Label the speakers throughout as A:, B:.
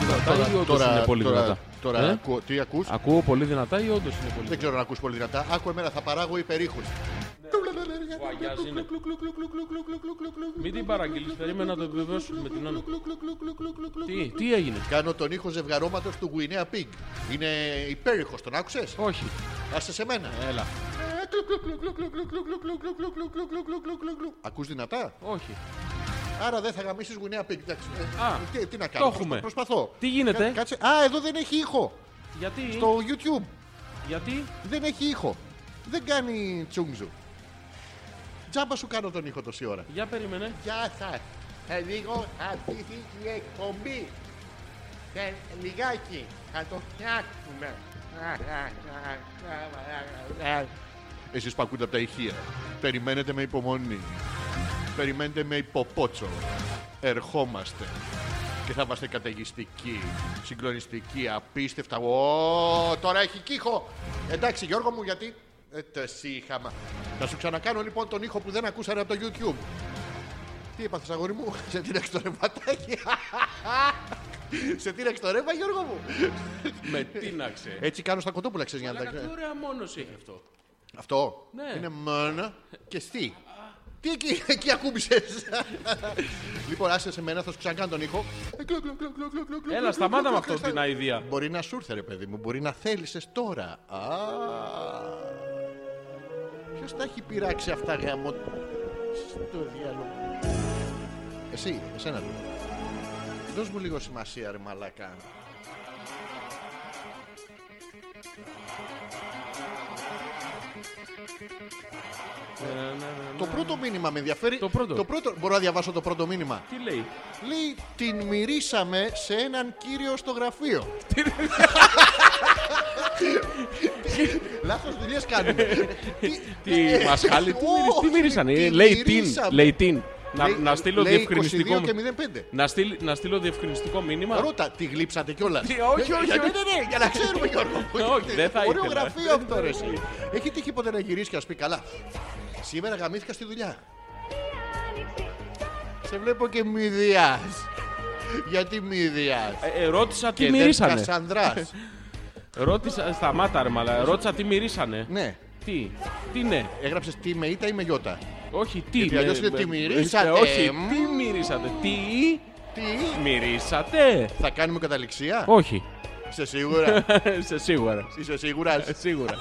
A: δυνατά
B: Τώρα-
A: ή όντω
B: τώρα-
A: είναι πολύ
B: τώρα-
A: δυνατά.
B: Τώρα
A: Ε?
B: ακούω- τι ακούς.
A: Ακούω πολύ δυνατά ή όντως είναι πολύ
B: Δεν
A: δυνατά.
B: ξέρω να ακούς πολύ δυνατά. Άκου εμένα, θα παράγω υπερήχους.
A: Βαγιάζει είναι. Μην την παραγγείλεις, περίμενα να το επιβεβαιώσουμε με την Άννα. Τι, τι έγινε.
B: Κάνω τον ήχο ζευγαρώματος του Γουινέα Πιγκ. Είναι υπέρηχος, τον άκουσες.
A: Όχι.
B: Άσε σε μένα.
A: Έλα.
B: Ακούς δυνατά.
A: Όχι.
B: Άρα δεν θα γαμίσεις Γουινέα Πιγκ. Εντάξει. Ε,
A: Α,
B: τι, τι να κάνω.
A: το έχουμε.
B: Προσπαθώ.
A: Τι γίνεται?
B: Κα- Κάτσε. Α, εδώ δεν έχει ήχο.
A: Γιατί,
B: Στο YouTube
A: γιατί,
B: δεν έχει ήχο. Δεν κάνει τσούγκζου. Τζάμπα σου κάνω τον ήχο τόση ώρα.
A: για περίμενε.
B: Γεια σας. Θα λίγο αυτή την εκπομπή.
C: Ε, λιγάκι, θα το φτιάξουμε.
B: Εσείς που ακούτε από τα ηχεία. Περιμένετε με υπομονή. Περιμένετε με υποπότσο. Ερχόμαστε. Και θα είμαστε καταιγιστικοί, συγκλονιστικοί, απίστευτα. Ω, τώρα έχει κύχο. Εντάξει Γιώργο μου γιατί... Ε, το σύχαμα. Θα σου ξανακάνω λοιπόν τον ήχο που δεν ακούσανε από το YouTube. Τι έπαθες αγόρι μου, σε τύραξε το ρευματάκι. σε τύραξε το ρεύμα Γιώργο μου.
A: Με τίναξε.
B: Έτσι κάνω στα κοτόπουλα ξέρεις για να τα...
A: Τι ωραία μόνος έχει αυτό.
B: Αυτό
A: Ναι.
B: είναι μάνα και στι. Τι εκεί, εκεί ακούμπησες. λοιπόν, άσε σε μένα, θα σου ξανακάνω τον ήχο.
A: Έλα, σταμάτα με αυτό την αηδία.
B: Μπορεί να σου ήρθε, ρε παιδί μου, μπορεί να θέλησες τώρα. Α. Ποιος τα έχει πειράξει αυτά γαμό. Στο διάλογο. Εσύ, εσένα λέω. Δώσ' μου λίγο σημασία, ρε μαλάκα.
A: Ε, ναι,
B: Το πρώτο μήνυμα με ενδιαφέρει.
A: Το πρώτο.
B: Μπορώ να διαβάσω το πρώτο μήνυμα.
A: Τι λέει.
B: Λέει, την μυρίσαμε σε έναν κύριο στο γραφείο. Λάθος δουλειές κάνουμε.
A: Τι μας χάλει, τι, μυρι- Ε, τι μυρίσανε. Ε, Λέει την, λέει την. Να, να στείλω διευκρινιστικό.
B: μου.
A: μ-
B: και 05.
A: Να, στείλ- να στείλω διευκρινιστικό μήνυμα.
B: Ρώτα, τη γλύψατε κιόλας.
A: Τι, όχι, όχι,
B: Ναι,
A: όχι.
B: ναι, ναι, για να ξέρουμε Γιώργο.
A: Όχι, δεν θα
B: Ωραίο
A: ήθελα.
B: γραφείο αυτό, ρε. εσύ. Έχει τύχει ποτέ να γυρίσει και να σου πει καλά. Σήμερα γαμήθηκα στη δουλειά. Σε βλέπω και μηδιάς. Γιατί μηδιάς.
A: Ε, ε, ρώτησα τι
B: Και
A: μυρίσανε.
B: δεν κασανδράς.
A: Ρώτησα, σταμάτα ρε μαλά. Ρώτησα τι μυρίσανε.
B: Ναι.
A: Τι, τι ναι.
B: Έγραψες τι με ήττα ή με γιώτα.
A: Όχι, τι.
B: Γιατί
A: με-
B: αλλιώς είναι
A: με-
B: τι μυρίσατε.
A: Ε, Όχι,
B: Μμμ.
A: τι μυρίσατε. Τι
B: Τι.
A: μυρίσατε.
B: Θα κάνουμε καταληξία.
A: Όχι.
B: Είσαι σίγουρα.
A: Σε σίγουρα.
B: Είσαι σίγουρας.
A: Ε, Σίγουρας.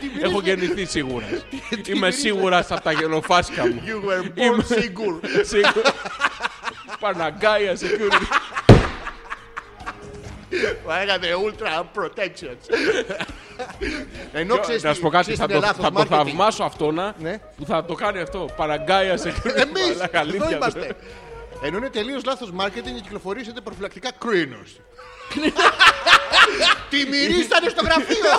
B: Τι μυρίζεις?
A: Έχω γεννηθεί σίγουρας. Είμαι
B: μυρίζετε?
A: σίγουρας από τα γενοφάσκα μου.
B: You were born
A: Είμαι-
B: single.
A: Σίγουρα. Παναγκάια security.
B: Θα Έκανε ultra protections. Ενώ ξέρεις
A: Να σου πω κάτι,
B: ξέρεις
A: θα
B: τι
A: το,
B: είναι λάθος,
A: θα το
B: marketing.
A: θαυμάσω αυτό να,
B: Ναι.
A: που θα το κάνει αυτό. Παραγκάια security.
B: Εμείς,
A: Μαλάκα, αλήθεια.
B: εδώ είμαστε. Ενώ είναι τελείως λάθος marketing και κυκλοφορήσετε προφυλακτικά κρίνος. Τι μυρίσανε στο γραφείο.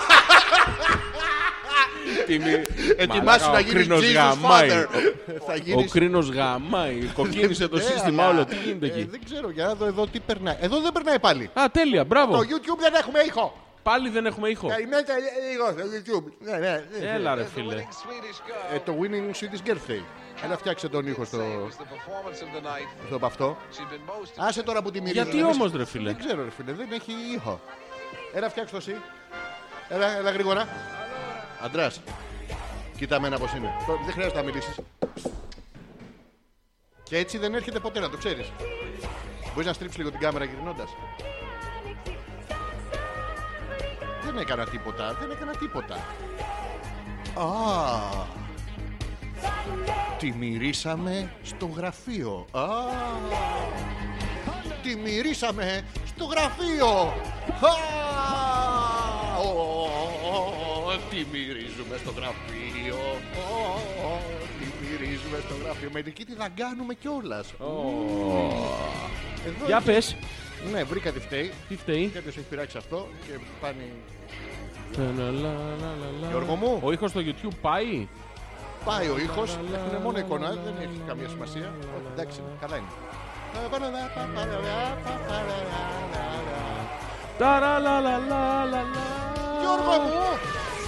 A: Τι μυ- Μαλάκα,
B: Ετοιμάσου
A: ο
B: να γίνεις
A: κρίνος
B: Jesus
A: γαμάει.
B: father. Θα
A: Ο
B: γίνεις
A: κρίνος γαμάει. Κοκκίνησε το
B: Ε,
A: σύστημα
B: αλλά,
A: όλο. Τι γίνεται
B: ε,
A: εκεί.
B: Δεν ξέρω, για να δω εδώ τι περνάει. Εδώ δεν περνάει πάλι.
A: Α, τέλεια, μπράβο.
B: Το YouTube δεν έχουμε ήχο.
A: Πάλι δεν έχουμε ήχο.
B: Περιμένετε λίγο στο YouTube. Ναι, ναι, ναι.
A: Έλα, ρε φίλε.
B: Ε, το Winning City's Girl Thing. Έλα, φτιάξε τον ήχο στο, στο παυτό. Άσε τώρα που τη μυρίζω.
A: Γιατί όμως, ρε φίλε.
B: Δεν ξέρω, ρε φίλε, δεν έχει ήχο. Έλα, φτιάξε το εσύ. Έλα, έλα γρήγορα. Αντράς, κοίτα εμένα πώς είναι. Το- Δεν χρειάζεται να μιλήσεις. Και έτσι δεν έρχεται ποτέ να το ξέρεις. Μπορείς να στρίψεις λίγο την κάμερα γυρνώντας. Δεν έκανα τίποτα, δεν έκανα τίποτα. Α, τη μυρίσαμε στο γραφείο. Α, τη μυρίσαμε στο γραφείο. Α, ο, ο, ο, τη μυρίζουμε στο γραφείο. Ο, ο, ο, τη μυρίζουμε στο γραφείο. Μερικοί τη δαγκάνουμε κιόλα.
A: Για πες,
B: Ναι, βρήκα τη φταίει.
A: τι φταίει.
B: Κάποιο έχει πειράξει αυτό και πάνε.
A: Ταλαλαλαλα.
B: Γιώργο μου.
A: Ο ήχος στο YouTube πάει.
B: Πάει ο ήχο, έχουν μόνο εικόνα, δεν έχει καμία σημασία. Όχι, εντάξει, καλά είναι.
A: Ταραλαλαλαλαλα.
B: Γιώργο μου!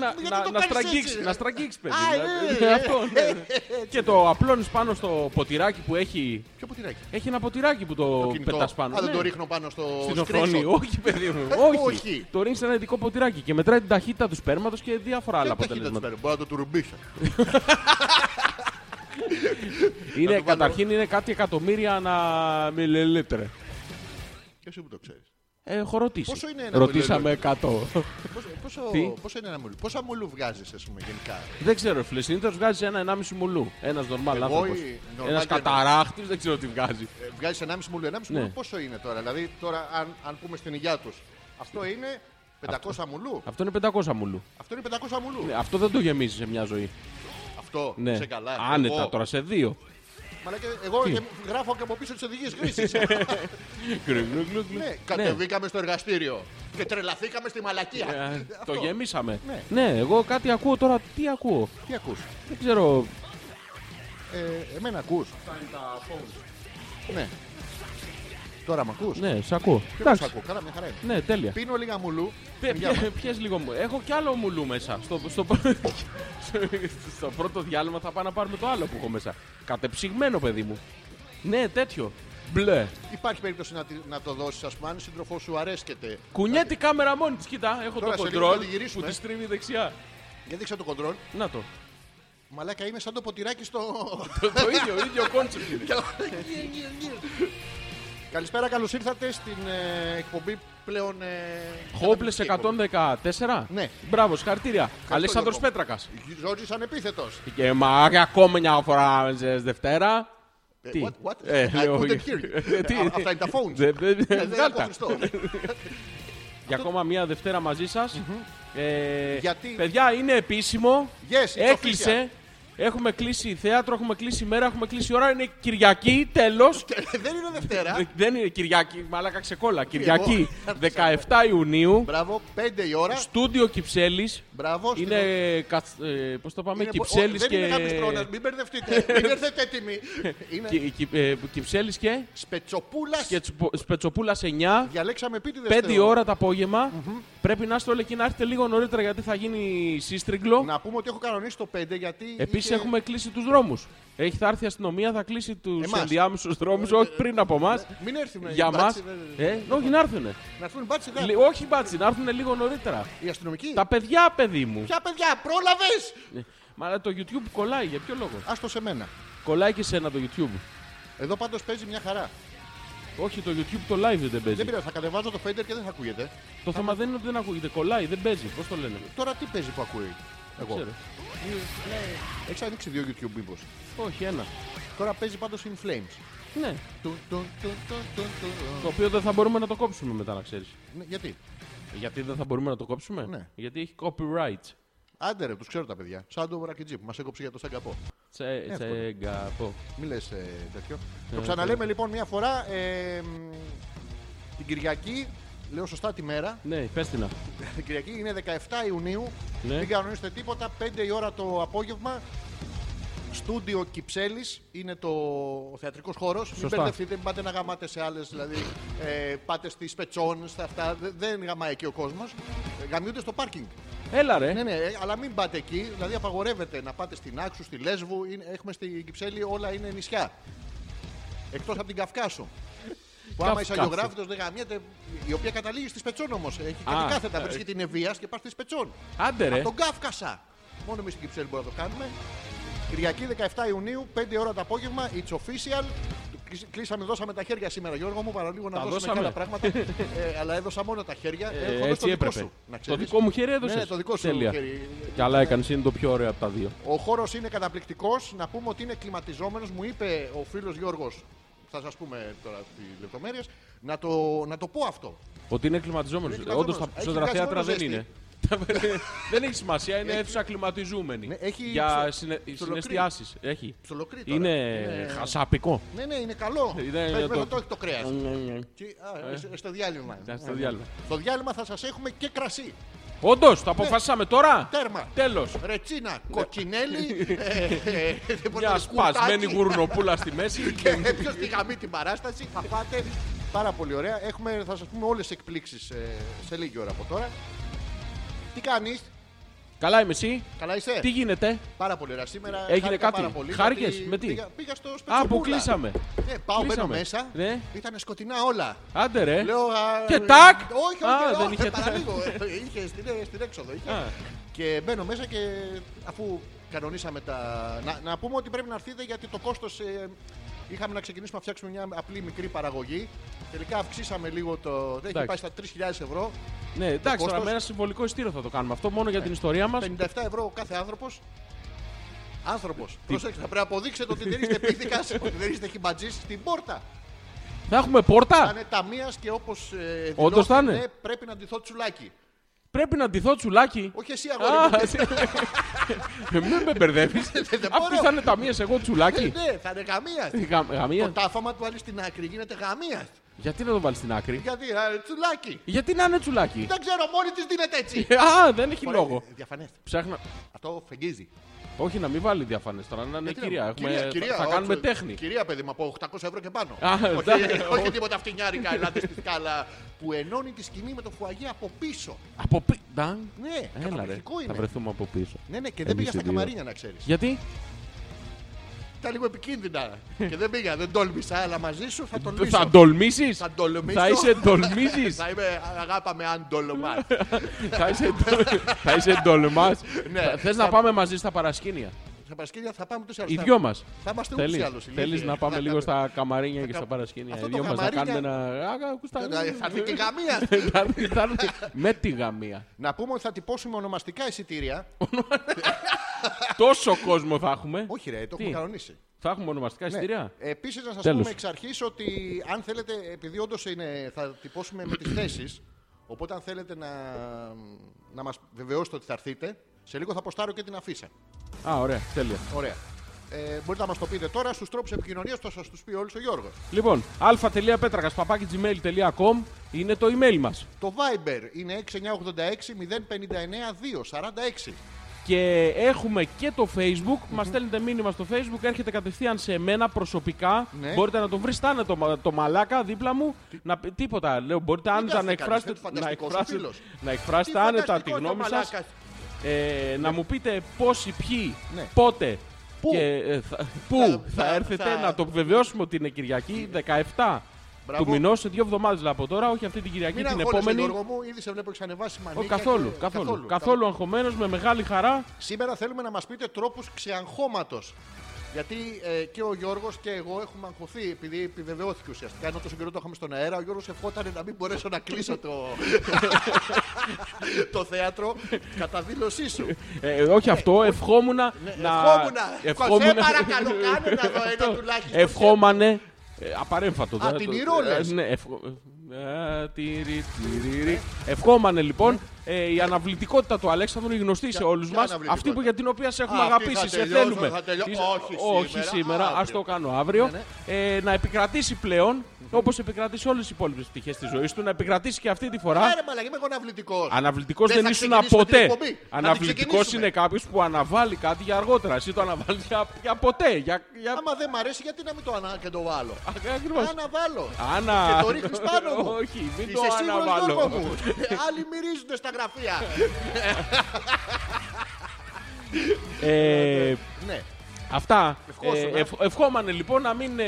A: Να,
B: Γιατί
A: να, να
B: το κάνεις
A: στραγγίξει,
B: έτσι,
A: να
B: ρε.
A: στραγγίξεις, παιδί.
B: Α,
A: να-
B: ε, ε,
A: αυτό, ναι. Και το απλώνεις πάνω στο ποτηράκι που έχει.
B: Ποιο ποτηράκι.
A: Έχει ένα ποτηράκι που το,
B: Κινητό.
A: πετάς πάνω.
B: Α, δεν
A: ναι.
B: το ρίχνω πάνω στο
A: Στην
B: screenshot.
A: οθόνη. Όχι, παιδί μου.
B: Όχι.
A: Όχι. Το ρίχνεις σε ένα ειδικό ποτηράκι και μετράει την ταχύτητα του σπέρματος και διάφορα άλλα
B: Δεν τα χείλη του
A: αποτελέσματα.
B: φέρω, Μπορώ να το τουρμπίσω.
A: Είναι,
B: Να το βάλω.
A: καταρχήν είναι κάτι εκατομμύρια ανά μιλιλίτρε.
B: Και εσύ που το ξέρεις.
A: Ε, έχω ρωτήσει.
B: Πόσο είναι ένα
A: Ρωτήσαμε 100.
B: Πόσο, πόσο,
A: Τι?
B: πόσο είναι ένα μουλού, πόσα μουλού βγάζεις ας πούμε γενικά.
A: δεν ξέρω, φίλε. Συνήθως βγάζεις ένα 1,5 μουλού. Ένα νορμάλ
B: Εγώ,
A: άνθρωπος.
B: η- normal
A: Ένας
B: δεν-
A: καταράχτης δεν ξέρω τι βγάζει.
B: Ε, βγάζεις 1,5 μουλού, 1,5
A: Ναι.
B: μουλού πόσο είναι τώρα, δηλαδή τώρα αν, αν πούμε στην υγειά τους. Αυτό είναι 500 μουλού,
A: Αυτό είναι 500 μουλού.
B: αυτό είναι 500 μουλού.
A: Ναι, αυτό δεν το γεμίζει σε μια ζωή.
B: Αυτό,
A: Ναι.
B: σε καλά.
A: Άνετα
B: εγώ,
A: τώρα σε δύο.
B: Μαλάκα, εγώ γε- γράφω και από πίσω τις οδηγίες χρήσης.
A: Ναι. Γκλου, γκλου, γκλου, γκλου.
B: ναι, κατεβήκαμε στο εργαστήριο
A: Ναι.
B: και τρελαθήκαμε στη μαλακία.
A: Ε,
B: Αυτό.
A: Το γεμίσαμε.
B: Ναι.
A: Ναι, εγώ κάτι ακούω τώρα. Τι ακούω.
B: Τι ακούς,
A: Δεν ξέρω.
B: ε, εμένα ακούς. Ναι. Τώρα μ' ακούς.
A: Ναι, σε ακούω.
B: Ποιος να σ'
A: Εντάξει.
B: ακούω, καλά μια χαρά είναι.
A: Ναι, τέλεια.
B: Πίνω λίγα μουλού.
A: Πε-
B: Για
A: πε- Πιες λίγο μου. Έχω κι άλλο μουλού μέσα. Στο, στο, στο πρώτο διάλειμμα θα πάω να πάρουμε το άλλο που έχω μέσα. Κατεψυγμένο, παιδί μου. Ναι, τέτοιο. Μπλε.
B: Υπάρχει περίπτωση να, τη- να το δώσεις, ας πούμε, αν η σύντροφό σου αρέσκεται.
A: Κουνιέται η κάμερα μόνη της. Κοίτα, έχω
B: Τώρα
A: το
B: σε λίγο θα
A: κοντρόλ
B: τη
A: που
B: γυρίσουμε.
A: τη στρίβει δεξιά.
B: Για δείξα το κοντρόλ.
A: Να το.
B: Μαλάκα είναι σαν το ποτηράκι στο.
A: το, το ίδιο, ίδιο κόνσεπτ είναι.
B: Καλησπέρα, καλώς ήρθατε στην ε, εκπομπή πλέον. Ε,
A: Χόμπλε
B: καταπληκτική
A: 114.
B: Ναι.
A: Μπρavo, συγχαρητήρια. Αλέξανδρος
B: Γιώργο.
A: Πέτρακας.
B: εκπομπή. Ζόρτζης ανεπίθετος.
A: Και μα ακόμα μια φορά σε Δευτέρα.
B: Ε,
A: Τι.
B: What, what?
A: Ε,
B: I
A: λέω-
B: couldn't hear you.
A: Ε, τι.
B: Α, Αυτά είναι τα phones.
A: Δε- δε-
B: Ε, δεν
A: βγάλ'
B: ακούω
A: τα.
B: Χριστό.
A: Για ακόμα μία Δευτέρα μαζί σας. Ε,
B: Γιατί-
A: Παιδιά, είναι επίσημο.
B: Yes, it's
A: Έκλεισε. Έχουμε κλείσει θέατρο, έχουμε κλείσει ημέρα, έχουμε κλείσει ώρα. Είναι Κυριακή, τέλος.
B: Ε, Δεν είναι Δευτέρα.
A: Δεν είναι Κυριακή, μαλάκα ξεκόλα.
B: εγώ.
A: Κυριακή 17 Ιουνίου.
B: Μπράβο, 5 η ώρα.
A: Στούντιο Κυψέλης.
B: Μπράβο. στην-
A: Είναι. κατσ- ε, Πώς το πάμε,
B: είναι-
A: Κυψέλη
B: Δεν είναι κάποιος
A: και.
B: τρόνας, μην μπερδευτείτε. Μην έρθετε έτοιμοι. Είναι
A: Κυ- Κυ- ε, Κυψέλης και.
B: σπετσοπούλας.
A: Σπετσοπούλα 9.
B: Διαλέξαμε επίτηδες.
A: 5 η ώρα το απογευμα Πρέπει να είστε όλοι εκεί να έρθετε λίγο νωρίτερα γιατί θα γίνει σύστριγκλο.
B: Να πούμε ότι έχω κανονίσει το 5 γιατί.
A: Επίσης
B: είχε-
A: έχουμε κλείσει τους δρόμους. Έχει θα έρθει η αστυνομία, θα κλείσει τους
B: Εμάς. Ε, ναι,
A: ενδιάμεσους δρόμους, όχι πριν από εμάς.
B: Μην έρθουν
A: Για μα. Ε, όχι, να έρθουν.
B: Να έρθουν μπάτσι, δεν.
A: Όχι, μπάτσι, να έρθουν λίγο νωρίτερα.
B: Οι αστυνομικοί.
A: Τα παιδιά, παιδί μου.
B: Ποια παιδιά, πρόλαβες!
A: Ε, Μα αλλά το YouTube κολλάει, για ποιο λόγο.
B: Άστο σε μένα.
A: Κολλάει και σένα το YouTube.
B: Εδώ πάντως παίζει μια χαρά.
A: Όχι, το YouTube το live δεν παίζει.
B: Δεν πειράζει, θα κατεβάζω το fader και δεν θα ακούγεται.
A: Το θέμα δεν είναι ότι δεν ακούγεται, κολλάει, δεν παίζει. Πώς το λένε.
B: Τώρα τι παίζει που ακούει. Εγώ.
A: Ξέρω.
B: Έχεις ανοίξει δύο YouTube μήπως.
A: Όχι, ένα.
B: Τώρα παίζει πάντως in flames.
A: Ναι.
B: Τουν, τουν, τουν, τουν, τουν, τουν.
A: Το οποίο δεν θα μπορούμε να το κόψουμε μετά, να ξέρεις.
B: Ναι, Γιατί.
A: Γιατί δεν θα μπορούμε να το κόψουμε.
B: Ναι.
A: Γιατί έχει copyright.
B: Άντε ρε, τους ξέρω τα παιδιά. Σαν το βρακιτζί που μας έκοψε για το σαγκαπό.
A: Τσε, τσεγκα, πω.
B: Μην λες ε, τέτοιο. Το ξαναλέμε λοιπόν μια φορά. ε, μ, την Κυριακή, λέω σωστά τη μέρα,
A: Ναι, πες την. α.
B: την Κυριακή είναι 17 Ιουνίου.
A: Ναι.
B: Μην κανονίσετε τίποτα. 5 η ώρα το απόγευμα. Στούντιο Κυψέλης είναι το, ο θεατρικός χώρος. Μην
A: Σωστά.
B: μπερδευτείτε, μην πάτε να γαμάτε σε άλλες. Δηλαδή, ε, πάτε στις πετσόν, στα αυτά. Δε- Δεν γαμάει εκεί ο κόσμος. Γαμιούνται στο πάρκινγκ.
A: Έλα ρε.
B: Ναι, ναι, ε, αλλά μην πάτε εκεί. Δηλαδή, απαγορεύεται να πάτε στην Άξου, στη Λέσβου. Είναι- έχουμε στην Κυψέλη όλα είναι νησιά. Εκτός από την Καυκάσο. Που άμα
A: Καυκάσο.
B: είσαι αλλιογράφητο, δεν γαμιέται. Η οποία καταλήγει στη Σπετσόν όμως. Έχει κάτι
A: Α, ε,
B: κάθετα. Βρίσκεται την Ευεία και πας στη Σπετσόν.
A: Άντε ρε.
B: Από τον Κάφκασα. Μόνο εμείς στην Κυψέλη μπορούμε να το κάνουμε. Κυριακή 17 Ιουνίου, 5 ώρα το απόγευμα, it's official. Κλείσ- Κλείσαμε, δώσαμε τα χέρια σήμερα, Γιώργο μου, παρά λίγο να
A: Τα
B: δώσουμε
A: δώσαμε.
B: και άλλα πράγματα. ε, αλλά έδωσα μόνο τα χέρια.
A: Ε,
B: Ε, έχω δώσει
A: έτσι
B: το δικό
A: έπρεπε.
B: σου. να
A: το
B: ξέρεις.
A: δικό μου χέρι έδωσες.
B: Ναι, ναι, το δικό σου
A: Τέλεια.
B: χέρι.
A: Καλά έκανες, είναι το πιο ωραίο από τα δύο.
B: Ο χώρος είναι καταπληκτικός. Να πούμε ότι είναι κλιματιζόμενος. Μου είπε ο φίλος Γιώργος, θα σας πούμε τώρα τι λεπτομέρειες, να το, να το πω αυτό.
A: Ότι είναι κλιματιζόμενος.
B: Είναι
A: Όντως τα
B: κλιματιζόμενος. Έχει
A: ψωδρα
B: βγάζει
A: θέατρα
B: μόνο
A: δεν
B: ζέστη.
A: είναι. δεν έχει σημασία, είναι αίθουσα κλιματιζούμενη.
B: Ναι, έχει
A: Για
B: ψιλο-
A: συνε...
B: ψιλοκρύ.
A: συναισθιάσει. Έχει.
B: Ψολοκρίτο.
A: Είναι χασαπικό.
B: Ναι, ναι, είναι καλό.
A: Είναι
B: Παίρνει
A: το-
B: το... το έχει το κρέας.
A: Ναι.
B: ε, Στο διάλειμμα.
A: Να, στο διάλειμμα.
B: Στο διάλειμμα θα σας έχουμε και κρασί.
A: Όντως, το
B: Ναι.
A: αποφασίσαμε τώρα.
B: Τέρμα.
A: Τέλος.
B: Ρετσίνα, κοκκινέλη. ε, ε, ε, τίποτα,
A: Ναι. Μια
B: σκουρτάκι.
A: σπασμένη γουρνοπούλα στη μέση.
B: Και ποιος τη γαμεί την παράσταση. Θα πάτε. Πάρα πολύ ωραία. Έχουμε, θα σας πούμε όλες τις εκπλήξεις ε, σε λίγη ώρα από τώρα. Τι κάνεις,
A: Καλά είμαι εσύ.
B: καλά είσαι.
A: Τι γίνεται.
B: Πάρα πολύ ωραία. Σήμερα
A: Έγινε
B: χάρηκα
A: κάτι.
B: πάρα πολύ,
A: Χάρηκες?
B: γιατί
A: Με τι?
B: Πήγα, πήγα στο σπίτι.
A: Α, αποκλείσαμε.
B: Ναι, πάω, μπαίνω
A: Κλείσαμε.
B: μέσα.
A: Ναι.
B: Ήταν σκοτεινά όλα.
A: Άντε ρε.
B: Λέω, α,
A: Και τάκ!
B: Όχι, όχι,
A: Α,
B: όχι,
A: δεν
B: όχι,
A: είχε
B: παραλίγο. Ε, είχε στην, στην έξοδο. Είχε.
A: Α.
B: Και μπαίνω μέσα και αφού κανονίσαμε τα. Να, να πούμε ότι πρέπει να έρθετε γιατί το κόστος. είχαμε να ξεκινήσουμε να φτιάξουμε μια απλή μικρή παραγωγή. Τελικά αυξήσαμε λίγο το. Δεν έχει πάει
A: Εντάξει.
B: στα 3.000 ευρώ.
A: Ναι, εντάξει, τώρα
B: κόστος. Ναι.
A: με ένα συμβολικό ειστήριο θα το κάνουμε αυτό μόνο για την ιστορία μας.
B: 57 ευρώ ο κάθε άνθρωπος. Άνθρωπος. Προσέξτε, θα πρέπει να αποδείξετε ότι δεν είστε πίθηκας, ότι δεν είστε χιμπατζής στην πόρτα.
A: Θα έχουμε
B: Θα
A: πόρτα.
B: είναι ταμείας και όπως.
A: Όντως θα είναι.
B: Πρέπει να αντιθώ τσουλάκι.
A: Πρέπει να ντυθώ τσουλάκι.
B: Όχι εσύ, αγόρι
A: Α, Ε,
B: μου.
A: Μην με μπερδεύεις.
B: Ε, δεν
A: Αφού
B: μπορώ.
A: θα είναι ταμείε, εγώ τσουλάκι. Ε,
B: Ναι, θα είναι γαμίας.
A: Γα-
B: Το
A: Γαμία.
B: τάφαμα του βάλει στην άκρη γίνεται γαμίας.
A: Γιατί να το βάλεις στην άκρη.
B: Γιατί, α, τσουλάκι.
A: Γιατί να είναι τσουλάκι.
B: Δεν ξέρω, μόνη της δίνεται έτσι.
A: Α, δεν έχει λόγο.
B: Διαφανές.
A: Ψάχνα.
B: Αυτό φεγγίζει.
A: Όχι, να μην βάλει διαφανές τώρα, να είναι
B: Γιατί να-
A: κυρία. Έχουμε- θα- Θα
B: όχι,
A: κάνουμε τέχνη.
B: Κυρία, παιδί μου, από 800 ευρώ και πάνω.
A: Α,
B: όχι,
A: εντάξει.
B: όχι τίποτα αυτινιάρικα, ελάτε στη σκάλα που ενώνει τη σκηνή με το φουαγί από πίσω.
A: Από πίσω. Ναι,
B: Ναι,
A: έλα ρε.
B: καταπληκτικό
A: Θα
B: είναι.
A: βρεθούμε από πίσω.
B: Ναι, ναι, και δεν
A: Εμείς
B: πήγα
A: οι
B: στα
A: δύο.
B: καμαρίνια να ξέρεις.
A: Γιατί.
B: Ήταν λίγο επικίνδυνα. και δεν πήγα, δεν τόλμησα, αλλά μαζί σου θα τολμήσω.
A: Θα ντολμήσει.
B: Θα τολμήσω.
A: Θα είσαι ντολμίζει.
B: Θα είμαι αγάπα με αν τολμάς.
A: Θα είσαι, ντο- θα είσαι ντολμάς.
B: Ναι.
A: Θα- Θες να πάμε μαζί στα παρασκήνια.
B: Στα παρασκήνια θα πάμε ούτως ή άλλως.
A: Οι
B: Θα-
A: δυο μας.
B: Θα είμαστε ούτως ή
A: Θέλεις,
B: άλλως.
A: θέλεις
B: ηλίθιοι.
A: να πάμε
B: Θα-
A: λίγο
B: θα-
A: στα καμαρίνια και
B: κα-
A: στα παρασκήνια.
B: αυτό
A: Οι
B: το
A: δυο μας να
B: καμαρίνια- Ε,
A: κάνουμε ένα... Α, ακούστα-
B: Θα έρθει και καμία.
A: Θα έρθει- θα έρθει Με τη γαμία.
B: Να πούμε ότι θα τυπώσουμε ονομαστικά εισιτήρια.
A: Τόσο κόσμο θα έχουμε.
B: Όχι, Ναι. ρε, το
A: Τι?
B: έχουμε κανονίσει.
A: Θα έχουμε ονομαστικά εισιτήρια.
B: Επίσης, να σας
A: Τέλος.
B: πούμε εξ αρχής ότι αν θέλετε, επειδή όντως θα τυπώσουμε με τις θέσεις, οπότε αν θέλετε να, να μας βεβαιώσετε ότι θα έρθετε, σε λίγο θα αποστάρω και την αφίσα.
A: Α, ωραία, τέλεια.
B: Ωραία. Ε, μπορείτε να μας το πείτε τώρα στους τρόπους επικοινωνίας, θα σας τους πει όλου ο Γιώργος.
A: Λοιπόν, α.πέτρακα.gmail.com είναι το email μας.
B: Το Viber είναι 6986-059-246.
A: Και έχουμε και το facebook Μας στέλνετε μήνυμα στο facebook Έρχεται κατευθείαν σε μένα προσωπικά
B: Ναι.
A: Μπορείτε να τον βρείτε είναι το, μα- το μαλάκα δίπλα μου να, πει- Τίποτα λέω Μπορείτε άνετα να
B: κάθεται
A: εκφράσετε
B: κανείς, ε,
A: Να
B: φανταστικός ο
A: εκφράσετε,
B: φίλος.
A: να
B: Τι
A: εκφράσετε άνετα τη
B: φανταστικό
A: γνώμη
B: το
A: σας
B: μαλάκας.
A: ε, Να μου πείτε πόσοι, ποιοι,
B: Ναι.
A: πότε
B: Πού.
A: και, ε, θα-
B: Θα-
A: Πού θα,
B: θα-
A: έρθετε
B: θα- Ναι.
A: να το βεβαιώσουμε ότι είναι Κυριακή 17
B: Μπράβο.
A: του μηνός σε δύο εβδομάδες από τώρα, όχι αυτή την Κυριακή,
B: Μην
A: την
B: αγχώνεσαι,
A: επόμενη.
B: Γιώργο μου, ήδη σε βλέπω εξανεβάσει
A: Όχι,
B: μανίκια.
A: καθόλου,
B: και-
A: καθόλου. Καθόλου αγχωμένος, με μεγάλη χαρά.
B: Σήμερα θέλουμε να μας πείτε τρόπους ξεαγχώματος. Γιατί ε, και ο Γιώργος και εγώ έχουμε αγχωθεί, επειδή επιβεβαιώθηκε ουσιαστικά. Ενώ τόσο καιρό το είχαμε στον αέρα, ο Γιώργος ευχόταν να μην μπορέσω να κλείσω το, το θέατρο κατά δήλωσή σου. Ε,
A: Ε, όχι αυτό, ευχόμουν να.
B: Ναι, ευχόμουνα. Κοσέ, παρακαλώ, κάνε να δω ένα
A: Αυτό.
B: τουλάχιστον.
A: Ευχόμανε. ε, απαρέμφατο. δεν
B: την
A: το-
B: Ηρώ, λες.
A: ε, Ναι, ευχο- ε, τυρι, τυριρι. Ευχόμανε λοιπόν ε, η αναβλητικότητα του Αλέξανδρου, η γνωστή σε όλους
B: ποια
A: μας,
B: αναβλητικότητα?
A: αυτή που για την οποία σε έχουμε
B: Α, αυτή
A: αγαπήσει,
B: θα
A: σε
B: τελειώσω,
A: θέλουμε.
B: θα τελειώ-
A: Της-
B: όχι σήμερα,
A: σήμερα, ας
B: αύριο.
A: το κάνω αύριο.
B: Ναι,
A: Ε, να επικρατήσει πλέον, όπως επικρατήσει όλες τι υπόλοιπες πτυχές της ζωής του, να επικρατήσει και αυτή τη φορά.
B: Άρε μαλακή, είμαι εγώ αναβλητικός.
A: Αναβλητικός
B: Δεν
A: δεν,
B: θα
A: ήσουν
B: ξεκινήσουμε την
A: ποτέ.
B: εκπομπή. Θα την
A: Αναβλητικός
B: ξεκινήσουμε.
A: είναι κάποιος που αναβάλει κάτι για αργότερα. Εσύ το αναβάλεις για, για ποτέ. Για, για...
B: Άμα δεν μ' αρέσει, γιατί να μην το ανα... και το βάλω.
A: Ακριβώς.
B: Άνα βάλω.
A: Άνα.
B: Και το ρίχνεις πάνω μου.
A: Όχι, μην
B: Είσαι
A: το
B: σίγουρος
A: αναβάλω.
B: Γιώργο μου. Ε, Άλλοι μυρίζονται στα γραφεία.
A: Ε,
B: ναι.
A: Αυτά.
C: Ευχόσον, ε.
A: ευχ- ευχόμανε λοιπόν να μην, ε,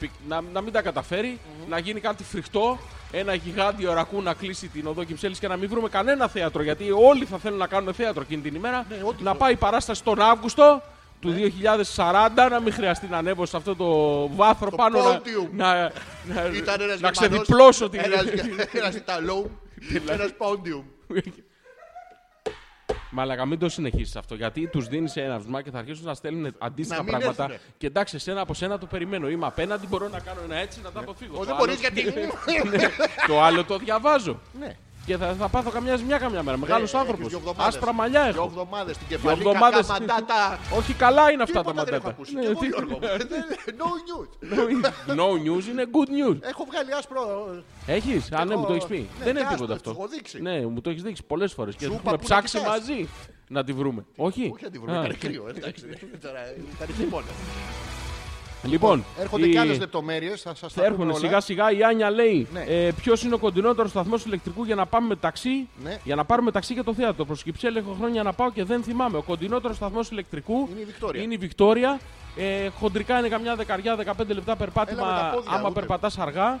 A: πικ- να, να μην τα καταφερει να γίνει κάτι φρικτό, ένα γιγάντιο ρακού να κλείσει την οδό Κυψέλης και να μην βρούμε κανένα θέατρο. Γιατί όλοι θα θέλουν να κάνουν θέατρο εκείνη την ημέρα.
B: Ναι, ό,τι Ναι.
A: να
B: το-
A: πάει η παράσταση τον Αύγουστο του 2040, να μην χρειαστεί να ανέβω σε αυτό το βάθρο
B: Το
A: πάνω. να-
B: podium.
A: Να, να,
B: Ήταν ένας
A: Ε, να
B: Γερμανός,
A: ξεδιπλώσω την.
B: Ένας, ένας Ιταλό, ένας Πόντιουμ.
A: Μαλακα, μην το συνεχίσεις αυτό. Γιατί τους δίνεις ένα βήμα και θα αρχίσουν να στέλνουν αντίστοιχα
B: Να μην
A: πράγματα.
B: έρθουνε.
A: Και εντάξει, εσένα από σένα το περιμένω. Είμαι απέναντι, μπορώ να κάνω ένα έτσι να τα αποφύγω.
B: Ω,
A: Το
B: Δεν
A: άλλο- Ναι.
B: μπορείς γιατί...
A: Το άλλο το διαβάζω.
B: Ναι.
A: Και θα, θα πάθω καμιά ζημιά καμιά μέρα. Μεγάλο
B: Ε,
A: άνθρωπο.
B: έχεις δύο εβδομάδες.
A: Άσπρα μαλλιά
B: Δύο
A: έχω.
B: εβδομάδες στην κεφαλή,
A: Δύο εβδομάδες.
B: κακά μαντάτα.
A: Όχι καλά είναι αυτά τα
B: Τίποτα δεν έχω
A: μαντάτα.
B: ακούσει.
A: Ναι,
B: Και εγώ,
A: τι- Ναι,
B: Γιώργο. Δεν- No news.
A: No news είναι good news.
B: Έχω βγάλει άσπρο
A: Έχεις, α ναι,
B: Έχω-
A: μου το έχεις πει.
B: ναι,
A: Δεν είναι
B: άστο,
A: τίποτα
B: τους έχω
A: αυτό.
B: δείξει.
A: Ναι, μου το έχεις δείξει πολλές φορές και
B: Σου είπα
A: έχουμε
B: που να
A: ψάξει
B: κοιτάς.
A: μαζί να τη βρούμε. Όχι.
B: Όχι να τη
A: Α,
B: βρούμε, ήταν κρύο. εντάξει. Τώρα, Ήταν χειμώνα.
A: Λοιπόν,
B: Έρχονται
A: η-
B: και άλλες λεπτομέρειες, θα σας
A: Θα
B: τα πούμε
A: έρχονται
B: όλα.
A: σιγά σιγά. Η Άνια λέει
B: Ναι.
A: ε, ποιος είναι ο κοντινότερος σταθμός ηλεκτρικού για να πάμε με ταξί.
B: Ναι.
A: Για να πάρουμε ταξί για το θέατρο. Προ Κυψέλη έχω χρόνια να πάω και δεν θυμάμαι. Ο κοντινότερος σταθμός ηλεκτρικού
B: Είναι η Βικτόρια.
A: είναι η Βικτόρια. Ε, χοντρικά είναι καμιά δεκαριά, 15 λεπτά
B: Έλα με
A: περπάτημα
B: τα πόδια,
A: άμα
B: ούτε.
A: περπατάς αργά.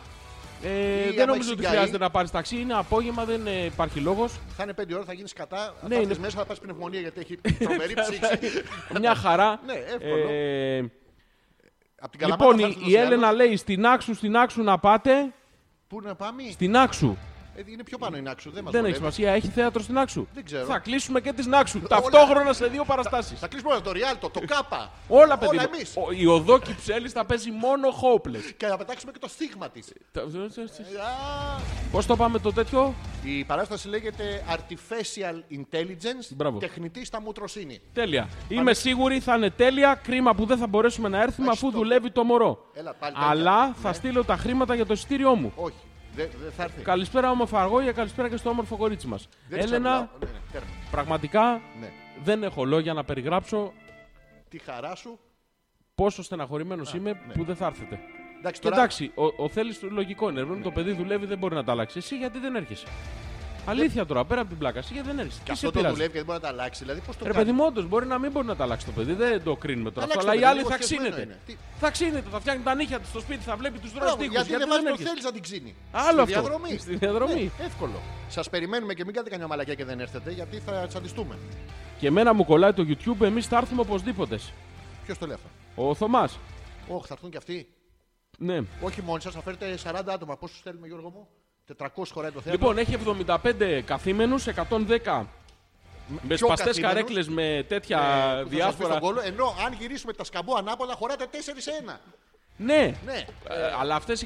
A: Ε,
B: Ή άμα
A: δεν νομίζω
B: έχεις
A: ότι
B: γκαΐ.
A: χρειάζεται να πάρεις ταξί. Είναι απόγευμα, δεν ε, υπάρχει λόγος.
B: Θα είναι 5 ώρα, θα γίνεις κατά.
A: Ναι,
B: Ναι,
A: είναι-
B: είναι... μέσα, θα πας πνευμονία γιατί έχει τρομερή ψήξη.
A: Μια χαρά.
B: Ναι, εύκολο.
A: Ε,
B: Απ' την Καλαμάτα
A: λοιπόν,
B: θα
A: η,
B: έρθουν
A: η
B: Ρωσιανοί.
A: Έλενα λέει στην άξου, στην άξου να πάτε.
B: Πού να πάμε,
A: Στην άξου.
B: Ε, είναι πιο πάνω η Νάξο. Δεν, μας
A: Δεν έχει
B: βολεύει.
A: σημασία, έχει θέατρο στην Άξου.
B: Δεν ξέρω.
A: Θα κλείσουμε και τη Νάξου. Ταυτόχρονα σε δύο παραστάσεις.
B: Θα κλείσουμε όλα το Ριάλτο, το Κάπα.
A: Όλα παιδί. μου.
B: εμείς.
A: Ο- Η οδό Κυψέλης θα παίζει μόνο hopeless.
B: Και θα πετάξουμε και το στίγμα της.
A: Πώς το πάμε το τέτοιο.
B: Η παράσταση λέγεται Artificial Intelligence.
A: Μπράβο.
B: Τεχνητή στα μουτροσύνη.
A: Τέλεια. Είμαι σίγουρη θα είναι τέλεια. Κρίμα που δεν θα μπορέσουμε να έρθουμε
B: Εντάξει,
A: αφού
B: το-
A: δουλεύει το μωρό.
B: Έλα, πάλι Ναι. τέτοια.
A: Αλλά θα στείλω τα χρήματα για το εισιτήριό μου.
B: Όχι, δεν δεν θα έρθει.
A: Καλησπέρα, όμορφα αργόγια. Καλησπέρα και στο όμορφο κορίτσι μας.
B: Δεν
A: Έλενα,
B: της ξαναμιλάω. Ναι, ναι, τέρμα.
A: πραγματικά
B: Ναι.
A: δεν έχω λόγια να περιγράψω
B: Τη χαρά σου.
A: πόσο στεναχωρημένος είμαι
B: ναι.
A: που δεν θα έρθετε.
B: Εντάξει,
A: Και
B: τώρα
A: εντάξει, ο, ο Θέλης του λογικό είναι. ρε παιδί μου, Το παιδί δουλεύει, δεν μπορεί να τα αλλάξει. Εσύ γιατί δεν έρχεσαι. Αλήθεια τώρα, πέρα από την πλάκα. Εσύ γιατί δεν έρχεσαι.
B: και
A: Τι σε
B: αυτό το
A: πειράζει.
B: δουλεύει και δεν μπορεί να τα αλλάξει. Δηλαδή, πώς το
A: Ρε
B: κάνεις.
A: παιδί μου, όντως, μπορεί να μην μπορεί να τα αλλάξει το παιδί. Δεν το κρίνουμε τώρα αυτό.
B: Αλλάξε
A: Αλλά
B: το
A: οι άλλοι
B: παιδί, λίγο
A: θα
B: σκεσμένο
A: ξύνεται.
B: είναι. Τι-
A: Θα ξύνεται, θα φτιάχνει τα νύχια του στο σπίτι, θα βλέπει τους δρόμους
B: Μπράβο,
A: τείχους.
B: γιατί δεν βάζει
A: δεν
B: το
A: έρχεσαι.
B: θέλεις να την ξύνει.
A: Άλλο αυτό.
B: Στη διαδρομή.
A: Στη διαδρομή.
B: Ναι, εύκολο. Σας περιμένουμε και μην κάνετε κανένα μαλακιά και δεν έρθετε, γιατί θα τσαντιστούμε.
A: Και εμένα μου κολλάει το YouTube, εμείς θα έρθουμε οπωσδήποτε.
B: Ποιος το λέει αυτό.
A: Ο Θωμάς.
B: Όχι, θα έρθουν και αυτοί.
A: Ναι.
B: Όχι μόνοι σας, θα φέρετε 40 άτομα. Πόσους θέλουμε, Γιώργο μου. 400 χωράει το θέατρο.
A: Λοιπόν, έχει 75 καθήμενου, 110 με
B: Πιο
A: σπαστές
B: καθήμενους,
A: καρέκλες, με τέτοια
B: ε, που θα σας πει
A: διάφορα.
B: στον κόλλο, ενώ αν γυρίσουμε τα σκαμπό ανάποδα, χωράτε 4 σε 1.
A: Ναι,
B: Ναι.
A: Ε, αλλά αυτές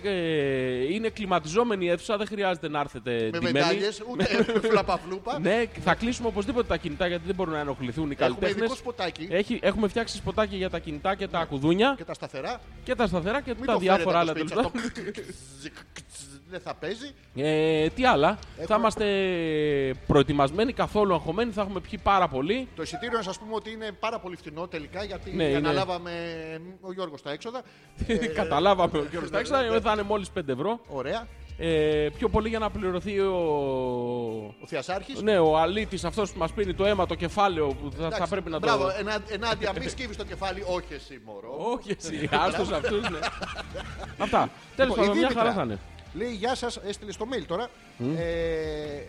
A: είναι κλιματιζόμενη αίθουσα, δεν χρειάζεται να έρθετε
B: Με
A: ντυμένοι.
B: μετάλλιε, ούτε φλαπαφλούπα.
A: Ναι, θα κλείσουμε οπωσδήποτε τα κινητά γιατί δεν μπορούν να ενοχληθούν οι
B: Έχουμε
A: καλλιτέχνες.
B: ειδικό σποτάκι
A: Ε. Έχουμε φτιάξει σποτάκια για τα κινητά και τα ακουδούνια
B: και τα σταθερά.
A: και τα σταθερά και
B: Μην
A: τα
B: το
A: διάφορα άλλα
B: φέρετε
A: τέλο
B: από
A: πάντων.
B: σπίτσα, το Δεν θα παίζει.
A: Ε, τι άλλα. Θα
B: Έχουμε-
A: είμαστε προετοιμασμένοι, καθόλου αγχωμένοι, θα έχουμε πιει πάρα πολύ.
B: Το εισιτήριο να σας πούμε ότι είναι πάρα πολύ φθηνό τελικά γιατί
A: Ναι,
B: ναι,
A: είναι.
B: αναλάβαμε εμ, ο Γιώργος τα έξοδα. Ε,
A: Καταλάβαμε ο κ. Τάξα, θα είναι μόλι 5 ευρώ.
B: Ωραία.
A: Ε, πιο πολύ για να πληρωθεί ο.
B: Ο Θεασάρχη.
A: Ναι, ο αλήτη αυτό που μα πίνει το αίμα, το κεφάλαιο που θα, θα πρέπει να
B: Μπράβο,
A: το.
B: ενα- ενάντια, μη σκύβει το κεφάλι. Όχι εσύ, μωρό.
A: Όχι εσύ, άστο αυτού, ναι. Αυτά. Τέλο
B: Λοιπόν, η
A: πάντων, μια
B: Δήμητρα
A: χαρά θα είναι.
B: Λέει γεια σας, έστειλε στο mail τώρα. Ε,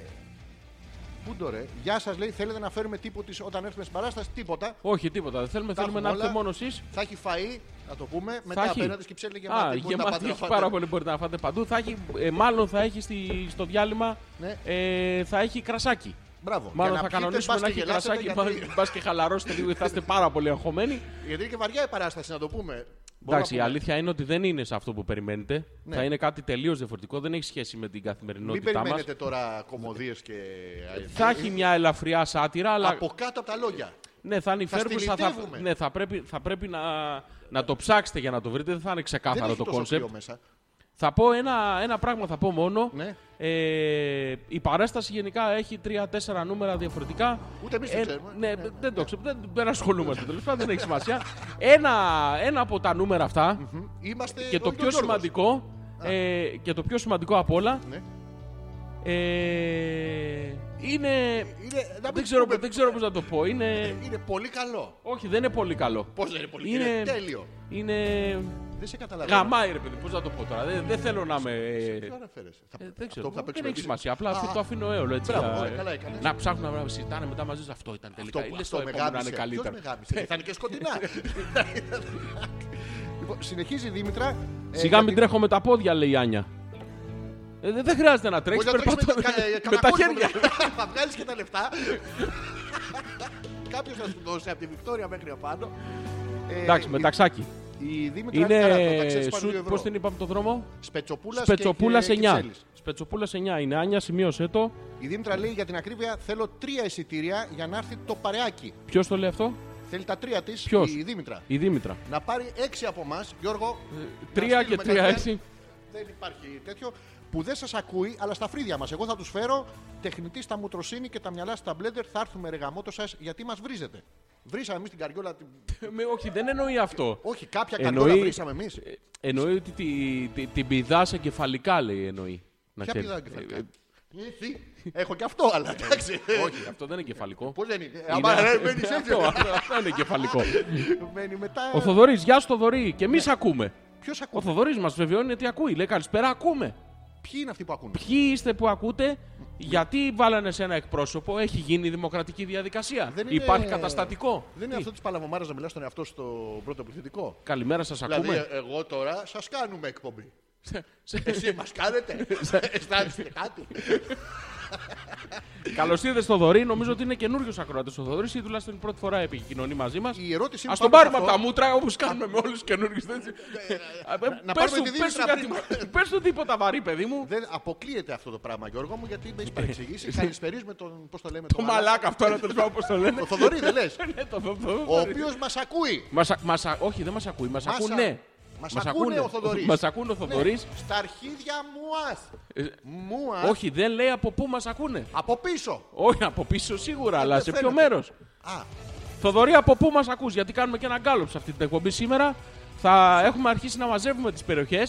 B: Πού το ρε. Γεια σας, λέει, θέλετε να φέρουμε τίποτα όταν έρθουμε στην παράσταση. Τίποτα.
A: Όχι, τίποτα. Δεν θέλουμε, θέλουμε να
B: έχουμε
A: έρθετε
B: όλα.
A: μόνο εσεί.
B: Θα έχει φαΐ, να το πούμε. Μετά
A: έχει.
B: απέναντι και ψέλνει
A: Α,
B: γεμάτη. Μπορείτε να πάτε
A: γεμάτη
B: να
A: έχει
B: φάτε.
A: πάρα πολύ. Μπορείτε να φάτε παντού. Θα έχει, ε, μάλλον θα έχει στη, στο διάλειμμα
B: Ναι.
A: ε, θα έχει κρασάκι.
B: Μπράβο.
A: Μάλλον
B: Για
A: θα
B: πιείτε,
A: κανονίσουμε
B: μπας
A: να
B: και
A: έχει
B: γελάσετε,
A: κρασάκι.
B: γιατί-
A: μπα- Μπας και χαλαρώσετε λίγο, θα είστε πάρα πολύ αγχωμένοι.
B: Γιατί είναι και βαριά η παράσταση, να το πούμε. Μπορούμε να
A: Εντάξει, η
B: πούμε.
A: αλήθεια είναι ότι δεν είναι σε αυτό που περιμένετε.
B: Ναι.
A: Θα είναι κάτι τελείως διαφορετικό. Δεν έχει σχέση με την
B: Μην
A: καθημερινότητά μας.
B: περιμένετε τώρα κομμωδίες και. Ε,
A: Θα έχει μια ελαφριά σάτυρα, αλλά
B: Από κάτω από τα λόγια.
A: ναι, θα είναι
B: θα
A: υφέρπουσα. Θα,
B: στυλιτεύουμε.
A: ναι, θα πρέπει, θα πρέπει να, να το ψάξετε για να το βρείτε. Δεν θα είναι
B: Δεν
A: ξεκάθαρο
B: έχει
A: το
B: τόσο κρύο
A: κόνσεπτ.
B: μέσα.
A: Θα πω ένα, ένα πράγμα, θα πω μόνο.
B: Ναι.
A: Ε, η παράσταση γενικά έχει τρία-τέσσερα νούμερα διαφορετικά.
B: Ούτε εμείς το ξέρουμε.
A: Ναι,
B: Ναι,
A: δεν το ξέρουμε. Δεν, δεν ασχολούμαστε τέλος πάντων, δεν έχει σημασία. Ένα, ένα από τα νούμερα αυτά
B: Είμαστε
A: και
B: Ε, ο-
A: το
B: ο
A: πιο
B: Γιώργος.
A: σημαντικό. ε, και το πιο σημαντικό απ' όλα
B: Ναι.
A: ε, είναι.
B: Είναι, να
A: Δεν
B: μην Ε,
A: ξέρω,
B: πούμε,
A: δεν ξέρω πώς να το πω. Είναι.
B: Είναι πολύ καλό.
A: Όχι, δεν είναι πολύ καλό.
B: Πώς δεν είναι πολύ καλό. Είναι τέλειο.
A: Είναι.
B: Δεν σε καταλαβαίνω.
A: Γαμάει, ρε παιδί, πώς να το πω τώρα. Δεν, δεν θέλω να είμαι.
B: Τι
A: ε,
B: ώρα φέρεσαι. Θα-
A: Δεν
B: αυτό
A: ξέρω.
B: που θα παίξουμε
A: Δεν έχει
B: εμείς-
A: σημασία. Απλά
B: Α,
A: το αφήνω έολο έτσι.
B: Μπράβο,
A: να-
B: ε, καλά έκανες.
A: Να ψάχνουν να συζητάνε μετά μαζί σου. Αυτό ήταν τελικά.
B: που-
A: Είναι στο επόμενο να είναι καλύτερο.
B: Ποιος με γάμισε, θα είναι και σκοτεινά. λοιπόν, συνεχίζει η Δήμητρα. ε,
A: Σιγά μην
B: γιατί-
A: τρέχω με τα πόδια, λέει η Άνια. Ε, δε- δεν χρειάζεται να τρέξεις.
B: Μπορεί να
A: Περπατώ
B: τρέξεις
A: με,
B: κα- ε,
A: με τα
B: κανακόλυφο
A: χέρια.
B: μετά. Θα βγάλεις και τα λεφτά. Κάποιος θα σου δώσει από τη Βικτόρια μέχρι απάνω. Ε,
A: Εντάξει,
B: η-
A: μεταξάκι.
B: Η Δήμητρα
A: Είναι.
B: καλά, το ταξίδι πάνω δύο
A: Σου,
B: ευρώ.
A: πώς την είπαμε το δρόμο,
B: Σπετσοπούλας και-
A: Σπετσοπούλας
B: και- και
A: 9.
B: Κυψέλης.
A: Σπετσοπούλα 9 είναι, Άνια, σημείωσέ το.
B: Η Δήμητρα λέει για την ακρίβεια: Θέλω τρία εισιτήρια για να έρθει το παρεάκι.
A: Ποιος το λέει αυτό,
B: Θέλει τα τρία της
A: Ποιος?
B: η Δήμητρα.
A: η Δήμητρα.
B: Να πάρει έξι από εμάς, Γιώργο. να
A: Ε, Τρία και
B: στείλουμε
A: τρία,
B: κάτι. ε?
A: έτσι.
B: Δεν υπάρχει τέτοιο. Που δεν σας ακούει, αλλά στα φρύδια μας. Εγώ θα τους φέρω τεχνητή στα μουτροσύνη και τα μυαλά στα μπλέντερ. Θα έρθουμε ρεγαμότο σας γιατί μας βρίζετε. Βρίσαμε εμείς την καριόλα. την-
A: Με- Όχι, δεν εννοεί αυτό.
B: Όχι, κάποια
A: Εννοεί-
B: καριόλα βρίσαμε εμείς.
A: Ε, Εννοεί ότι τη- τη- την πηδάσε κεφαλικά, λέει. Εννοεί. Να
B: Ποια
A: ξέρεις.
B: πηδά κεφαλικά.
A: Ε, ε,
B: Ε, τι, Έχω και αυτό, αλλά εντάξει.
A: Όχι, αυτό δεν είναι κεφαλικό.
B: Πώς δεν είναι.
A: Είναι-
B: Αμα Ε, ρε, μένεις έτσι.
A: Αυτό, αυτό είναι κεφαλικό.
B: Μένει μετά.
A: Ο Θοδωρής, γεια σου Θοδωρή. Και εμείς
B: Ναι.
A: ακούμε.
B: Ποιος
A: Ο
B: ακούει.
A: Θοδωρής μας βεβαιώνει ότι ακούει. Λέει καλησπέρα, ακούμε.
B: Ποιοι είναι αυτοί που ακούν.
A: Ποιοι είστε που ακούτε, γιατί βάλανε σε ένα εκπρόσωπο, έχει γίνει δημοκρατική διαδικασία.
B: Δεν είναι-
A: Υπάρχει καταστατικό.
B: Δεν είναι
A: Τι,
B: αυτό της παλαβομάρα να μιλάς στον εαυτό στο πρώτο πληθυντικό.
A: Καλημέρα, σας
B: Δηλαδή,
A: ακούμε.
B: ε, εγώ τώρα σας κάνουμε εκπομπή.
A: Σε-
B: Εσύ μας κάνετε. Αισθάνεστε κάτι.
A: Καλώς ήρθες στο Δωρή. Νομίζω ότι είναι καινούριος ακροατής ο Θοδωρής ή τουλάχιστον πρώτη φορά επικοινωνεί μαζί μας.
B: Η ερώτηση είναι
A: Ας τον
B: πάνω
A: πάρουμε
B: σε
A: από
B: αυτό. Ε,
A: τα μούτρα όπως κάνουμε με όλους τους καινούριου. Ε,
B: να πάρουμε τη Δήμητρα πριν.
A: Πες του τίποτα βαρύ, παιδί μου.
B: Δεν αποκλείεται αυτό το πράγμα, Γιώργο μου, γιατί
A: Ε,
B: με έχεις παρεξηγήσει. Καλησπερίζουμε τον. Πώς το λέμε,
A: Το μαλάκα αυτό, να το πω πώ το λένε.
B: Το Θοδωρή, δεν λες.
A: Ναι, το- το-
B: Ο
A: το-
B: οποίος μας ακούει.
A: Μας α- μας α- Όχι, δεν μας ακούει, μας
B: Μας α-
A: ακούνε.
B: Μας
A: Μας
B: ακούνε ο Θοδωρής.
A: Μας ακούνε ο Θοδωρής.
B: Ναι, Στα αρχίδια μουάς.
A: Ε,
B: Μουάς.
A: Όχι, δεν λέει από πού μας ακούνε.
B: Από πίσω.
A: Όχι, από πίσω σίγουρα, αλλά
B: Ε, δεν
A: σε ποιο
B: φαίνεται.
A: μέρος.
B: Α,
A: Θοδωρή, από πού μας ακούς, γιατί κάνουμε και ένα γκάλωπ σε αυτή την εκπομπή σήμερα. Θα έχουμε αρχίσει να μαζεύουμε τις περιοχε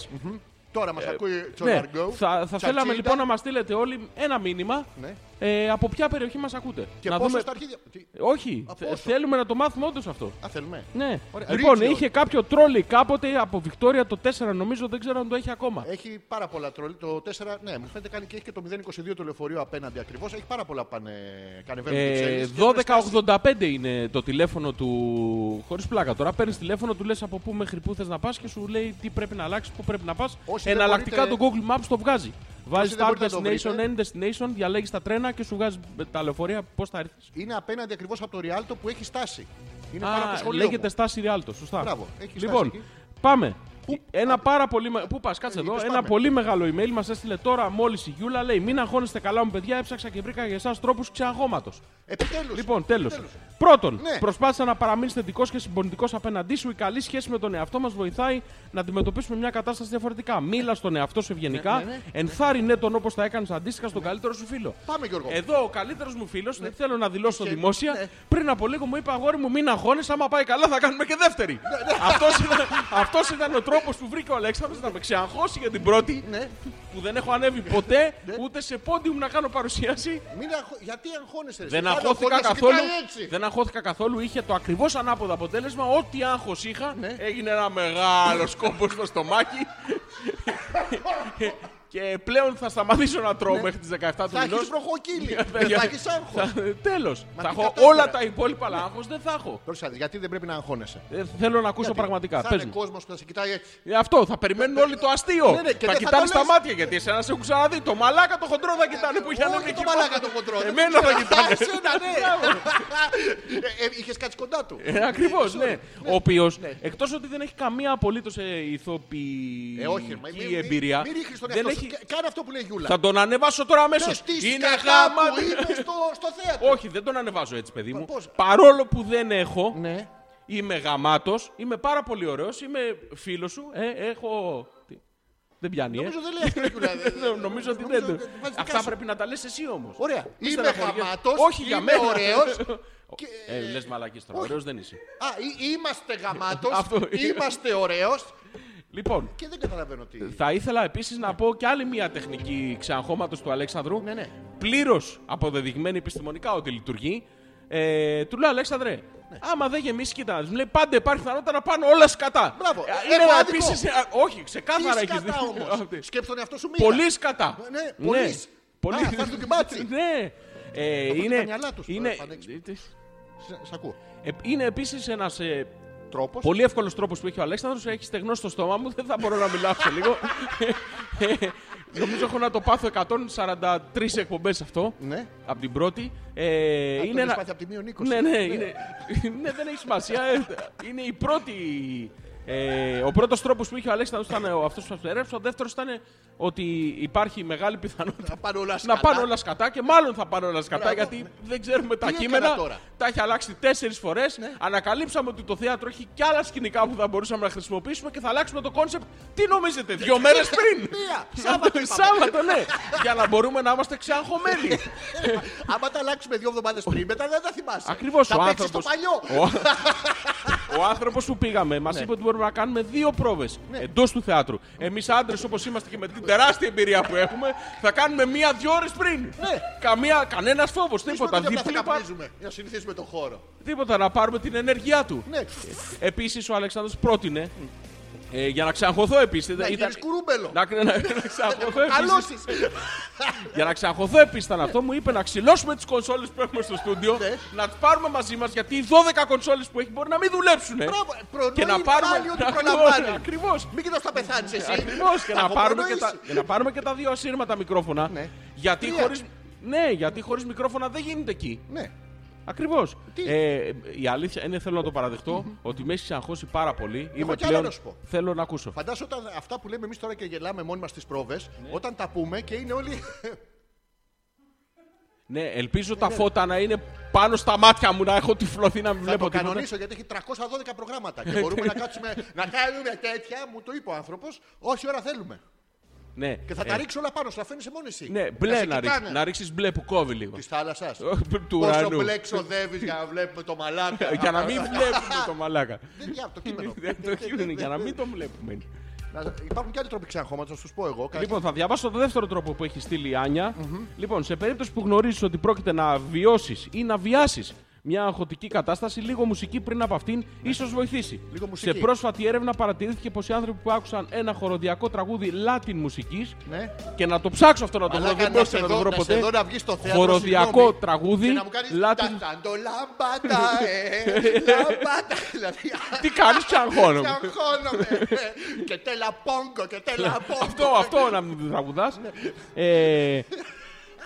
B: τώρα μας ακούει
A: Ναι,
B: Τσοναργκό.
A: θα, θα θέλαμε λοιπόν να μας στείλετε όλοι ένα μήνυμα
B: Ναι.
A: ε, από ποια περιοχή μας ακούτε.
B: Και
A: να
B: πόσο στα αρχίδια. Τι-
A: Όχι,
B: Α,
A: θε-
B: πόσο.
A: θέλουμε να το μάθουμε όντως αυτό.
B: Α, θέλουμε.
A: Ναι.
B: Ωραία.
A: Λοιπόν,
B: Ρίτσιο.
A: είχε κάποιο τρόλι κάποτε από Βικτόρια το 4, νομίζω, δεν ξέρω αν το έχει ακόμα.
B: Έχει πάρα πολλά τρόλ. Το 4, ναι, μου φαίνεται κάνει και έχει και το 022 το λεωφορείο απέναντι ακριβώς. Έχει πάρα πολλά που πάνε. Κανεβαίνουν ε,
A: Ε, 1285 είναι το τηλέφωνο του. Χωρίς πλάκα τώρα. Παίρνεις τηλέφωνο, του λες από πού μέχρι πού θες να πας και σου λέει τι πρέπει να αλλάξεις, πού πρέπει να πας.
B: Όσοι δεν
A: Εναλλακτικά
B: μπορείτε-
A: το Google Maps το βγάζει. Βάζει
B: δεν
A: start
B: μπορείτε να το
A: destination,
B: βρείτε-
A: end destination, διαλέγεις τα τρένα και σου βγάζει με τα λεωφορεία πώς θα έρθεις.
B: Είναι απέναντι ακριβώς από το Ριάλτο που έχει στάση. Είναι πάνω από το σχολείο.
A: λέγεται
B: μου.
A: στάση Ριάλτο. Σωστά.
B: Μπράβο, έχει
A: λοιπόν,
B: στάση εκεί.
A: πάμε.
B: Πού-
A: Ένα
B: άντε.
A: πάρα πολύ. με- Πού πας, κάτσε
B: Ε,
A: εδώ.
B: είπες
A: Ένα
B: πάμε.
A: πολύ μεγάλο email μας έστειλε τώρα μόλις η Γιούλα. Λέει: Μην αγχώνεστε καλά μου, παιδιά. Έψαξα και βρήκα για εσάς τρόπους ξεαγώματος.
B: Επιτέλους.
A: Λοιπόν, τέλος.
B: Επιτέλους.
A: Πρώτον,
B: Ε, Ναι.
A: προσπάθησα να παραμείνεις θετικός και συμπονητικός απέναντί σου. Η καλή σχέση με τον εαυτό μας βοηθάει να αντιμετωπίσουμε μια κατάσταση διαφορετικά. Μίλα στον εαυτό σου ευγενικά,
B: ναι, ναι.
A: ενθάρρυνε τον όπως θα έκανες αντίστοιχα στον καλύτερο σου φίλο.
B: Πάμε, Γιώργο.
A: Εδώ ο καλύτερος μου φίλος, δεν θέλω να δηλώσω
B: Και-
A: δημόσια,
B: ναι.
A: πριν από λίγο μου είπε αγόρι μου, μην αγώνε. Άμα πάει καλά, θα κάνουμε και δεύτερη.
B: Ναι,
A: Αυτός ήταν, αυτός ήταν ο τρόπος που βρήκε ο Αλέξανδρος να με ξεαγχώσει για την πρώτη,
B: Ναι.
A: που δεν έχω ανέβει ποτέ,
B: Ναι.
A: ούτε σε πόντιουμ να κάνω παρουσίαση.
B: Μην αγχω- Γιατί αγχώνεσαι. ρε,
A: Δεν
B: εσύ,
A: αγχώθηκα
B: αγχώνεσαι και
A: καθόλου.
B: κάνει έτσι.
A: Δεν αγχώθηκα καθόλου. Είχε το ακριβώς ανάποδο αποτέλεσμα. Ό,τι άγχος είχα,
B: Ναι.
A: έγινε ένα μεγάλο σκόμπο στο στομάχι. και πλέον θα σταματήσω να τρώω μέχρι τις 17 του
B: Ναι. Θα
A: μηνό.
B: έχει βροχοκύλι. Δεν θα έχεις άγχος.
A: Τέλος.
B: Μα
A: Θα
B: τι
A: έχω
B: κατάφερα.
A: όλα τα υπόλοιπα, αλλά άγχος δεν θα έχω.
B: Πρόσεχε, γιατί δεν πρέπει να αγχώνεσαι.
A: Ε, θέλω να ακούσω
B: Γιατί
A: πραγματικά.
B: Θα
A: Πες
B: είναι
A: μου.
B: κόσμος που θα σε κοιτάει έτσι.
A: Ε, Αυτό, θα περιμένουν όλοι το αστείο.
B: Ναι, ναι, και
A: θα
B: δεν θα
A: κοιτάνε
B: το
A: στα
B: λες. Ε,
A: μάτια γιατί εσένα σε έχουν ξαναδεί. Το μαλάκα το χοντρό θα κοιτάνε που είχε
B: Όχι
A: ανέβει
B: το
A: εκεί
B: μαλάκα
A: πάνω.
B: το χοντρό, δεν
A: Εμένα θα κοιτάνε.
B: Εσένα, ναι. Είχες κάτσει κοντά του.
A: Ε, Ακριβώς,
B: sorry. Ναι.
A: ναι. Ο οποίο εκτός ότι δεν έχει καμία απολύτως ηθοποιητική
B: Ε, όχι, μα μην- μην-
A: εμπειρία.
B: Μην ρίχνεις τον
A: δεν
B: εαυτό σου.
A: έχει...
B: Κα- Κάνε αυτό που λέει η Γιούλα.
A: Θα τον ανεβάσω τώρα αμέσως.
B: Πες τι
A: Είναι
B: σκατά
A: γάμα.
B: που είπε στο, στο θέατρο.
A: Όχι, δεν τον ανεβάζω έτσι, παιδί μου.
B: πώς?
A: Παρόλο που δεν έχω,
B: Ναι.
A: είμαι γαμάτος, είμαι πάρα πολύ ωραίος, είμαι φίλος σου. Ε, έχω. τι, Δεν πιάνει, ε.
B: Νομίζω δεν λέει αυτό η Γιούλα.
A: Δεν-
B: Δεν-
A: Νομίζω ότι
B: νομίζω
A: δεν. το-
B: ότι βάζεις δικά
A: Αυτά
B: σου.
A: πρέπει να τα λες εσύ όμως.
B: Ωραία. Είμαι γαμάτος,
A: Όχι για
B: είμαι
A: μένα.
B: ωραίος και-
A: Ε, λες μαλακής τώρα. Ωραίος δεν είσαι.
B: Α, εί- είμαστε γαμάτος,
A: Αυτό είναι.
B: είμαστε ωραίος
A: Λοιπόν,
B: Και δεν καταλαβαίνω τι.
A: θα ήθελα επίσης
B: Ναι.
A: να πω και άλλη μια τεχνική ξεαγχώματο του Αλέξανδρου.
C: Ναι, ναι.
A: Πλήρως αποδεδειγμένη επιστημονικά ότι λειτουργεί. Ε, του λέω Αλέξανδρε,
B: Ναι.
A: άμα δεν γεμίσει, κοίτα. Μου λέει πάντα υπάρχει πιθανότητα να πάνε όλα σκατά.
B: Μπράβο,
A: Ε,
B: έχω
A: Είναι
B: άδικο.
A: επίση. Όχι,
B: Τι
A: ξεκάθαρα έχεις
B: σκατά όμως. Σκέψτε τον εαυτό σου μία.
A: Πολύ σκατά.
B: Ναι, πολύ. Α, θα έρθουν και μπάτσι.
A: ναι. Ε,
B: έχουν
A: είναι,
B: τα μυαλά τους,
A: είναι,
B: πανέξυπνα. Σ- Σ' ακούω.
A: ε, είναι επίσης ένας ε,
B: Τρόπος.
A: πολύ εύκολος τρόπος που έχει ο Αλέξανδρος. Έχει στεγνώσει το στόμα μου, δεν θα μπορώ να μιλάω σε λίγο. Ε, Νομίζω έχω να το πάθω 143 εκπομπές αυτό.
B: Ναι.
A: Από την πρώτη. Ε,
B: Α,
A: είναι
B: τον
A: ένα-
B: έχεις πάθει από τη μείον 20.
A: Ναι, ναι, είναι... ναι, δεν έχει σημασία. Ε, είναι η πρώτη. Ε, ο πρώτος τρόπος που είχε ο Αλέξανδρος ήταν αυτός που σα Ο δεύτερος ήταν ότι υπάρχει μεγάλη πιθανότητα
B: Θα πάνε όλα
A: να
B: σκατά.
A: πάνε όλα σκατά και μάλλον θα πάνε όλα σκατά
B: Μπράβο.
A: γιατί δεν ξέρουμε τα
B: Τι έκανα
A: κείμενα.
B: τώρα? Ναι.
A: Τα έχει αλλάξει τέσσερις φορές. Ανακαλύψαμε ότι το θέατρο έχει και άλλα σκηνικά που θα μπορούσαμε να χρησιμοποιήσουμε και θα αλλάξουμε το κόνσεπτ. Τι νομίζετε, δύο μέρες πριν!
B: Μία. Σάββατο είπαμε.
A: Σάββατο, ναι! Για να μπορούμε να είμαστε ξεαγχωμένοι.
B: Άμα τα αλλάξουμε δύο εβδομάδες πριν, μετά δεν τα θυμάσαι.
A: Ακριβώς,
B: Θα
A: ο
B: παίξεις
A: άνθρωπος-
B: το παλιό.
A: Ο, ο άνθρωπος που πήγαμε μας
B: Ναι.
A: είπε ότι μπορούμε να κάνουμε δύο πρόβες εντός του θεάτρου. Εμείς άντρες, όπως είμαστε και με την τεράστια εμπειρία που έχουμε, θα κάνουμε μία-δύο ώρες πριν.
B: Ναι.
A: Καμία, κανένας φόβος, τίποτα.
B: Μην
A: Διπλή
B: θα
A: πα-
B: καπνίζουμε, για να συνηθίσουμε τον χώρο.
A: Τίποτα, να πάρουμε την ενέργειά του.
B: Ναι.
A: Επίσης, ο Αλεξάνδρος πρότεινε. ε, για να ξαγχωθώ επίσης.
B: Να γίνεις κουρούμπελο.
A: να, να, να ξαγχωθώ επίσης.
B: Καλώσεις.
A: Για να ξαγχωθώ επίσης ήταν αυτό, μου είπε να ξυλώσουμε τις κονσόλες που έχουμε στο στούντιο,
B: Ναι.
A: να τις πάρουμε μαζί μας γιατί οι 12 κονσόλες που έχει μπορεί να μην δουλέψουν.
B: Μπράβο, ε, προνοεί
A: και να
B: πάλι
A: πάρουμε.
B: ότι προλαμβάνει.
A: Ακριβώ.
B: Μην κοιτάς θα πεθάνεις εσύ.
A: Ακριβώς, και,
B: Θα
A: να
B: έχω
A: πάρουμε και τα,
B: προνοήσει.
A: και να πάρουμε και τα δύο ασύρματα μικρόφωνα.
B: Ναι.
A: Γιατί
B: Τρία.
A: χωρίς, ναι, γιατί χωρίς μικρόφωνα δεν γίνεται εκεί.
B: Ναι.
A: Ακριβώς.
B: Τι?
A: Ε, η αλήθεια είναι, θέλω να το παραδεχτώ, ότι με έχει ξαναχώσει πάρα πολύ. Είμαι
B: κι άλλο να σου πω.
A: Θέλω να ακούσω.
B: Φαντάζομαι όταν αυτά που λέμε εμείς τώρα και γελάμε μόνοι μας στις πρόβες, όταν τα πούμε και είναι όλοι.
A: Ναι, ελπίζω τα φώτα να είναι πάνω στα μάτια μου, να έχω τυφλωθεί να μην
B: θα το
A: βλέπω τίποτα.
B: κανονίσω γιατί έχει 312 προγράμματα. και μπορούμε να κάτσουμε να κάνουμε τέτοια, μου το είπε ο άνθρωπος, όση ώρα θέλουμε.
A: Ναι.
B: Και θα τα ρίξω όλα πάνω, σου τα φέρνει μόνο εσύ.
A: Ναι,
B: Να
A: μπλε
B: σε
A: να, ρίξ,
B: κοιτάνε.
A: να ρίξεις μπλε που κόβει λίγο.
B: Της θάλασσας.
A: Του
B: Πόσο
A: ουρανού. Ε,
B: μπλε ξοδεύει για να βλέπουμε το μαλάκα.
A: Για να μην Ναι. βλέπουμε το μαλάκα.
B: Δεν για το κείμενο.
A: Δεν το χείλουν, για να μην το βλέπουμε.
B: Να- Υπάρχουν και άλλοι τρόποι ξαγχώματο, να σου πω εγώ.
A: Λοιπόν, θα διαβάσω το δεύτερο τρόπο που έχει στείλει η Άνια. Λοιπόν, σε περίπτωση που γνωρίζεις ότι πρόκειται να βιώσεις ή να βιάσεις μια αγχωτική κατάσταση, λίγο μουσική πριν από αυτήν ίσως βοηθήσει.
B: Ναι. Λίγο μουσική.
A: Σε πρόσφατη έρευνα παρατηρήθηκε πως οι άνθρωποι που άκουσαν ένα χοροδιακό τραγούδι Latin μουσικής.
B: Ναι.
A: Και να το ψάξω αυτό να το βρω,
B: Μαλάκα,
A: δεν
B: να
A: μπορούσα να
B: σε
A: το
B: δω,
A: βρω
B: να σε ναι.
A: ποτέ.
B: δω να βγεις στο θέατρο,
A: Χοροδιακό
B: συγγνώμη.
A: τραγούδι.
B: Και να μου κάνεις
A: Latin.
B: τα λαμπάτα, ε, λαμπάτα. Δηλαδή,
A: Τι κάνεις, ξαγχώνομαι.
B: Αγχώνομαι. και τέλα πόγκο και τέλα πόγκο.
A: αυτό, αυτό να μην τραγουδάς.
B: Ναι.
A: ε,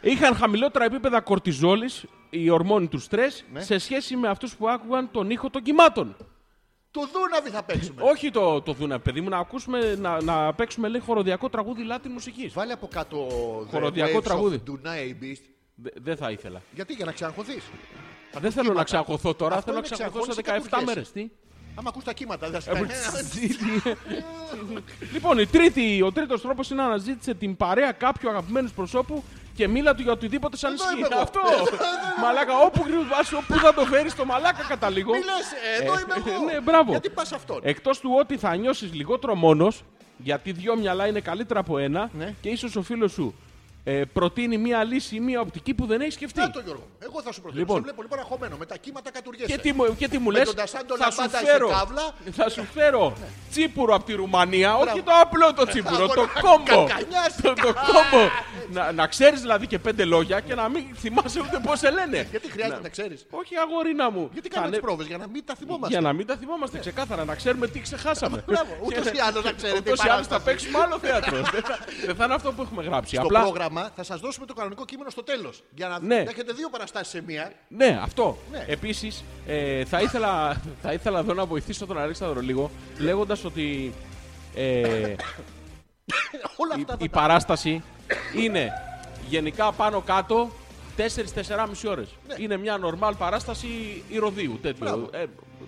A: είχαν χαμηλότερα επίπεδα κορτιζόλης, η ορμόνη του στρες,
B: Ναι.
A: σε σχέση με αυτούς που άκουγαν τον ήχο των κυμάτων.
B: Του δούναβη θα παίξουμε.
A: Ναι. Όχι το, το δούνα, παιδί μου, να, ακούσουμε, να, να παίξουμε λέει, χοροδιακό τραγούδι Latin μουσικής.
B: Βάλε από κάτω The
A: Χοροδιακό
B: Waves of
A: τραγούδι.
B: Dunai Beast.
A: Δεν θα ήθελα.
B: Γιατί για να ξαγχωθείς.
A: Δεν θέλω να ξαγχωθώ τώρα,
B: Αυτό
A: θέλω να
B: είναι
A: ξαγχωθώ σε
B: ξαγχώνεσαι και
A: 17 μέρε.
B: βουργέσαι. Άμα ακούς τα κύματα δεν θα
A: Ε,
B: σου
A: μου-
B: κάνει.
A: λοιπόν, η τρίτη, ο τρίτος τρόπος είναι να αναζήτησε την παρέα κάποιου αγαπημένου προσώπου και μίλα του για οτιδήποτε σαν
B: Εδώ
A: ισχύει.
B: είμαι εγώ.
A: Αυτό. μαλάκα, όπου κρυβάσαι, όπου θα το φέρεις το μαλάκα κατά λίγο.
B: Μη λες, ε, εδώ είμαι εγώ.
A: ναι, μπράβο.
B: Γιατί πας αυτόν.
A: Εκτός του ότι θα νιώσεις λιγότερο μόνος, γιατί δυο μυαλά είναι καλύτερα από ένα
B: Ναι.
A: και ίσως ο φίλος σου ε, προτείνει μία λύση ή μία οπτική που δεν έχει σκεφτεί.
B: Να το Γιώργο. Εγώ θα σου προτείνω.
A: Λοιπόν.
B: Λοιπόν. Σε βλέπω λοιπόν αγχωμένο. Με τα κύματα κατουργέσαι.
A: Και τι, μου- και τι μου
B: Με
A: λε,
B: τον Τασάν τον
A: θα, σου
B: Λαμπάτα
A: φέρω-
B: είσαι καύλα.
A: θα σου φέρω τσίπουρο από τη Ρουμανία, όχι το απλό το τσίπουρο, το
B: Αγόρα,
A: κόμπο.
B: κακανιάς.
A: Το, το κόμπο. Να, να ξέρεις δηλαδή και πέντε λόγια και να μην θυμάσαι ούτε πώς σε λένε.
B: Γιατί χρειάζεται να ξέρεις.
A: Όχι, αγορίνα μου.
B: Γιατί
A: Θα
B: κάνουμε
A: είναι-
B: τις πρόβες για να μην τα
A: Για
B: θυμόμαστε.
A: να μην τα θυμόμαστε ξεκάθαρα, να ξέρουμε τι ξεχάσαμε.
B: Μπράβο, ούτως ή άλλως να ξέρετε η
A: Ούτως ή άλλως θα
B: παράσταση.
A: παίξουμε άλλο θέατρο. Δεν θα- Δεν θα είναι αυτό που έχουμε γράψει.
B: Το
A: Απλά.
B: πρόγραμμα θα σας δώσουμε το κανονικό κείμενο στο τέλος. Για να
A: Ναι.
B: να έχετε δύο παραστάσεις σε μία.
A: Ναι, αυτό.
B: Ναι.
A: Επίσης, Επίση, θα, ήθελα, θα ήθελα εδώ να βοηθήσω τον Αλέξανδρο λίγο, λέγοντας ότι. ε,
B: Όλα
A: η,
B: αυτά
A: η
B: θα τα...
A: παράσταση είναι γενικά πάνω κάτω 4-4,5 ώρες. Είναι μια normal παράσταση ηρωδίου τέτοιο.
B: Ναι. Μπράβο.
A: Ε,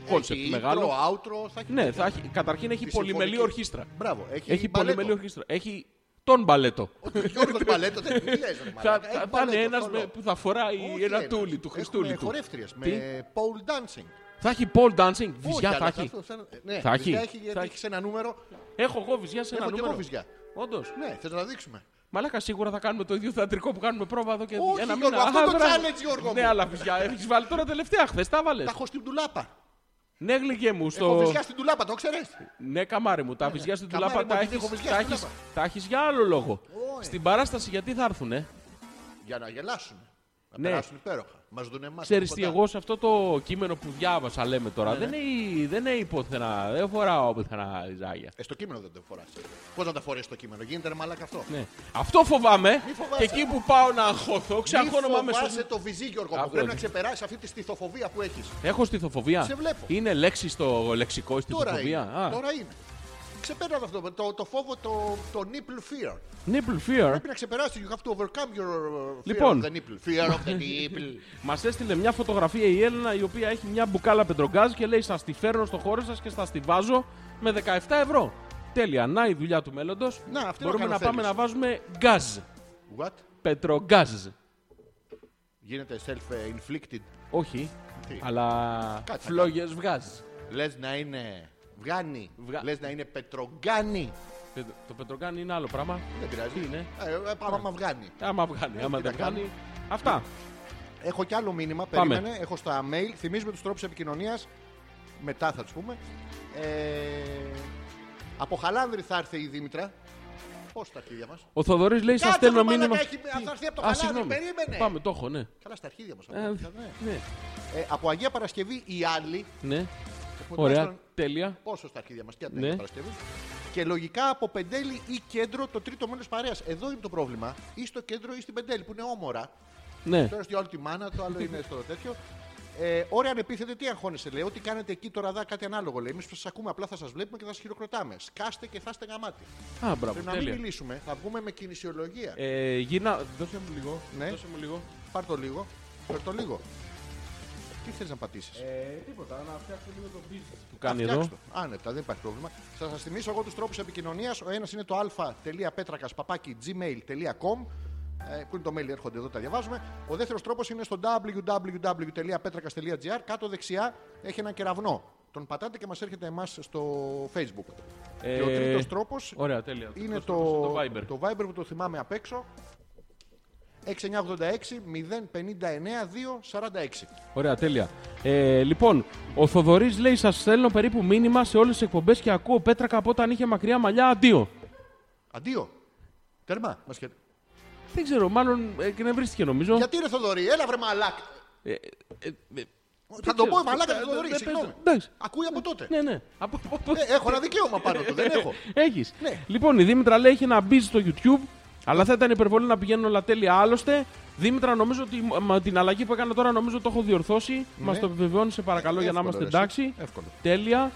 A: Κόνσεπτ
B: Έχει
A: μεγάλο.
B: intro, outro, θα έχει
A: Ναι,
B: τέτοια.
A: θα έχει, καταρχήν έχει
B: Τη
A: πολυμελή
B: συμφωνική.
A: ορχήστρα.
B: Μπράβο, έχει,
A: Έχει
B: μπαλέτο.
A: πολυμελή ορχήστρα. Έχει τον μπαλέτο.
B: Ο Γιώργος Μπαλέτο δεν μη λες, ρε
A: Θα, θα-
B: μαλάκα. ε,
A: θα
B: Έχει
A: είναι
B: μπαλέτο,
A: ένας
B: θολό.
A: με- που θα φοράει
B: Όχι,
A: ένα
B: ρε.
A: τούλι του Χριστούλη
B: Έχουμε
A: του.
B: χορεύτριες
A: Τι?
B: με pole dancing.
A: Θα έχει pole dancing. Βυζιά
B: Όχι,
A: θα
B: αλλά
A: έχει.
B: αυτό σαν- Ναι,
A: Θα έχει.
B: βυζιά έχει.
A: Θα
B: γιατί
A: έχει.
B: έχεις ένα νούμερο.
A: Έχω εγώ βυζιά σε ένα
B: Έχω και
A: νούμερο.
B: εγώ βυζιά.
A: Όντως.
B: Ναι, θες να τα δείξουμε.
A: Μαλάκα σίγουρα θα κάνουμε το ίδιο θεατρικό που κάνουμε πρόβα εδώ και
B: Όχι,
A: ένα
B: Γιώργο,
A: μήνα.
B: αυτό
A: Α,
B: το
A: μπράβο.
B: challenge, Γιώργο
A: Ναι,
B: μου.
A: αλλά βυζιά έχεις βάλει τώρα τελευταία. Χθες τα βάλες.
B: Τα έχω στην τουλάπα.
A: Ναι, γλυκέ μου.
B: Έχω
A: Στο...
B: βυζιά στην τουλάπα, το ξέρεις.
A: Ναι, καμάρι μου. Τα βυζιά στην
B: καμάρι
A: τουλάπα
B: μου,
A: τα
B: επειδή έχω
A: έχεις-
B: βυζιά
A: τα
B: στην
A: έχεις-
B: τουλάπα.
A: τα έχεις για άλλο λόγο.
B: ε.
A: Στην παράσταση γιατί θα έρθουνε.
B: Για να γελάσουν. Να
A: Ναι.
B: περάσουν υπέροχα. Μας δουν εμάς.
A: Ξέρεις
B: από
A: τι,
B: κοντά.
A: εγώ σε αυτό το κείμενο που διάβασα, λέμε τώρα,
B: Ναι,
A: δεν, είναι, δεν είναι πουθενά, δεν φοράω πουθενά ριζάγια.
B: Ε, στο κείμενο δεν το φοράς. Πώς να τα φορέσεις στο κείμενο, γίνεται ρε μαλάκα αυτό.
A: Ναι. Αυτό φοβάμαι
B: Μη φοβάσαι.
A: και εκεί που πάω να αγχωθώ,
B: Μη
A: ξαγχώνομαι αμέσως.
B: φοβάσαι το βυζί, Γιώργο.
A: Α, ναι.
B: μου. Πρέπει να
A: όχι.
B: ξεπεράσεις αυτή τη στιθοφοβία που έχεις.
A: Έχω στιθοφοβία.
B: Σε βλέπω.
A: Είναι λέξη στο λεξικό η
B: Τώρα είναι.
A: στιθοφοβία. Α,
B: Τώρα είναι. Ξεπέραμε αυτό. Το, το φόβο, το, το nipple fear.
A: Nipple fear.
B: Πρέπει να ξεπεράσει. You have to overcome your uh, fear
A: Λοιπόν.
B: of the nipple. Fear of the nipple.
A: Μας έστειλε μια φωτογραφία η Έλληνα η οποία έχει μια μπουκάλα πεντρογκάζ και λέει: Σας τη φέρνω στο χώρο σας και σας τη βάζω με 17 ευρώ. Τέλεια. Να η δουλειά του μέλλοντος.
B: Να, αυτή να
A: Μπορούμε
B: κάνω
A: να πάμε
B: θέληση.
A: να βάζουμε γκάζ.
B: What?
A: Πετρογκάζ.
B: Γίνεται self-inflicted.
A: Όχι.
B: Τι?
A: Αλλά
B: Κάτι θα
A: φλόγε βγάζει.
B: Λες να είναι βγάνι.
A: Βγα-
B: Λες να είναι πετρογκάνι.
A: Πετρο- Το πετρογκάν είναι άλλο πράγμα.
B: Δεν
A: Τι
B: πειράζει.
A: είναι?
B: Ε, ε, πάμε να βγάνει.
A: Άμα βγάλει, άμα
B: Ε, τι
A: δεν
B: να κάνω.
A: κάνει. Αυτά.
B: Έχω κι άλλο μήνυμα.
A: Πάμε.
B: Περίμενε. Έχω στα mail. Θυμίζουμε τους τρόπους επικοινωνίας. Μετά θα τους πούμε. Ε, από Χαλάνδρη θα έρθει η Δήμητρα. Πώς τα αρχίδια μας.
A: Ο Θοδωρής λέει: Σα
B: Κάτσε,
A: στέλνω
B: ρε μαλάκα,
A: μήνυμα.
B: έχει-
A: Τι?
B: θα έρθει από το
A: Α,
B: χαλάδι,
A: συγγνώμη.
B: περίμενε.
A: Πάμε, το έχω, ναι.
B: Καλά, στα αρχίδια μας.
A: Ε, Ναι,
B: Ε, από Αγία Παρασκευή οι άλλοι.
A: ναι.
B: έχουμε
A: Ωραία,
B: τουλάχιστον
A: τέλεια.
B: Πόσο στα αρχίδια μας, τι από
A: Ναι.
B: Αγία Παρασκευή. Και λογικά από Πεντέλη ή κέντρο το τρίτο μέλο παρέας. Εδώ είναι το πρόβλημα. Ή στο κέντρο ή στην Πεντέλη που είναι όμορα.
A: Ναι.
B: Το ένα στη όλη τη μάνα, το άλλο είναι στο τέτοιο. Ε, ωραία, ανεπίθετε, τι αγχώνεσαι, λέει. Ό,τι κάνετε εκεί τώρα δά κάτι ανάλογο. Λέει. Εμείς σας ακούμε, απλά θα σας βλέπουμε και θα σας χειροκροτάμε. Σκάστε και θα είστε γαμάτι.
A: Α, μπράβο,
B: Πρέπει να μην
A: τέλεια.
B: μιλήσουμε, θα βγούμε με κινησιολογία. Ε.
A: Ε, γυρνα... Δώσε μου λίγο.
B: Ναι.
A: Δώσε μου λίγο.
B: Πάρ το λίγο. Πάρ το λίγο. Τι θε να πατήσεις.
A: Ε, τίποτα, να φτιάξω λίγο το business που κάνει
B: Α,
A: εδώ.
B: φτιάξτε το. Άνετα, δεν υπάρχει πρόβλημα. Θα σας θυμίσω εγώ τους τρόπους επικοινωνίας. Ο ένας είναι το α.πέτρακα.gmail.com ε, που είναι το mail, έρχονται εδώ, τα διαβάζουμε. Ο δεύτερος τρόπος είναι στο www.petrakas.gr. Κάτω δεξιά έχει ένα κεραυνό. Τον πατάτε και μας έρχεται εμάς στο Facebook.
A: Ε,
B: και ο τρίτος τρόπος
A: Ωραία, τέλεια.
B: είναι
A: τρίτος
B: το,
A: τρόπος είναι το Viber.
B: το Viber που το θυμάμαι απ' έξω. 6986 059 246.
A: Ωραία, τέλεια. Ε, λοιπόν, ο Θοδωρής λέει: Σας στέλνω περίπου μήνυμα σε όλες τις εκπομπές και ακούω πέτρακα από όταν είχε μακριά μαλλιά. Αντίο.
B: Αντίο. Τέρμα. Μας χαιρε-
A: Δεν ξέρω, μάλλον εκνευρίστηκε νομίζω.
B: Γιατί ρε Θοδωρή, έλα βρε μαλάκ.
A: Ε, ε, ε, ε,
B: Θα το πω,
A: ξέρω.
B: μαλάκα
A: Ε,
B: θα το δωρή,
A: δεν
B: συγγνώμη.
A: παίζω. Εντάξει.
B: Ακούει από τότε.
A: ναι, ναι. Από, από, από-
B: Ε, Έχω ένα δικαίωμα πάνω του, δεν έχω.
A: Έχεις.
B: Ναι.
A: Λοιπόν, η Δήμητρα λέει έχει να μπει στο YouTube, αλλά θα ήταν υπερβολή να πηγαίνουν όλα τέλεια. Άλλωστε, Δήμητρα, νομίζω ότι μα, την αλλαγή που έκανα τώρα νομίζω το έχω διορθώσει. Μας το επιβεβαιώνει, σε παρακαλώ, για να
B: Ναι.
A: είμαστε
B: Εύκολο, ρε, εσύ.
A: εντάξει.
B: Εύκολο.
A: Τέλεια.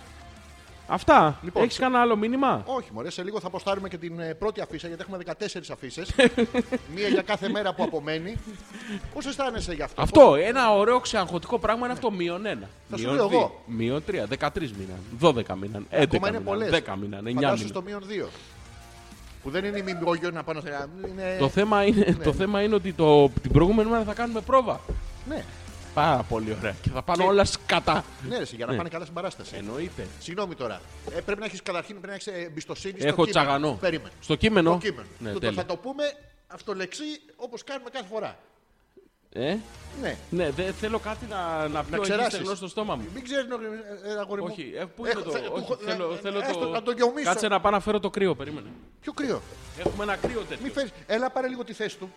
A: Αυτά.
B: Λοιπόν,
A: Έχεις
B: σε-
A: κανένα άλλο μήνυμα.
B: Όχι, μωρέ, σε λίγο θα αποστάρουμε και την ε, πρώτη αφίσα γιατί έχουμε 14 αφίσες. Μία για κάθε μέρα που απομένει. Πώς αισθάνεσαι γι' αυτό,
A: Αυτό, ένα ωραίο ξεαγχωτικό πράγμα είναι αυτό. Μείον ένα.
B: Θα σου
A: μείον
B: λέω
A: δύο,
B: εγώ.
A: Μείον τρία. 13 μήναν. 12 μήναν. 11
B: Ακόμα είναι
A: μήναν.
B: πολλές.
A: 10 μήναν. 9 μήναν.
B: Φαντάσου στο μείον 2. Που δεν είναι μημόγιο να πάνω σε. Είναι...
A: Το θέμα είναι, το θέμα είναι ότι το, την προηγούμενη μέρα θα κάνουμε πρόβα.
B: Ναι,
A: Πάρα πολύ ωραία. Και θα πάνε
B: Και-
A: όλα σκατά.
B: ναι, ρε, εσύ, για να
A: Ναι.
B: πάνε καλά στην παράσταση.
A: Εννοείται.
B: Συγγνώμη τώρα. Ε, πρέπει να έχεις καταρχήν πρέπει να έχεις ε, εμπιστοσύνη στο
A: Έχω
B: κείμενο.
A: τσαγανό.
B: Περίμενε.
A: Στο κείμενο.
B: Το κείμενο.
A: Ναι,
B: Το- το,
A: τέλεια.
B: θα το πούμε αυτολεξί όπως κάνουμε κάθε φορά.
A: Ε,
B: Ναι.
A: ναι, δεν θέλω κάτι να, να πιω εκεί
B: ξεράσεις.
A: στεγνό στο στόμα μου.
B: Μην ξέρεις, ε, αγόρι μου.
A: Όχι, ε, πού είναι
B: Έχω-
A: το.
B: θε-
A: όχι,
B: του-
A: θέλω,
B: ε,
A: θέλω
B: ε,
A: το.
B: έστω να το γεωμίσω.
A: Κάτσε να πάω να φέρω το κρύο, περίμενε.
B: Πιο κρύο.
A: Έχουμε ένα κρύο τέτοιο.
B: Μη φέρεις. Έλα, πάρε λίγο τη θέση του.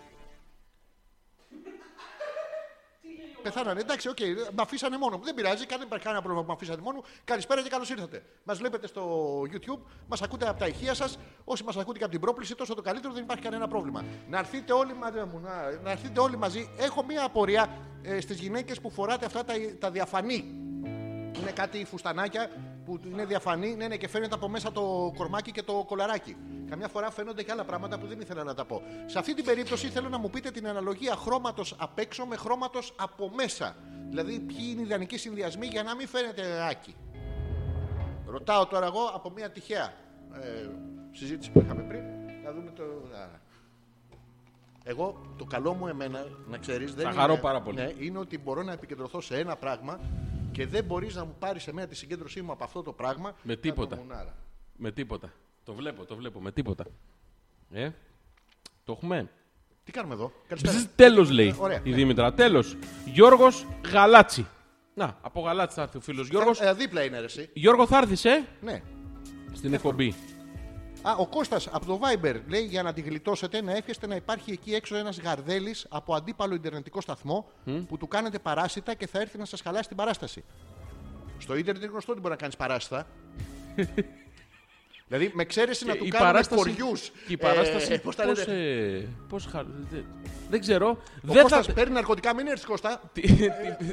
B: Πεθάνανε. Εντάξει, οκ. Μ' αφήσανε μόνο. μου. Δεν πειράζει, καν- δεν υπάρχει κανένα πρόβλημα που με αφήσανε μόνο. μου. Καλησπέρα και καλώς ήρθατε. Μας βλέπετε στο YouTube, μας ακούτε από τα ηχεία σας. Όσοι μας ακούτε και από την πρόκληση, τόσο το καλύτερο, δεν υπάρχει κανένα πρόβλημα. Να έρθετε όλοι, μα- μου, να, να έρθετε όλοι μαζί. Έχω μία απορία ε, στις γυναίκες που φοράτε αυτά τα, τα διαφανή. Είναι κάτι φουστανάκια που είναι διαφανή. Ναι, ναι, και φαίνεται από μέσα το κορμάκι και το κολαράκι. Καμιά φορά φαίνονται και άλλα πράγματα που δεν ήθελα να τα πω. Σε αυτή την περίπτωση θέλω να μου πείτε την αναλογία χρώματος απ' έξω με χρώματος από μέσα. Δηλαδή, ποιοι είναι οι ιδανικοί συνδυασμοί για να μην φαίνεται άκι. Ρωτάω τώρα εγώ από μια τυχαία ε, συζήτηση που είχαμε πριν. Να δούμε το. άρα. Εγώ, το καλό μου εμένα, να ξέρεις, δεν
A: Θα χαρώ
B: είναι-
A: πάρα πολύ.
B: Ναι, είναι ότι μπορώ να επικεντρωθώ σε ένα πράγμα Και δεν μπορείς να μου πάρεις εμένα τη συγκέντρωσή μου από αυτό το πράγμα.
A: Με
B: να το
A: τίποτα.
B: μουνάρα.
A: Με τίποτα. Το βλέπω, το βλέπω. Με τίποτα. Ε, το έχουμε.
B: Τι κάνουμε εδώ. Καλησπέρα.
A: Τέλος λέει
B: Ωραία,
A: η
B: ναι.
A: Δήμητρα. Τέλος. Γιώργος Γαλάτσι. Να, από Γαλάτσι θα έρθει ο φίλος Γιώργος.
B: Ε, δίπλα είναι ρε, εσύ.
A: Γιώργο, θα έρθεις, ε,
B: Ναι.
A: στην εκπομπή.
B: Α, ο Κώστας από το Viber λέει για να τη γλιτώσετε να εύχεστε να υπάρχει εκεί έξω ένας γαρδέλης από αντίπαλο ιντερνετικό σταθμό που του κάνετε παράσιτα και θα έρθει να σας χαλάσει την παράσταση. Στο ίντερνετ είναι γνωστό ότι μπορεί να κάνεις παράσιτα. δηλαδή με ξέρεις να
A: Και
B: του
A: η
B: κάνουμε
A: παράσταση-
B: χωριούς.
A: Και η παράσταση.
B: Ε,
A: πώς,
B: πώς τα λένε.
A: ε, πώς χα- δε- δεν ξέρω.
B: Ο
A: Δεν θα,
B: Κώστας παίρνει ναρκωτικά, μην έρθεις Κώστα.
A: τη- τη-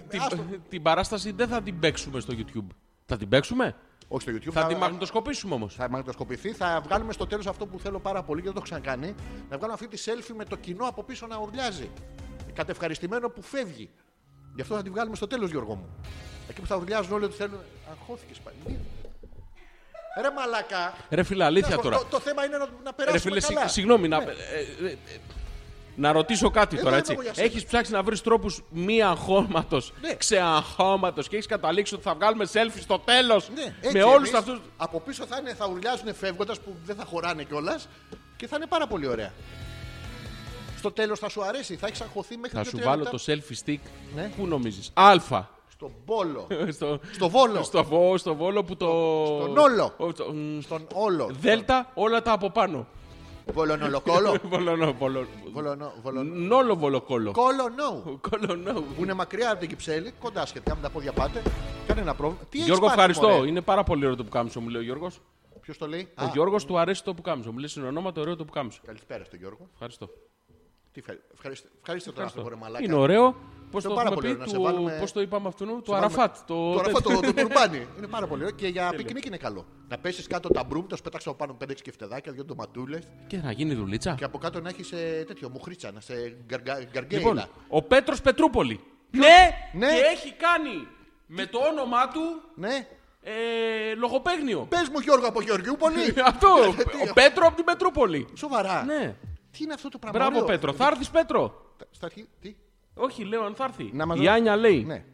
A: τη-
B: άστο.
A: την παράσταση δεν θα την παίξουμε στο YouTube. Θα την παίξουμε.
B: Όχι στο YouTube.
A: Θα τη μαγνητοσκοπήσουμε όμως.
B: θα μαγνητοσκοπηθεί, θα βγάλουμε στο τέλος αυτό που θέλω πάρα πολύ και δεν το έχω ξανακάνει. Να βγάλω αυτή τη selfie με το κοινό από πίσω να ουρλιάζει. Κατευχαριστημένο που φεύγει. Γι' αυτό θα τη βγάλουμε στο τέλος Γιώργο μου. Εκεί που θα ουρλιάζουν όλοι ότι θέλουν. Αγχώθηκες πάλι. Τι? Ρε μαλακά.
A: Ρε φίλε, αλήθεια
B: Το-
A: τώρα.
B: Το, το θέμα είναι να, να
A: Ρε
B: περάσουμε
A: φίλε, συ-
B: καλά. Ναι.
A: συγγνώμη, να, ε, ε, ε, να ρωτήσω κάτι
B: Εδώ
A: τώρα,
B: είμαι
A: έτσι.
B: εγώ Ε, ναι, για σένα.
A: Έχεις ψάξει να βρεις τρόπους μη αγχώματος,
B: Ναι.
A: ξεαγχώματος και έχεις καταλήξει ότι θα βγάλουμε selfie στο τέλος.
B: Ναι, έτσι
A: με όλους
B: εμείς
A: αυτούς.
B: Από πίσω θα, είναι, θα ουρλιάζουν φεύγοντας που δεν θα χωράνε κιόλας και θα είναι πάρα πολύ ωραία. Στο τέλος θα σου αρέσει, θα έχεις αγχωθεί μέχρι
A: Θα
B: δύο,
A: σου
B: τρία
A: βάλω
B: λεπτά.
A: το selfie stick.
B: Ναι.
A: Πού νομίζεις. Α.
B: Στον πόλο.
A: στο,
B: Στο Βόλο.
A: στο, βο, στο βόλο που το.
B: στον Όλο.
A: Ο- στο- μ,
B: Στον όλο.
A: Δέλτα, όλα τα από πάνω.
B: Βολονολοκόλο.
A: Βολονό, βολο-
B: Βολονό, βολονό.
A: Νόλο βολοκόλο. ναι.
B: Κόλο no.
A: Κολονό.
B: Που είναι μακριά από την Κυψέλη, κοντά σχετικά με τα πόδια πάτε. Κανένα πρόβλημα. Τι έχεις
A: Γιώργο,
B: πάθει,
A: ευχαριστώ.
B: μωρέ?
A: Είναι πάρα πολύ ωραίο το που κάμισο, μου λέει ο Γιώργο.
B: Ποιος το λέει.
A: Ο
B: Α,
A: Γιώργο του αρέσει το που κάμισο. Μου λέει συνονόματο ωραίο το που κάμισο.
B: Καλησπέρα στον Γιώργο.
A: Ευχαριστώ.
B: Τι ευχαρι- ευχαριστώ- Ευχαριστώ τον άνθρωπο, ρε Ε, μαλάκα.
A: Ε, Είναι ωραίο. Πώ
B: Είναι
A: το,
B: πάρα
A: έχουμε
B: πολύ
A: πει,
B: ωραίο να σε
A: του-
B: βάλουμε-
A: πώς το είπαμε αυτού,
B: Το
A: του Αραφάτ. Το...
B: Το Αραφάτ, το, το τουρμπάνι. Είναι πάρα πολύ ωραίο και για πικνίκ είναι καλό. Να πέσεις κάτω τα μπρούμ, να σου πέταξα από πάνω 5-6 κεφτεδάκια, δύο ντοματούλες
A: Και να γίνει δουλίτσα.
B: και από κάτω να έχεις τέτοιο μουχρίτσα, να σε γκαργα-
A: Λοιπόν,
B: γκαργέιλα.
A: ο Πέτρος Πετρούπολη. Ναι,
B: Ναι.
A: και έχει κάνει με το όνομά του
B: Ναι.
A: ε, λογοπαίγνιο.
B: Πες μου, Γιώργο από Γεωργιούπολη. Ε,
A: Αυτό. ο-
B: Τι-
A: ο Πέτρο από την Πετρούπολη.
B: Σοβαρά.
A: Ναι.
B: Τι είναι αυτό το πράγμα.
A: Μπράβο,
B: ωραίο.
A: Πέτρο. Θα έρθεις, Πέτρο.
B: Στα αρχή, τι.
A: Όχι, λέω αν θα έρθει.
B: Να μας
A: Η
B: δω-
A: Άνια λέει:
B: Ναι.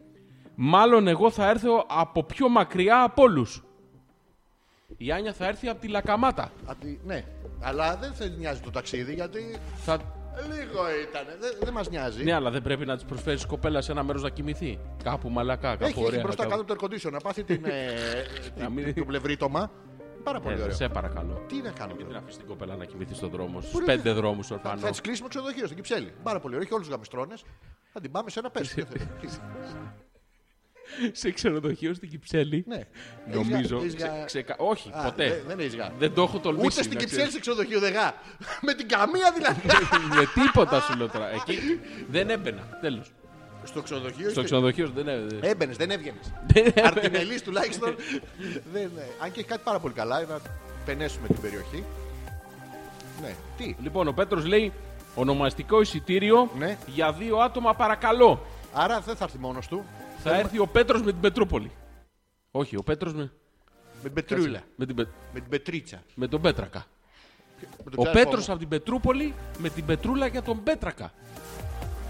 A: Μάλλον εγώ θα έρθω από πιο μακριά από όλους. Η Άνια θα έρθει από τη Λακαμάτα.
B: Απ' τη- ναι. Αλλά δεν θα νοιάζει το ταξίδι γιατί
A: Θα...
B: λίγο ήταν. Δεν, δεν μας νοιάζει.
A: Ναι, αλλά δεν πρέπει να της προσφέρεις κοπέλα σε ένα μέρος να κοιμηθεί. Κάπου μαλακά, κάπου
B: έχει,
A: ωραία.
B: έχει μπροστά
A: κάπου-
B: κάτω το air condition να πάθει την, ε,
A: Να
B: την,
A: μην-
B: το πλευρίτομα. Πάρα πολύ
A: Ε,
B: ωραίο.
A: σε Ε, παρακαλώ.
B: Τι να κάνω
A: Δεν
B: τώρα.
A: αφήσει την κοπέλα να κοιμηθεί στον δρόμο, στους πέντε δρόμους ορφανώς.
B: Θα της κλείσουμε ξενοδοχείο στην Κυψέλη. Πάρα πολύ ωραίο. Έχει όλους τους γαμιστρώνε. Θα την πάμε σε ένα πέσο.
A: σε ξενοδοχείο στην Κυψέλη.
B: ναι.
A: Νομίζω.
B: Έχεις γα-
A: ξε-
B: έχεις γα-
A: ξεκα- Όχι,
B: Α,
A: ποτέ.
B: δεν- Δεν έχει γα.
A: Δεν το έχω τολμήσει.
B: Ούτε στην
A: να
B: Κυψέλη
A: ξέρεις.
B: σε ξενοδοχείο δεν γα. Με την καμία δηλαδή.
A: Με τίποτα σου λέω τώρα. Εκεί δεν έμπαινα. Τέλος.
B: Στο ξενοδοχείο.
A: Στο
B: είστε-
A: ξενοδοχείο δεν έμπαινα.
B: Έμπαινες, δεν έβγαινες. Αρτινελή τουλάχιστον. δεν, ναι. Αν και έχει κάτι πάρα πολύ καλά, να πενέσουμε την περιοχή. Ναι. Τι.
A: Λοιπόν, ο Πέτρος λέει ονομαστικό εισιτήριο
B: Ναι.
A: για δύο άτομα παρακαλώ.
B: Άρα δεν θα έρθει μόνος του.
A: Θα έρθει ο Πέτρος με την Πετρούπολη. Όχι, ο Πέτρος με.
B: Με την πετρούλα.
A: Με, την Πε-
B: Με την πετρίτσα.
A: με τον Πέτρακα.
B: Με τον
A: Ο
B: ξάδερφό
A: Πέτρο
B: μου.
A: από την Πετρούπολη με την Πετρούλα για τον Πέτρακα.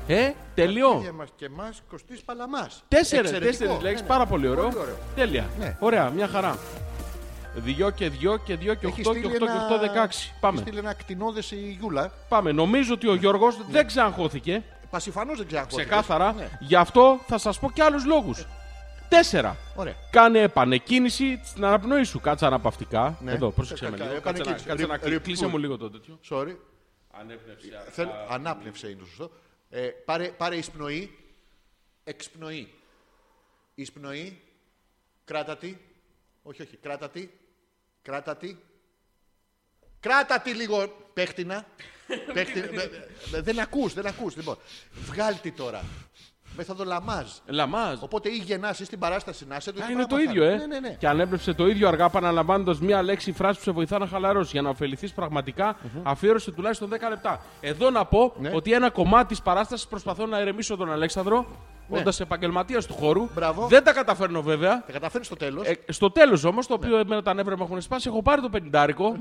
A: Ε, τελειώ.
B: Για μας και εμάς Κωστή Παλαμά.
A: Τέσσερι τέσσερις
B: Ναι,
A: λέξει, πάρα πολύ ωραίο.
B: Πολύ ωραίο.
A: Τέλεια.
B: Ναι.
A: Ωραία, μια χαρά. Δυο και δυο και δυο και οχτώ και οχτώ και οχτώ δεκάξι. Πάμε.
B: Στείλει ένα ακτινόδε η Γιούλα.
A: Πάμε. Νομίζω ότι ο Γιώργο δεν ξαγχώθηκε.
B: Πασιφανώς Ναι. δεν ξέρω.
A: Ξεκάθαρα.
B: Ναι.
A: Γι' αυτό θα σας πω και άλλους λόγους. Τέσσερα.
B: Ωραία.
A: Κάνε επανεκκίνηση στην αναπνοή σου. Κάτσε αναπαυτικά.
B: Ναι.
A: Εδώ, πρόσεξε
B: Κα-
A: με
B: κα-
A: λίγο. Κάτσε να,
B: επανεκκίνηση.
A: κάτσε να
B: Ρι- ρι-
A: κλείσε μου λίγο το τέτοιο.
B: Sorry.
A: Ανέπνευση.
B: Θέλω... Ανάπνευσε είναι το σωστό. Ε, πάρε, πάρε εισπνοή. Εξπνοή. Εισπνοή. Κράτατη. Όχι, όχι. Κράτατη. Κράτατη. Κράτατη λίγο. Πέχτηνα. Πέχτηνα. Δε- δε- δεν ακούς, δεν ακούς. Λοιπόν, βγάλτη τώρα. Μεθοδολαμάζ.
A: Λαμάζ.
B: Οπότε ή γεννάς ή στην παράσταση να είσαι.
A: Α,
B: έχει
A: είναι το
B: παραπάνω.
A: ίδιο, ε.
B: Ναι, ναι, ναι.
A: Και ανέπνευσε το ίδιο αργά, επαναλαμβάνοντα μία λέξη φράση που σε βοηθά να χαλαρώσεις. Για να ωφεληθείς πραγματικά, αφιέρωσε τουλάχιστον 10 λεπτά. Εδώ να πω
B: Ναι.
A: ότι ένα κομμάτι της παράστασης προσπαθώ να ερεμήσω τον Αλέξανδρο, ναι. όντας επαγγελματίας του χώρου.
B: Μπράβο.
A: Δεν τα καταφέρνω βέβαια.
B: Τα καταφέρνεις στο τέλος.
A: Ε, στο τέλος όμως,
B: Ναι.
A: το οποίο εμένα τα νεύρα μου έχουν σπάσει, έχω πάρει το πεντάρικο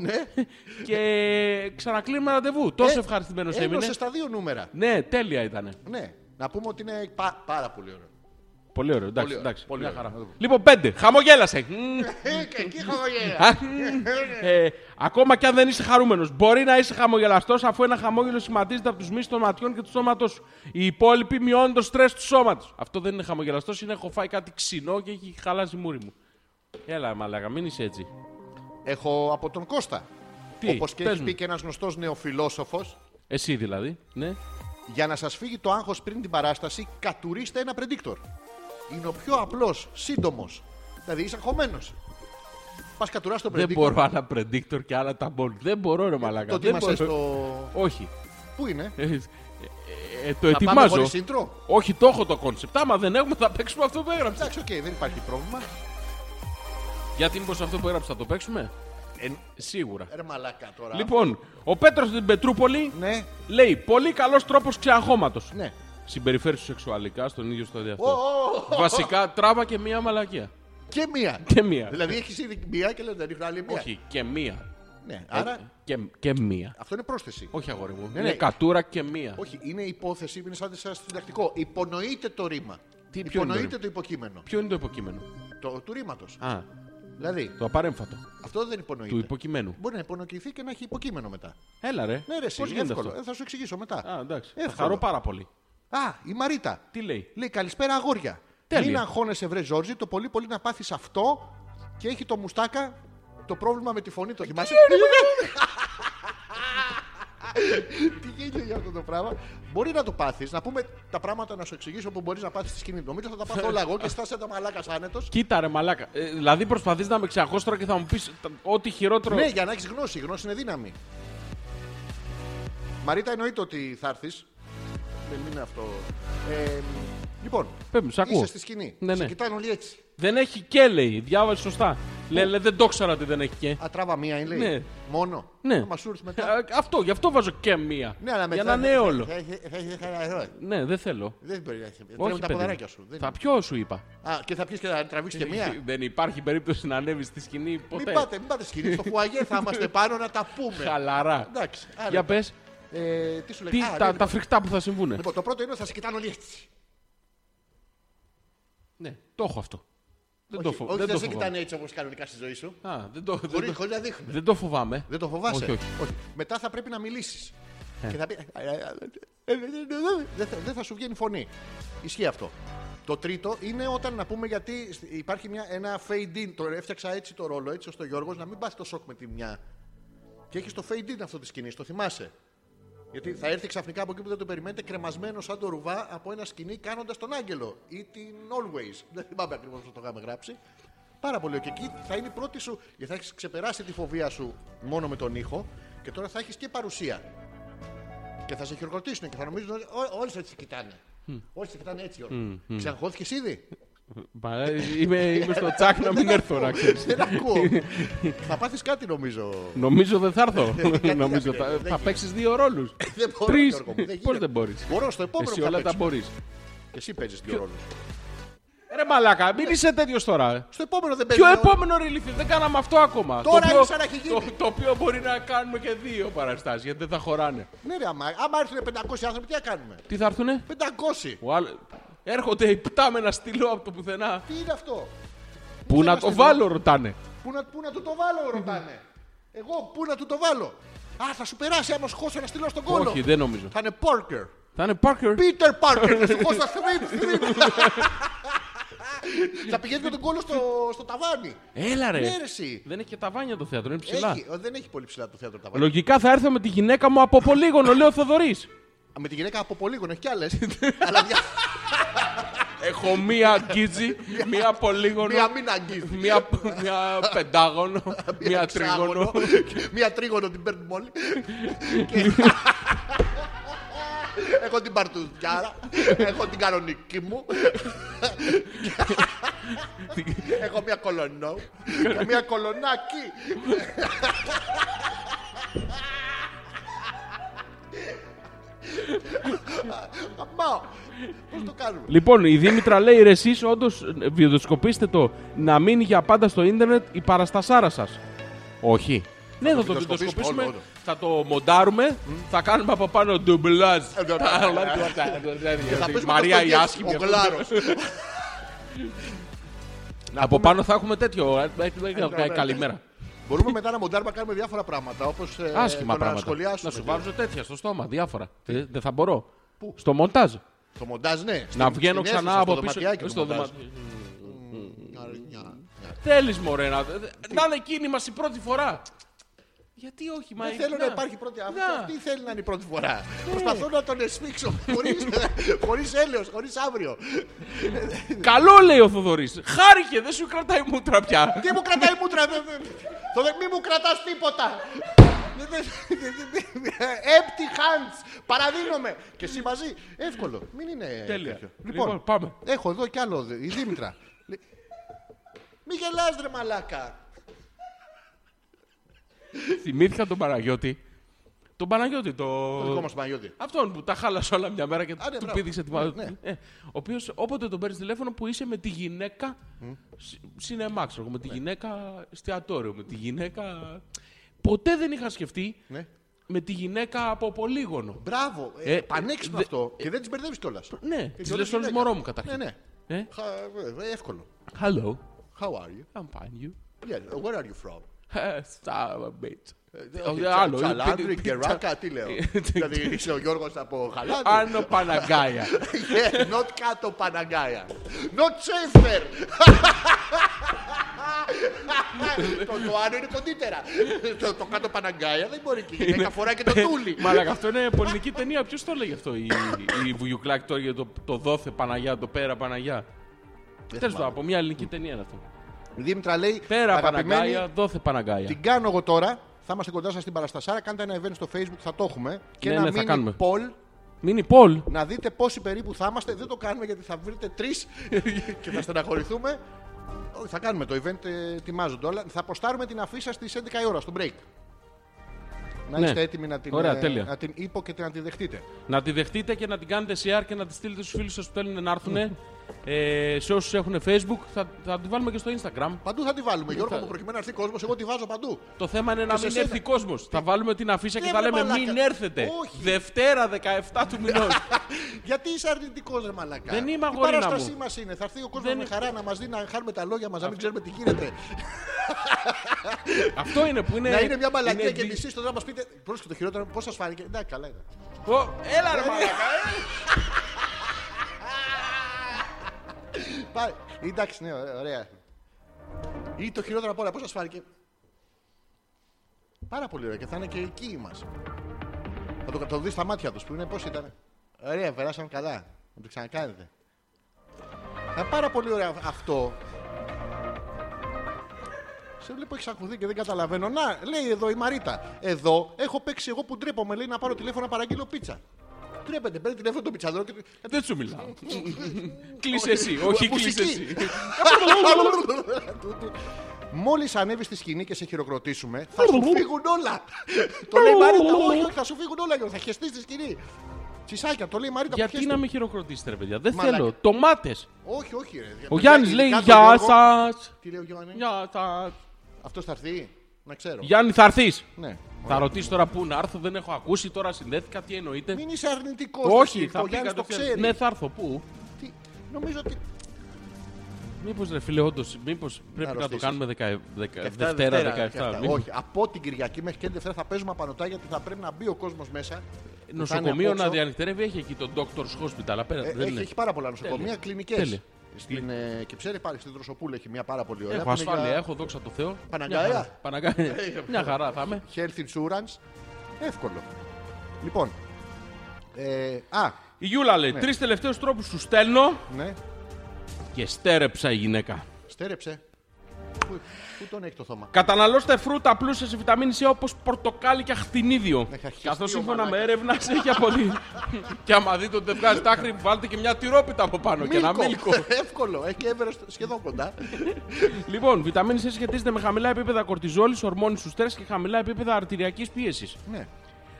A: και ξανακλίνουμε ραντεβού.
B: Ε,
A: Τόσο ευχαριστημένος
B: Ένωσες
A: έμεινε.
B: στα δύο νούμερα.
A: Ναι, τέλεια ήταν.
B: Ναι. Να πούμε ότι είναι πα- πάρα πολύ ωραίο.
A: Πολύ ωραίο. Εντάξει,
B: Πολύ ωραίο,
A: εντάξει.
B: πολύ
A: Μια
B: ωραίο.
A: χαρά.
B: Να το πούμε.
A: Λοιπόν, πέντε. Χαμογέλασε. Μμμ.
C: Ε, Εκεί χαμογέλα.
A: Α, μμμ. Ε, Ακόμα κι αν δεν είσαι χαρούμενος, μπορεί να είσαι χαμογελαστός αφού ένα χαμόγελο σχηματίζεται από τους μύθου των ματιών και του σώματός σου. Οι υπόλοιποι μειώνουν το στρες του σώματος. Αυτό δεν είναι χαμογελαστός, είναι έχω φάει κάτι ξινό και έχει χαλάσει η μούρη μου. Έλα, μαλάκα, μην είσαι έτσι.
B: Έχω από τον Κώστα.
A: Τι,
B: Όπως και
A: πες
B: έχει
A: μου.
B: πει και ένας γνωστός νεοφιλόσοφος,
A: Εσύ δηλαδή. Ναι.
B: για να σας φύγει το άγχος πριν την παράσταση, κατουρίστε ένα predictor. Είναι ο πιο απλός, σύντομος. Δηλαδή είσαι αγχωμένος. Πας κατουράς το predictor.
A: Δεν μπορώ άλλα predictor και άλλα ταμπόλ. Δεν μπορώ, ρε μαλάκα.
B: Ε, Το
A: δεν
B: τίμασε
A: μπορώ.
B: στο.
A: Όχι.
B: Πού είναι,
A: Ε, ε, ε, το
B: Να πάμε
A: ετοιμάζω.
B: χωρίς intro.
A: Όχι, το έχω το κόνσεπτ. Άμα δεν έχουμε, θα παίξουμε αυτό που έγραψα.
B: Εντάξει, οκ, δεν υπάρχει πρόβλημα.
A: Γιατί μήπω αυτό που έγραψα θα το παίξουμε.
B: Ε,
A: Σίγουρα.
B: ρε μαλάκα τώρα.
A: Λοιπόν, ο Πέτρος στην Πετρούπολη
B: Ναι,
A: λέει: Πολύ καλός τρόπος ξεαγώματος.
B: ναι.
A: Συμπεριφέρει σου σεξουαλικά στον ίδιο στο
B: Ω,
A: διαστό.
B: ω, ω.
A: Βασικά, τράβα και μία μαλακία.
B: Και μία.
A: Και μία.
B: Δηλαδή έχεις ήδη μία και λέει δεν ρίχνω άλλη μία.
A: Όχι, και μία. Ε,
B: Ναι, άρα
A: Και, και μία.
B: αυτό είναι πρόσθεση.
A: Όχι, αγόρι μου.
B: Ναι,
A: είναι
B: ναι.
A: κατούρα και μία.
B: Όχι, είναι υπόθεση, είναι σαν σαν συντακτικό. Υπονοείται το ρήμα.
A: Τι, ποιο είναι το
B: Υπονοείται
A: ρήμα?
B: το υποκείμενο.
A: Ποιο είναι το υποκείμενο.
B: Το, του ρήματος.
A: Α,
B: Δηλαδή,
A: το απαρέμφατο.
B: αυτό δεν υπονοείται.
A: Του υποκειμένου.
B: Μπορεί να υπονοηθεί και να έχει υποκείμενο μετά.
A: Έλα ρε.
B: Ναι, ρε, εσύ,
A: Πώς γίνεται
B: εύκολο.
A: αυτό?
B: Ε, θα σου εξηγήσω μετά.
A: Α, εντάξει. Θα
B: Εύκολο.
A: χαρώ πάρα πολύ.
B: Α, η Μαρίτα.
A: Τι λέει.
B: Λέει καλησπέρα αγόρια.
A: Τέλεια.
B: Μην αγχώνεσαι, βρε Ζόρζι, το πολύ πολύ να πάθεις αυτό και έχει το μουστάκα το πρόβλημα με τη φωνή. Το θυμάσαι. Τι γέλιο για αυτό το πράγμα. Μπορεί να το πάθεις, να πούμε τα πράγματα να σου εξηγήσω που μπορείς να πάθεις στη σκηνή. Νομίζω θα τα πάθω όλα εγώ και στάσαι τα μαλάκας άνετος.
A: Κοίτα ρε μαλάκα. Ε, δηλαδή προσπαθείς να με ξεχώσεις τώρα και θα μου πεις τα- ό,τι χειρότερο.
B: Ναι, για να έχεις γνώση. Η γνώση είναι δύναμη. Μαρίτα, εννοείται ότι θα έρθεις. Δεν είναι αυτό. Ε, λοιπόν,
A: Πες μου, σ' ακούω.
B: είσαι στη σκηνή.
A: Ναι,
B: Σε
A: ναι.
B: κοιτάνε όλοι έτσι.
A: Δεν έχει και λέει. Διάβασε σωστά. Λέ, λέ, δεν το ξέρα ότι δεν έχει και.
B: Ατράβα μία είναι, λέει.
A: Ναι.
B: Μόνο.
A: Ναι.
B: Μα σου έρθει μετά.
A: Ε, αυτό, γι' αυτό βάζω και μία.
B: Ναι, αλλά
A: για
B: μετά.
A: να είναι όλο.
B: Θα είσαι- θα είσαι χαλαρό.
A: Ναι, δεν θέλω.
B: Δεν μπορεί να έχει. Τρέχουν
A: Όχι,
B: τα
A: παιδί
B: ποδαράκια
A: μου.
B: σου. Δεν-
A: Θα πιω σου είπα.
B: Α, και θα πιεις και θα τραβήξεις και μία.
A: Δεν υπάρχει περίπτωση να ανέβεις στη σκηνή
B: Μην
A: ποτέ.
B: πάτε, μην πάτε σκηνή. Στο φουαγέ θα είμαστε πάνω να τα πούμε.
A: Χαλαρά.
B: Εντάξει. άρα.
A: Για πες,
B: Ε, τι σου λέει.
A: τι,
B: Α, ναι,
A: τα,
B: λοιπόν.
A: τα φρικτά που θα συμβούνε.
B: Λοιπόν, το πρώτο είναι ότι θα σε κοιτάνε όλοι έτσι.
A: Ναι, το έχω αυτό. Δεν το
B: Όχι,
A: φοβ-
B: όχι,
A: δεν
B: δεν
A: το
B: σε
A: φοβάμαι.
B: κοιτάνε έτσι όπως κανονικά στη ζωή σου.
A: Α, δεν το- δεν
B: Χωρίς
A: το-
B: χωρίς να δείχνουμε.
A: Δεν το φοβάμαι.
B: Δεν το φοβάσαι.
A: Όχι, όχι.
B: Μετά θα πρέπει να μιλήσεις.
A: Ε.
B: Και θα πει. Δεν θα, δεν θα σου βγαίνει φωνή. Ισχύει αυτό. Το τρίτο είναι όταν να πούμε γιατί σ- υπάρχει μια, ένα fade in. Το έφτιαξα έτσι το ρόλο, έτσι ώστε ο Γιώργο να μην πάθει το σοκ με τη μια. Και έχει το fade in αυτό τη σκηνή, το θυμάσαι. Γιατί θα έρθει ξαφνικά από εκεί που δεν το περιμένετε, κρεμασμένο σαν το ρουβά από ένα σκηνή κάνοντας τον Άγγελο ή την Always. Δεν θυμάμαι ακριβώς πώς το είχαμε γράψει. Πάρα πολύ. Και εκεί θα είναι η πρώτη σου, γιατί θα έχεις ξεπεράσει τη φοβία σου μόνο με τον ήχο και τώρα θα έχεις και παρουσία. Και θα σε χειροκροτήσουν και θα νομίζουν ότι ό- όλοι έτσι κοιτάνε. Όλοι σε κοιτάνε έτσι, Γιώργο. Ξαγχώθηκε ήδη.
A: Μα, ε, Είμαι, είμαι στο τσάκ να μην έρθω να ξέρεις.
B: Δεν ακούω. θα πάθεις κάτι νομίζω.
A: Νομίζω δεν θα
B: γιατί
A: έρθω. Νομίζω
B: δεν
A: θα,
B: γίνεται,
A: θα παίξεις δύο ρόλους.
B: Δεν μπορώ,
A: Τρεις.
B: Γιώργο μου, δεν γίνεται.
A: Πώ δεν μπορείς.
B: Μπορώ στο επόμενο
A: Εσύ
B: που θα
A: όλα τα
B: παίξω.
A: μπορείς.
B: Και εσύ παίζεις δύο ρόλους.
A: Ρε μαλάκα, μην είσαι τέτοιος τώρα.
B: Στο επόμενο δεν παίζεις.
A: Ποιο επόμενο ρηλίθι, δεν κάναμε αυτό ακόμα.
B: Τώρα
A: το οποίο,
B: είναι σαν να έχει γίνει.
A: το, το οποίο μπορεί να κάνουμε και δύο παραστάσεις γιατί δεν θα χωράνε.
B: Ναι, ρε, άμα, άμα έρθουν 500 άνθρωποι, τι θα κάνουμε.
A: Τι θα έρθουνε.
B: 500!
A: Ο άλλο- Έρχονται οι πτά με ένα στυλό από το πουθενά.
B: Τι είναι αυτό,
A: Πού
B: ένα
A: να το
B: στυλό.
A: βάλω, ρωτάνε.
B: πού να, πού να του το βάλω, ρωτάνε. Εγώ πού να του το βάλω. Α, θα σου περάσει άμα σου χώσω ένα στυλό στον κόλλο.
A: Όχι, δεν νομίζω.
B: Θα είναι Parker.
A: Θα είναι Parker.
B: Peter Parker, θα σου χώσω ένα θρύμ, θρύμ. Θα πηγαίνει με τον κόλλο στο, στο ταβάνι.
A: Έλα ρε.
B: Ναι, ρε, εσύ.
A: Δεν έχει και ταβάνια το θέατρο, είναι Ε, ψηλά.
B: Έχει, ο, δεν έχει πολύ ψηλά το θέατρο το ταβάνι.
A: Λογικά θα έρθω με τη γυναίκα μου από πολύγωνο, λέει ο Θοδωρή.
B: Α, Με τη γυναίκα από πολύγωνο, έχει κι άλλες. Αλλά μια,
A: Έχω μία γκίτζι, μία πολύγωνο,
B: μια μην αγγίζει.
A: μία, μία πεντάγωνο, μία τρίγωνο.
B: Εξάγωνο. Μία τρίγωνο την παίρνουμε όλοι. Και- Έχω την παρτουζιάρα. Έχω την κανονική μου. Έχω μία κολονό. Και μία κολονάκι. Αμάω. Πώς το κάνουμε.
A: Λοιπόν, η Δήμητρα λέει ρε εσείς όντως ε, βιοδοσκοπήστε το να μείνει για πάντα στο ίντερνετ η παραστασάρα σας. Όχι. Ναι, θα το
B: βιντεοσκοπήσουμε όλο,
A: βιντεοσκοπήσουμε,
B: όλο.
A: θα το μοντάρουμε, θα κάνουμε από πάνω ντουμπλάζ.
B: Ε, ναι, ναι, ναι, ναι.
A: Τα-
B: Και θα
A: τη
B: παίζουμε
A: Μαρία
B: το
A: η
B: Στογεύσκη,
A: άσχημη.
B: Ο Γκλάρος.
A: Από πάνω θα έχουμε τέτοιο. ε, ε, ε,
B: ναι, ναι.
A: Καλημέρα.
B: Μπορούμε μετά να μοντάρουμε να κάνουμε διάφορα πράγματα. Όπως, ε, το
A: Άσχημα
B: Να
A: πράγματα.
B: σχολιάσουμε.
A: Να σου βάζω τέτοια στο στόμα, διάφορα. Ε, Δεν θα μπορώ.
B: Πού?
A: Στο μοντάζ.
B: Το μοντάζ, ναι.
A: Να
B: Στην-
A: βγαίνω
B: στην
A: ξανά
B: αίθουσα,
A: από
B: στο δωματιάκι
A: πίσω. Ε,
B: το
A: Στο
B: μοντάζ.
A: δωμα-
B: Μια- μια-
A: Θέλεις, Μωρέ, να, ε, να είναι εκείνη μας η πρώτη φορά. Γιατί όχι, μα
B: Δεν θέλω να υπάρχει πρώτη αυτή, αυτή θέλει να είναι η πρώτη φορά.
A: Ναι.
B: Προσπαθώ να τον εσφίξω χωρίς- χωρίς έλεος, χωρίς αύριο.
A: Καλό λέει ο Θοδωρής. Χάρηκε, δεν σου κρατάει μούτρα πια.
B: Τι μου κρατάει η μούτρα, δε- δε- το δε- μη μου κρατάς τίποτα. Δε- δε- δε- δε- δε- Empty hands, παραδίνομαι. Και εσύ μαζί, εύκολο. Μην είναι
A: Τέλεια.
B: τέτοιο.
A: Λοιπόν, πάμε.
B: Έχω εδώ κι άλλο, δε- η Δήμητρα. Λε- Μη γελάς ρε μαλάκα.
A: Θυμήθηκα τον Παναγιώτη. Τον Παναγιώτη, το.
B: Το δικό μας Παναγιώτη.
A: Αυτόν που τα χάλασε όλα μια μέρα και
B: Α, ναι,
A: του
B: μπράβο.
A: πήδηξε τη
B: Ναι,
A: μάνα.
B: ναι.
A: Ε, ο οποίος όποτε τον παίρνεις τηλέφωνο που είσαι με τη γυναίκα. συ- Σινεμά, ξέρω εγώ, με
B: Ναι.
A: τη γυναίκα εστιατόριο, με τη γυναίκα. Ποτέ δεν είχα σκεφτεί
B: Ναι.
A: με τη γυναίκα από πολύγωνο.
B: Μπράβο, ε,
A: Ε,
B: πανέξυπνο
A: δε-
B: αυτό. Και δεν τις μπερδεύεις κιόλας.
A: Ναι,
B: Και
A: τη
B: όλες
A: λε όλε
B: γυναίκα.
A: μωρό μου καταρχήν.
B: Ναι, ναι.
A: Ε,
B: Χα- ε, Εύκολο.
A: Hello,
B: How are you?
A: I'm fine you.
B: Yeah, where are you from?
A: Ε, Stop, bitch.
B: Ε,
A: Όχι,
B: τσα-
A: άλλο,
B: Τσαλάνδρη,
A: πι- πι-
B: Κεράκα, τι λέω. Δηλαδή είσαι ο Γιώργος από Χαλάνδρη.
A: Άνω Παναγκάια.
B: Yeah, not κάτω Παναγκάια. Not safer. το, το άλλο είναι κοντύτερα. το, το κάτω Παναγκάια δεν μπορεί και η γυναίκα φοράει και το τούλι.
A: Μαλάκα, αυτό είναι πολιτική ταινία. Ποιος το λέει αυτό, η, η Βουγιουκλάκη τώρα για το, το δόθε Παναγιά, το πέρα Παναγιά.
B: Δεν
A: Τέλος πάντων,
B: θυμάμαι.
A: από μια ελληνική ταινία είναι αυτό.
B: Η Δήμητρα λέει,
A: Πέρα Παναγκάια,
B: αγαπημένη,
A: δόθε Παναγκάια.
B: την κάνω εγώ τώρα. Θα είμαστε κοντά σας στην Παραστασάρα. Κάντε ένα event στο facebook, θα το έχουμε. Και
A: Ναι,
B: ένα
A: ναι, θα
B: mini
A: κάνουμε.
B: poll
A: Μίνι Πολ.
B: Να δείτε πόσοι περίπου θα είμαστε. Δεν το κάνουμε γιατί θα βρείτε τρεις και θα στεναχωρηθούμε. Όχι, θα κάνουμε το event, ε, ετοιμάζονται όλα. Θα αποστάρουμε την αφίσα στι 11 η ώρα, στο break. Να
A: Ναι.
B: είστε έτοιμοι να την,
A: Ωραία,
B: ε,
A: τέλεια.
B: να την είπω και να τη δεχτείτε.
A: Να τη δεχτείτε και να την κάνετε share και να τη στείλετε στους φίλους σας που θέλουν να έρθουν. Ε, σε όσους έχουν Facebook, θα, θα τη βάλουμε και στο Instagram.
B: Παντού θα τη βάλουμε, Γιώργο, που προκειμένου να έρθει κόσμος, εγώ τη βάζω παντού.
A: Το θέμα είναι να
B: σε
A: μην
B: σένα.
A: έρθει κόσμος. Θα βάλουμε την αφίσα και
B: Δεν
A: θα
B: βρε
A: λέμε
B: μαλάκα.
A: μην έρθετε.
B: Όχι.
A: Δευτέρα 17 του μηνός.
B: Γιατί είσαι αρνητικός, ρε Μαλακά.
A: Δεν είμαι,
B: Η
A: αγορίνα
B: παράστασή
A: μου.
B: μας είναι. Θα έρθει ο κόσμος
A: Δεν
B: με
A: είμαι.
B: χαρά να μας δει, να χάρουμε τα λόγια μας, να μην ξέρουμε τι γίνεται.
A: Αυτό είναι που είναι.
B: να είναι μια μαλακία
A: είναι
B: και
A: δι-
B: μισή στο να μα πείτε. Πρόσεχε το χειρότερο, πώς σας φάνηκε. Εντάξει, καλά ήταν.
A: Ω, Έλα ρε μαλάκα.
B: Πάει. Εντάξει, ναι, ω- ωραία. Ή το χειρότερο απ' όλα, πώς σα φάνηκε. Πάρα πολύ ωραία και θα είναι και εκεί μας. Θα το, το δεις στα μάτια τους που είναι πώς ήταν. Ωραία, περάσαμε καλά. Να το ξανακάνετε. Θα είναι πάρα πολύ ωραία αυτό. Σε βλέπω έχεις ακουθεί και δεν καταλαβαίνω. Να, λέει εδώ η Μαρίτα. Εδώ έχω παίξει εγώ που ντρέπομαι. Λέει να πάρω τηλέφωνο να παραγγείλω πίτσα. Ντρέπεται, παίρνει τηλέφωνο το πιτσαδρό και.
A: Δεν σου μιλάω. Κλείσε εσύ. Όχι, κλείσε
B: Μουσική.
A: εσύ.
B: Μόλις ανέβεις στη σκηνή και σε χειροκροτήσουμε, θα σου φύγουν όλα. το λέει η Μαρίτα, όχι, όχι, θα σου φύγουν όλα, Γιώργο, θα χεστείς στη σκηνή. Τσισάκια, το λέει η Μαρίτα. που
A: Γιατί
B: χέστηκε.
A: να με χειροκροτήσετε, ρε παιδιά. Δεν
B: Μαλάκα.
A: θέλω. Τομάτε.
B: Όχι, όχι. Ρε.
A: Ο Γιάννη λέει
B: Ειδικά το
A: Γεια
B: Γιώργο».
A: σας.
B: Τι λέει ο Γιάννης.
A: Γεια σας.
B: Αυτός θα έρθει, να ξέρω.
A: Γιάννη, θα έρθεις.
B: Ναι.
A: Θα ρωτήσει τώρα πού να έρθω. Δεν έχω ακούσει. Τώρα συνδέθηκα. Τι εννοείται.
B: Μην είσαι αρνητικός.
A: Όχι, θα
B: Ο
A: πει
B: Γιάννη το
A: κατευθείαν.
B: ξέρει.
A: Ναι, θα έρθω. Πού.
B: Τι- Νομίζω ότι.
A: Μήπως ρε φίλε, όντως, μήπως πρέπει να το
B: αρρωστήσεις.
A: κάνουμε δεκα- δεκα-
B: 17,
A: Ε, Δευτέρα 17. Μην-
B: Όχι, από την Κυριακή μέχρι και την Δευτέρα θα παίζουμε απανοτά γιατί θα πρέπει να μπει ο κόσμος μέσα. Θα είναι
A: Νοσοκομείο να
B: απόξω.
A: διανυκτερεύει έχει εκεί το Doctor's Hospital. Απέρα,
B: Ε,
A: δεν
B: έχει,
A: είναι.
B: έχει πάρα πολλά νοσοκομεία,
A: Τέλεια.
B: κλινικές.
A: Τέλεια.
B: Στην ε, Κυψέλη πάρει στην Τροσοπούλη έχει μια Ε, πάρα πολύ ωραία.
A: Έχω
B: που είναι
A: ασφάλεια,
B: για
A: έχω δόξα τω Θεώ.
B: Παναγκαία.
A: Μια χαρά. Παναγκαία. Μια χαρά θα είμαι.
B: Health insurance. Εύκολο. Λοιπόν. Ε, α,
A: Η Γιούλα λέει:
B: Ναι.
A: Τρεις τελευταίους τρόπους σου στέλνω
B: ναι.
A: και στέρεψα η γυναίκα.
B: Στέρεψε. Πού, πού τον έχει το θώμα.
A: Καταναλώστε φρούτα πλούσια σε βιταμίνη C όπως πορτοκάλι και αχτινίδιο.
B: Έχα χεστεί ο
A: Καθώ σύμφωνα με
B: μαλάκας.
A: έρευνα έχει αποδείξει. και άμα δείτε ότι δεν βγάζει τα άκρη, βάλτε και μια τυρόπιτα από πάνω και ένα μίλκο.
B: Εύκολο. Έχει Everest σχεδόν κοντά.
A: Λοιπόν, βιταμίνη C σχετίζεται με χαμηλά επίπεδα κορτιζόλης, ορμόνης του στρες και χαμηλά επίπεδα αρτηριακής πίεσης.
B: ναι.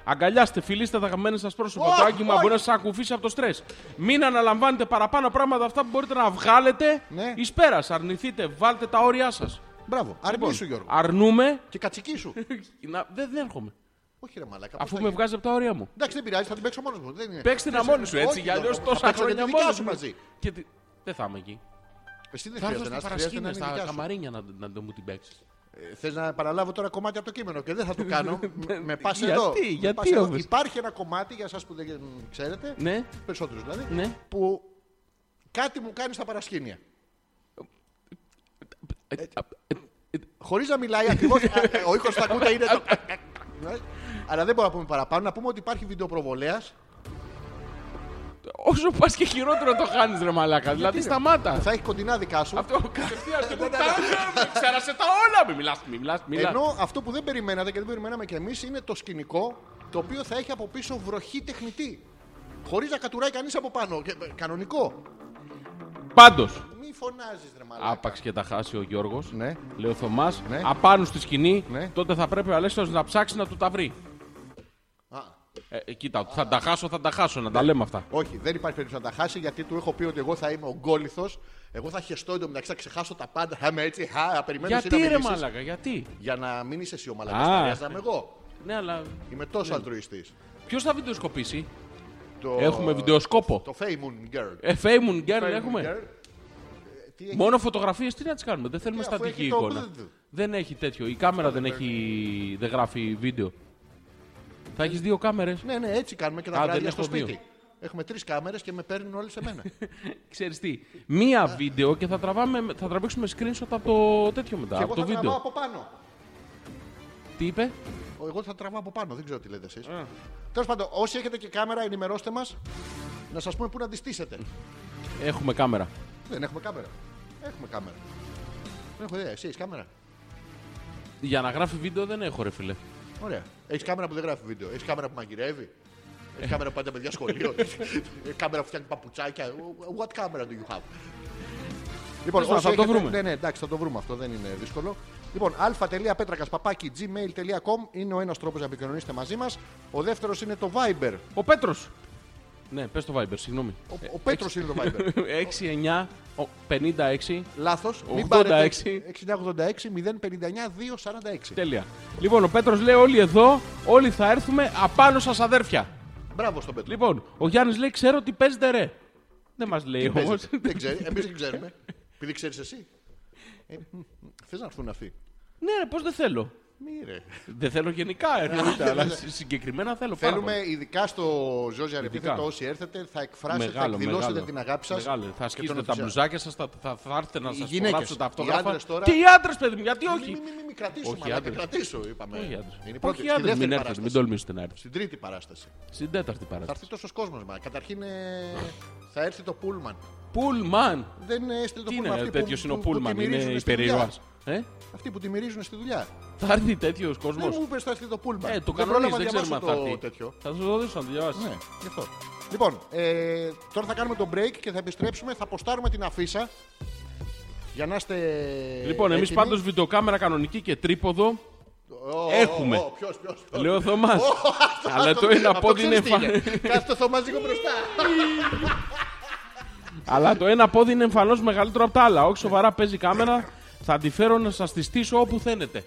A: Αγκαλιάστε, φιλήστε τα γαμμένα σας πρόσωπα.
B: Όχι,
A: το άγγιμα
B: όχι.
A: μπορεί να σας ακουφίσει από το στρες. Μην αναλαμβάνετε παραπάνω πράγματα αυτά που μπορείτε να βγάλετε
B: Ναι.
A: εις πέρας. Αρνηθείτε, βάλτε τα όρια σας.
B: Μπράβο.
A: Λοιπόν,
B: Αρνήσου Γιώργο.
A: Αρνούμε.
B: Και κατσική σου.
A: Να- δεν, δεν έρχομαι.
B: Όχι ρε μαλάκα.
A: αφού
B: πώς θα
A: με
B: γίνει.
A: βγάζει από τα όρια μου.
B: Εντάξει δεν πειράζει, θα την παίξω μόνος μου. Δεν είναι.
A: Παίξτε να μόνοι σου έτσι,
B: όχι,
A: για αλλιώ
B: Γιώργο, θα
A: τόσα
B: παίξω και τη
A: χρόνια
B: δικιά
A: μόνοι
B: σου
A: σου.
B: μαζί.
A: Και τι- Δεν θα είμαι εκεί.
B: Εσύ δεν
A: Θα έρθω
B: χρειάζεται να
A: στις
B: είσαι, χρειάζεται να
A: παρασκήνες,
B: είναι
A: στα
B: δικιά σου.
A: καμαρίνια να, να το μου την παίξεις.
B: Ε, Θες να παραλάβω τώρα κομμάτι από το κείμενο και δεν θα το κάνω. Με- με πας
A: Ναι, Γιατί,
B: εδώ.
A: γιατί
B: Με πας εδώ.
A: όμως?
B: Υπάρχει ένα κομμάτι για εσάς που δεν ξέρετε,
A: Ναι,
B: περισσότερους δηλαδή,
A: ναι.
B: που κάτι μου κάνει στα παρασκήνια.
A: Ε, ε, ε,
B: Χωρίς να μιλάει ακριβώς. ο ήχος στα κούτα είναι το. Ναι. Αλλά δεν μπορούμε να πούμε παραπάνω. Να πούμε ότι υπάρχει βιντεοπροβολέας.
A: Όσο πας και χειρότερο το χάνεις ρε μαλάκα. Δηλαδή σταμάτα.
B: Θα έχεις κοντινά δικά σου.
A: Αυτό κατευθείαν δεν τα Ξέρασε τα όλα. Μη μιλάς, μη μιλάς, μη μιλάς.
B: Ενώ αυτό που δεν περιμένατε και δεν περιμέναμε κι εμείς είναι το σκηνικό το οποίο θα έχει από πίσω βροχή τεχνητή. Χωρίς να κατουράει κανείς από πάνω. Και- ε, Κανονικό.
A: Πάντως,
B: Μη φωνάζεις, ρε μαλάκα.
A: άπαξ και τα χάσει ο Γιώργος,
B: Ναι.
A: λέει ο Θωμάς,
B: Ναι.
A: απάνω στη σκηνή,
B: Ναι.
A: τότε θα πρέπει ο Αλέξανδρος να ψάξει να του τα βρει.
B: Α,
A: Ε, ε, κοίτα, θα τα χάσω, θα τα χάσω, να τα λέμε αυτά.
B: όχι, δεν υπάρχει περίπτωση να τα χάσει γιατί του έχω πει ότι εγώ θα είμαι ογκόλυθο. Εγώ θα χεστώ εντωμεταξύ, θα ξεχάσω τα πάντα. Θα είμαι έτσι, χα, να περιμένω εσύ
A: Γιατί
B: να
A: ρε
B: μιλήσεις.
A: μαλάκα, γιατί.
B: Για να μην είσαι εσύ ο
A: Α. ε.
B: μαλακά, θα είμαι εγώ.
A: Ναι, αλλά
B: Είμαι τόσο αλτρουιστή.
A: ποιος θα βιντεοσκοπήσει.
B: Το...
A: Έχουμε βιντεοσκόπο.
B: Το Fame Girl.
A: Ε, Fame Girl
B: Fame
A: έχουμε.
B: Girl. Ε, Τι έχει.
A: Μόνο φωτογραφίες τι να τις κάνουμε, δεν θέλουμε
B: Ε, αφού
A: στατική
B: έχει το
A: εικόνα.
B: μπλντ.
A: Δεν έχει τέτοιο, η κάμερα δεν έχει, δεν γράφει βίντεο. Θα έχεις δύο κάμερες.
B: Ναι, ναι, έτσι κάνουμε και
A: Α,
B: τα
A: δεν
B: βράδια στο
A: έχω
B: σπίτι.
A: δύο.
B: Έχουμε τρεις κάμερες και με παίρνουν όλε σε μένα.
A: Ξέρεις τι, μία βίντεο και θα, τραβάμε, θα τραβήξουμε screenshot από το τέτοιο μετά,
B: και
A: από
B: εγώ
A: το
B: θα τραβάω
A: βίντεο.
B: από πάνω.
A: Τι είπε,
B: Εγώ θα τραβάω από πάνω, δεν ξέρω τι λέτε εσείς. Τέλος πάντων, όσοι έχετε και κάμερα, ενημερώστε μας να σας πούμε πού να τη στήσετε.
A: έχουμε κάμερα.
B: Δεν έχουμε κάμερα. Έχουμε κάμερα. Δεν έχω ιδέα. Εσύ έχεις κάμερα.
A: Για να γράφει βίντεο δεν έχω ρε φίλε.
B: Ωραία. Έχεις κάμερα που δεν γράφει βίντεο. Έχεις κάμερα που μαγειρεύει. Έχεις κάμερα που πάει τα παιδιά σχολείο. Έχεις κάμερα που φτιάχνει παπουτσάκια. What camera do you have? Λοιπόν,
A: Τέλος πάντων,
B: όσοι
A: θα το
B: έχετε-
A: βρούμε.
B: Ναι, ναι, εντάξει, θα το βρούμε αυτό, δεν είναι δύσκολο. Λοιπόν, α.πέτρακα.gmail.com είναι ο ένας τρόπος να επικοινωνήσετε μαζί μας. Ο δεύτερος είναι το Viber.
A: Ο Πέτρος. Ναι, πες το Viber, συγγνώμη.
B: Ο, ο Πέτρος είναι το Viber.
A: 6, 9, 56.
B: Λάθο.
A: 86.
B: 6986-059-246.
A: Τέλεια. Λοιπόν, ο Πέτρος λέει: Όλοι εδώ, όλοι θα έρθουμε απάνω σας αδέρφια.
B: Μπράβο στον Πέτρο.
A: Λοιπόν, ο Γιάννης λέει: Ξέρω τι παίζετε, ρε. Δεν μας λέει όμω.
B: Παίζεται. δεν ξέρει. Εμείς δεν ξέρουμε. Επειδή ξέρεις εσύ. Ε, Θες να έρθουν αυτοί.
A: ναι, ρε, πώς δεν θέλω.
B: Μη ρε.
A: Δεν θέλω γενικά, ε, εννοείται, αλλά συ- συγκεκριμένα θέλω. πάρα
B: Θέλουμε
A: πολύ.
B: ειδικά στο Ζόζια Ρεπίθετο όσοι έρθετε θα εκφράσετε, θα εκδηλώσετε την αγάπη σας.
A: Μεγάλο. Θα ασκήσετε τα μπλουζάκια σας, θα, θα, θα έρθετε να σας
B: γυναίκες,
A: γράψω τα
B: οι
A: αυτόγραφα.
B: άντρες τώρα-
A: Και οι άντρες, παιδί μου, γιατί
B: Μην
A: όχι.
B: μη, μη, μη κρατήσω,
A: Όχι,
B: όχι, μαλάκα,
A: άντρες.
B: κρατήσω, είπαμε.
A: Όχι
B: Είναι η
A: άντρε.
B: πρώτη,
A: Όχι
B: στη
A: άντρες,
B: δεύτερη
A: μην έρθετε,
B: παράσταση.
A: μην τολμήσετε να έρθετε.
B: Στην τρίτη παράσταση.
A: Στην τέταρτη
B: Θα
A: παράσταση.
B: έρθει τόσο κόσμος μα. Καταρχήν ε, θα έρθει το Πούλμαν.
A: Πουλμαν.
B: Δεν ε, έστειλε το
A: Τι
B: Πούλμαν.
A: είναι,
B: αυτοί που-
A: τέτοιος είναι ο
B: που- που
A: Πούλμαν,
B: τη
A: είναι
B: μυρίζουν στη
A: υπερηρωά.
B: δουλειά.
A: Ε?
B: Αυτοί που τη μυρίζουν στη δουλειά.
A: Θα έρθει τέτοιος κόσμος.
B: Δεν Ναι, μου είπε θα έρθει το Πούλμαν.
A: Ε, το
B: πρόλαβα
A: κανονίζει,
B: να
A: δεν ξέρουμε αν
B: διαβάσω
A: θα
B: το
A: έρθει.
B: τέτοιο.
A: Θα σου το δώσω να το διαβάσεις.
B: Ναι, γι' αυτό. Λοιπόν, ε, τώρα θα κάνουμε το break και θα επιστρέψουμε. Θα αποστάρουμε την αφίσα. Για να είστε.
A: Λοιπόν, εμείς
B: έτοιμοι.
A: πάντως βιντεοκάμερα κανονική και τρίποδο.
B: Ω,
A: έχουμε.
B: ω, ω, ποιος, ποιος, ποιος.
A: Λέω Θωμάς.
B: Ε, Αυτό,
A: Αλλά το
B: αυτό,
A: ένα
B: αυτό
A: πόδι είναι
B: ξέρεις τι
A: εμφανέ.
B: Κάτσε το θωμάζικο μπροστά.
A: Αλλά το ένα πόδι είναι εμφανώς μεγαλύτερο από τα άλλα. Όχι σοβαρά, παίζει κάμερα. Θα τη φέρω να σας τη στήσω όπου θέλετε.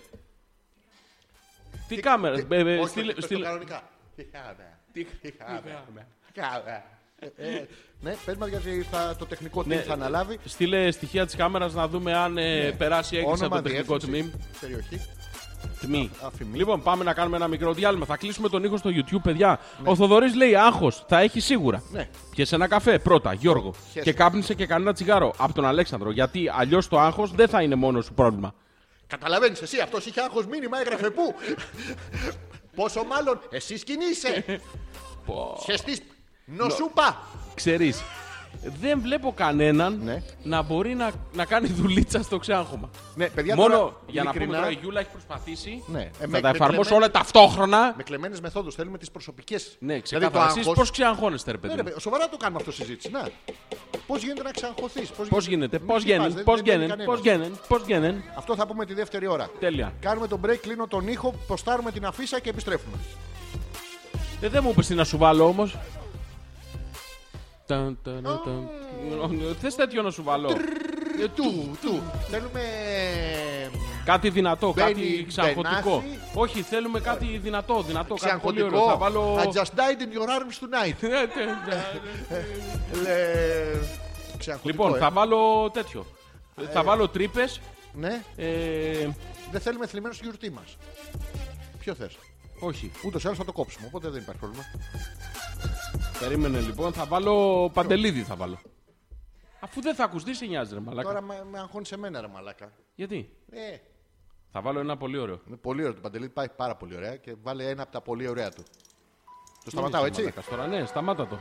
A: Τι κάμερα.
B: Τι-
A: ε, ε,
B: όχι,
A: στείλε-
B: πες το
A: στείλε-
B: κανονικά. Τι χάμε. Τι χάμε. Τι χάμε. Ε, ε, Ναι, πες μας γιατί θα- το τεχνικό τι
A: Ναι.
B: θα αναλάβει.
A: Στείλε στοιχεία της κάμερας να δούμε αν ε, περάσει η έγκριση από
B: Ναι.
A: το
B: Όνομα,
A: τεχνικό
B: διεύθυνση,
A: τμήμα.
B: Περιοχή.
A: Τιμή.
B: Αφημί.
A: Λοιπόν, πάμε να κάνουμε ένα μικρό διάλειμμα. Θα κλείσουμε τον ήχο στο YouTube, παιδιά. Ο Θοδωρής λέει: Άγχο, θα έχει σίγουρα.
B: Ναι.
A: Πιέσαι ένα καφέ πρώτα, Γιώργο.
B: Χέσου.
A: Και κάπνισε και κανένα τσιγάρο από τον Αλέξανδρο. Γιατί αλλιώς το άγχο δεν θα είναι μόνος σου πρόβλημα.
B: Καταλαβαίνεις εσύ, αυτός είχε άγχο μήνυμα, έγραφε πού. Πόσο μάλλον εσύ κινείσαι. Χεστή νοσούπα.
A: Ξέρεις, δεν βλέπω κανέναν
B: Ναι.
A: να μπορεί να, να κάνει δουλίτσα στο ξέαγχωμα.
B: Ναι, παιδιά,
A: μόνο
B: τώρα,
A: για να πούμε
B: ειλικρινά-
A: τώρα, η Γιούλα έχει προσπαθήσει
B: Ναι, ε,
A: να
B: με-
A: τα
B: με
A: εφαρμόσω
B: κλεμμένα-
A: όλα ταυτόχρονα.
B: Με κλεμμένες μεθόδους θέλουμε Δηλαδή, τις προσωπικές.
A: Ναι, ξεκάθαρα. Εσείς πώς ξεαγχώνεστε, ρε
B: Ναι,
A: παιδί. μου.
B: Σοβαρά το κάνουμε αυτό συζήτηση. Να. Πώς γίνεται να ξαγχωθεί,
A: Πώ γίνεται, πώ γίνεται, πώ γίνεται, πώ γίνεται, πώ γίνεται.
B: Αυτό θα πούμε τη δεύτερη ώρα.
A: Τέλεια.
B: Κάνουμε τον break, κλείνω τον ήχο, ποστάρουμε την αφίσα και επιστρέφουμε.
A: Ε, Δεν μου είπες τι να σου βάλω όμως. Ε, Θες τέτοιο να σου βάλω.
B: Ε, Του, του. Θέλουμε
A: Κάτι δυνατό, κάτι
B: Μπαίνει
A: ξαγχωτικό.
B: Μπενάση.
A: Όχι, θέλουμε κάτι δυνατό, δυνατό, κάτι πολύ ωραίο. Θα
B: Ξαγχωτικό.
A: βάλω...
B: I just died in your arms tonight.
A: Ναι, ναι, ναι.
B: Λε... Ξαγχωτικό,
A: Λοιπόν,
B: ε.
A: θα βάλω τέτοιο. Ε, Θα βάλω τρύπε.
B: Ναι,
A: Ε,
B: δεν θέλουμε θλιμμένο στη γιορτή μα. Ποιο θε.
A: όχι.
B: Ούτω ή άλλω θα το κόψουμε, οπότε δεν υπάρχει πρόβλημα.
A: Περίμενε λοιπόν, θα βάλω παντελίδι θα βάλω. Αφού δεν θα ακουστεί, σε νοιάζει ρε μαλάκα.
B: Τώρα με, με αγχώνεις σε μένα, ρε Μαλάκα.
A: Γιατί.
B: Ε,
A: Θα βάλω ένα πολύ ωραίο.
B: είναι πολύ ωραίο το παντελή, πάει πάρα πολύ ωραία και βάλε ένα από τα πολύ ωραία του. Το σταματάω,
A: Μην είσαι
B: έτσι.
A: μαλάκας Τώρα, ναι, σταμάτα το.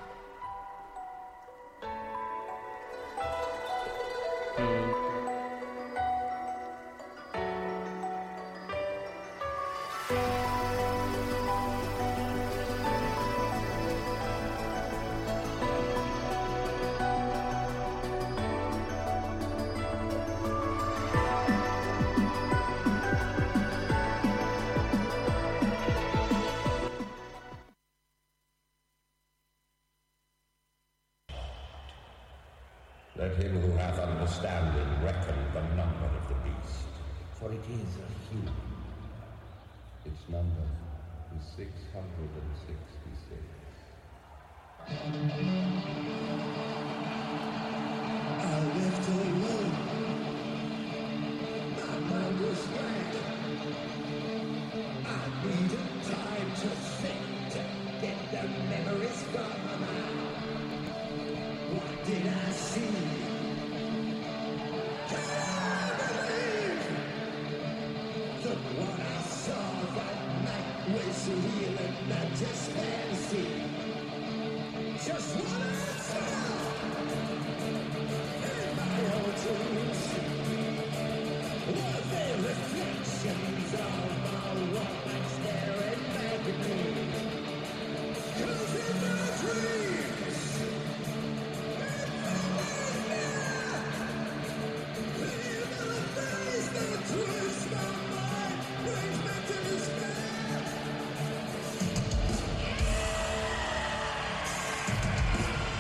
D: Let him who hath understanding reckon the number of the beast, for it is a human. Its number is 666.
E: Thank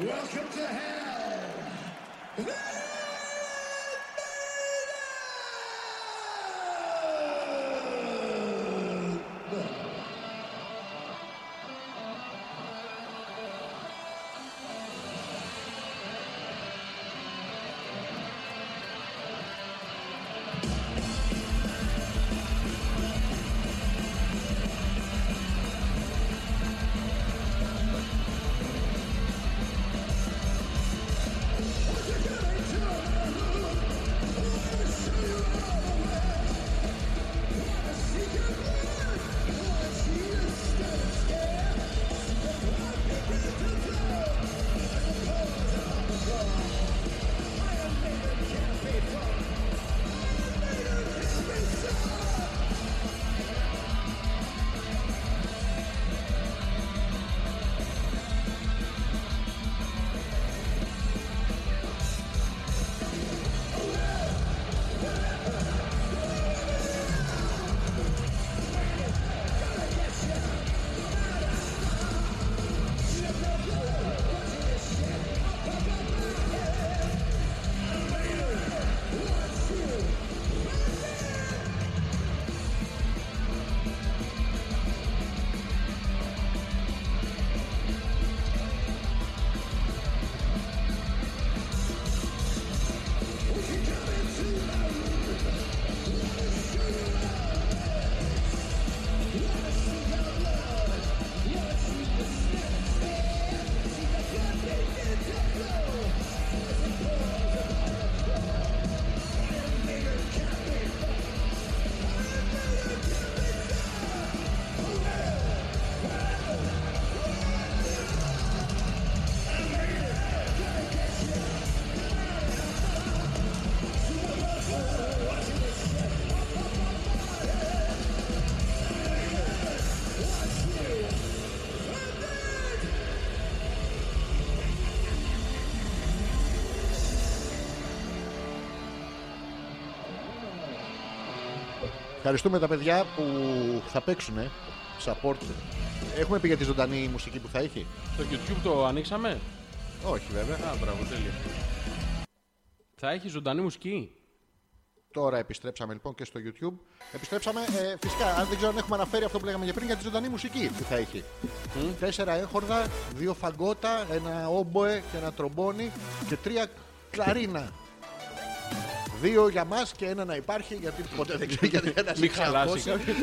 F: Welcome to hell!
B: Ευχαριστούμε τα παιδιά που θα παίξουν. Support. Έχουμε πει για τη ζωντανή μουσική που θα έχει.
A: Στο YouTube το ανοίξαμε.
B: Όχι βέβαια.
A: Α, μπράβο, τέλεια. Θα έχει ζωντανή μουσική.
B: Τώρα επιστρέψαμε λοιπόν και στο YouTube. Επιστρέψαμε ε, φυσικά. Αν δεν ξέρω αν έχουμε αναφέρει αυτό που λέγαμε για πριν για τη ζωντανή μουσική που θα έχει. Τέσσερα έχορδα, δύο φαγκότα, ένα όμποε και ένα τρομπόνι και τρία κλαρίνα. Δύο για μας και ένα να υπάρχει γιατί ποτέ δεν ξέρει γιατί ένα Ναι,
A: Μην χαλάσει κάποιος.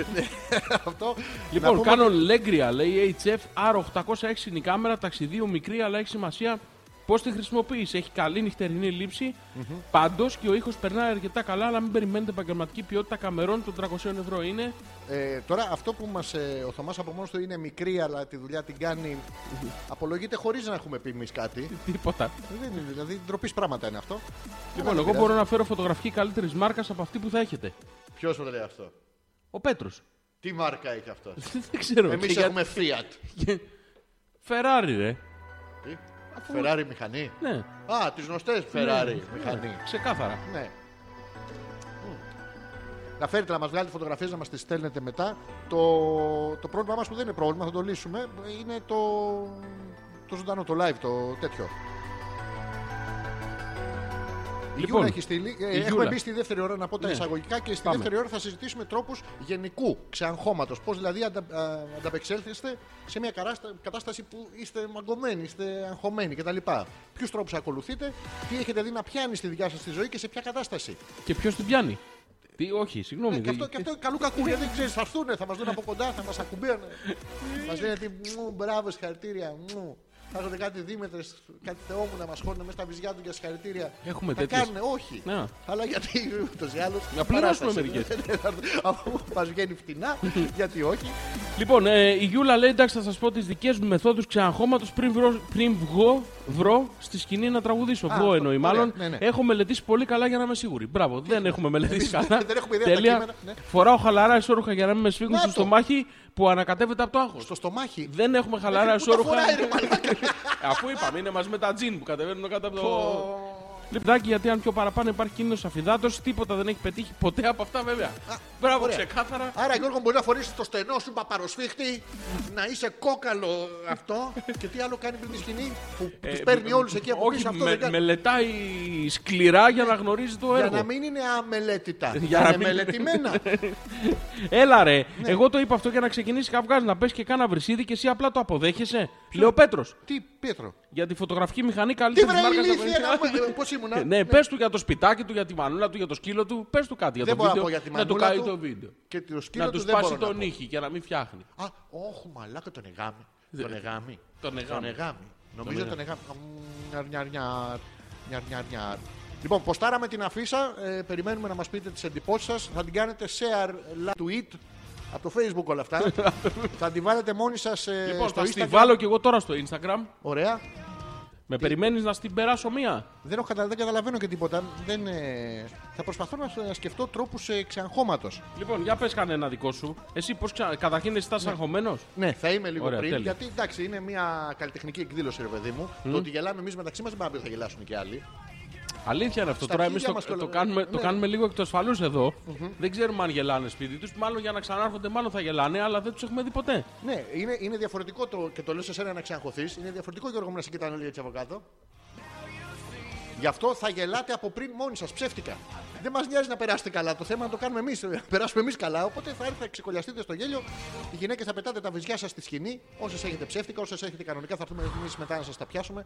B: αυτό.
A: Λοιπόν,
B: Να πούμε-
A: κάνω λέγκρια, λέει HF R806 είναι η κάμερα, ταξιδίου μικρή, αλλά έχει σημασία πώς τη χρησιμοποιείς. Έχει καλή νυχτερινή λήψη. Πάντως και ο ήχος περνάει αρκετά καλά, αλλά μην περιμένετε επαγγελματική ποιότητα καμερών των 300 ευρώ. Είναι
B: Ε, τώρα αυτό που μας, ε, ο Θωμάς από μόνος του είναι μικρή αλλά τη δουλειά την κάνει απολογείται χωρίς να έχουμε πει εμείς κάτι.
A: τίποτα.
B: Δεν είναι, δηλαδή ντροπής πράγματα είναι αυτό.
A: Λοιπόν, εγώ μπορώ να φέρω φωτογραφική καλύτερης μάρκας από αυτή που θα έχετε.
B: Ποιος το λέει αυτό.
A: Ο Πέτρος.
B: Τι μάρκα έχει αυτό.
A: Δεν ξέρω. Και
B: Εμείς
A: για-
B: έχουμε Fiat.
A: Φεράρι, ρε.
B: Τι? Ferrari μηχανή.
A: Ναι,
B: Α, τις γνωστές Ferrari μηχανή.
A: ξεκάθαρα.
B: Ναι. Μμ. Να φέρετε να μας βγάλετε φωτογραφίες, να μας τις στέλνετε μετά. Το, το πρόβλημά μας που δεν είναι πρόβλημα, θα το λύσουμε, είναι το, το ζωντανό, το live, το τέτοιο. Η
A: Λοιπόν,
B: Γιούλα έχει στείλει. Ε,
A: η
B: έχουμε
A: Γιούλα.
B: μπει στη δεύτερη ώρα να πω τα
A: Ναι.
B: εισαγωγικά και στη
A: Πάμε.
B: δεύτερη ώρα θα συζητήσουμε τρόπους γενικού ξεαγχώματος. Πώς δηλαδή αντα, α, ανταπεξέλθεστε σε μια καράστα- κατάσταση που είστε μαγκωμένοι, είστε αγχωμένοι κτλ. Ποιους τρόπους ακολουθείτε, τι έχετε δει να πιάνει στη δικιά σας τη ζωή και σε ποια κατάσταση.
A: Και ποιος την πιάνει. Τι, όχι,
B: Ε,
A: συγγνώμη.
B: και,
A: δεν-
B: αυτό, και αυτό καλού κακού γιατί δεν ξέρεις, θα έρθουν, θα μας δουν από κοντά, θα μας ακουμπαίνουν. μας λένε τι μου, μπράβο, συγχαρητήρια μου. Θα έρχονται κάτι δίμετρες, κάτι θεόμουνα μας χώνουν μέσα στα βυζιά του για συγχαρητήρια.
A: Έχουμε
B: θα
A: τέτοιες.
B: κάνουν, όχι.
A: Να.
B: Αλλά γιατί ούτως ή άλλως.
A: Να πληρώσουμε μερικές.
B: Αφού μας βγαίνει φτηνά, γιατί όχι.
A: Λοιπόν, ε, η Γιούλα λέει: Εντάξει, θα σας πω τις δικές μου μεθόδους ξεαγχώματο πριν, βρω, πριν βγω, βρω στη σκηνή να τραγουδήσω. βγω
B: αυτό,
A: εννοεί
B: ωραία,
A: μάλλον.
B: ναι, ναι.
A: Έχω μελετήσει πολύ καλά για να είμαι σίγουρη. Μπράβο, δεν έχουμε μελετήσει καλά.
B: δεν έχουμε ιδέα τα κείμενα, ναι.
A: Φοράω χαλαρά ισόρουχα για να μην με σφίγγουν
B: Να
A: στο
B: το.
A: στομάχι που ανακατεύεται από το άγχος.
B: Στο στομάχι.
A: Δεν έχουμε χαλαρά
B: Πού τα
A: ισόρουχα.
B: φοράει, ρε μαλάκα.
A: Αφού είπαμε, είναι μαζί με τα τζιν που κατεβαίνουν κάτω από το. Λέει παιδάκι, Λοιπόν, γιατί αν πιο παραπάνω υπάρχει κίνδυνος αφιδάτωση, τίποτα δεν έχει πετύχει ποτέ από αυτά βέβαια. Μπράβο,
B: ωραία.
A: ξεκάθαρα.
B: Άρα, Γιώργο, μπορεί να φορέσει το στενό σου παπαροσφίχτη, να είσαι κόκαλο αυτό και τι άλλο κάνει πριν τη σκηνή που τους παίρνει όλους εκεί από
A: Ε, Όχι,
B: πίσω. Αυτό
A: με-
B: δεν κάνει.
A: μελετάει σκληρά για να γνωρίζει το
B: Για
A: έργο.
B: να μην είναι αμελέτητα.
A: Για
B: Για
A: να
B: να είναι
A: μην είναι.
B: μελετημένα.
A: Έλα ρε,
B: Ναι.
A: εγώ το είπα αυτό για να ξεκινήσεις καυγάς, να πες και κάνα βρυσίδι και εσύ απλά το αποδέχεσαι. Λέω Πέτρος,
B: Τι, Πέτρο.
A: για τη φωτογραφική μηχανή
B: Τι
A: καλύτερη
B: βρε
A: μάρκας
B: ηλίθεια
A: αγωνιστικά.
B: να πούμε. Πώ ε, ήμουνα.
A: Ναι, πες του για το σπιτάκι του, για τη μανούλα του, για το σκύλο του. Πες του κάτι για
B: Δεν
A: το
B: μπορώ να
A: βίντεο.
B: πω για τη
A: να του
B: μανούλα
A: κάνει
B: του.
A: το βίντεο.
B: Και το σκύλο
A: Να του
B: του δεν
A: σπάσει
B: μπορώ
A: τον
B: να πω.
A: ήχη για να μην φτιάχνει.
B: Α, όχι, μαλάκα τον εγάμι. Τον εγάμι.
A: Τον εγάμι.
B: Νομίζω τον εγάμι. Μμμ, νιαρ, νιαρ, νιαρ, νιαρ, νιαρ. Λοιπόν, ποστάραμε την αφίσα. ε, περιμένουμε να μας πείτε τις εντυπώσεις σας. Θα την κάνετε share, like, tweet. Από το facebook όλα αυτά. θα την βάλετε μόνοι σας ε,
A: Λοιπόν,
B: στο
A: θα στη
B: Instagram.
A: βάλω και εγώ τώρα στο Instagram.
B: Ωραία.
A: Με περιμένεις να στην περάσω μία.
B: Δεν, έχω κατα... δεν καταλαβαίνω και τίποτα. Δεν, ε, Θα προσπαθώ να να σκεφτώ τρόπους ε, ξαγχώματο.
A: Λοιπόν, για πες κανένα δικό σου. Εσύ πώς ξα... Καταρχήν εσύ είσαι αγχωμένο.
B: Ναι, θα είμαι λίγο
A: Ωραία,
B: πριν.
A: τέλεια.
B: Γιατί εντάξει, είναι μια καλλιτεχνική εκδήλωση, ρε παιδί μου. Το ότι γελάμε εμείς μεταξύ μας δεν πάμε να πει ότι θα γελάσουν και άλλοι.
A: Αλήθεια είναι αυτό.
B: Στα
A: Τώρα εμείς το,
B: αρχίδια μας το
A: το,
B: λέμε.
A: κάνουμε, το
B: Ναι.
A: κάνουμε λίγο εκ του ασφαλού εδώ. Δεν ξέρουμε αν γελάνε σπίτι τους. Μάλλον για να ξανάρχονται, μάλλον θα γελάνε, αλλά δεν τους έχουμε δει ποτέ.
B: Ναι, είναι, είναι διαφορετικό το, και το λέω σε σένα να ξαγχωθεί. Είναι διαφορετικό Γιώργο μου να σε κοιτάνε όλοι έτσι από κάτω. Γι' αυτό θα γελάτε από πριν μόνοι σας, ψεύτικα. Δεν μας νοιάζει να περάσετε καλά. Το θέμα να το κάνουμε εμείς, να περάσουμε εμείς καλά. Οπότε θα έρθετε, θα ξεκολλιαστείτε στο γέλιο. Οι γυναίκες θα πετάτε τα βυζιά σας στη σκηνή. Όσες έχετε ψεύτικα, όσες έχετε κανονικά, θα έρθουμε εμείς μετά να σας τα πιάσουμε.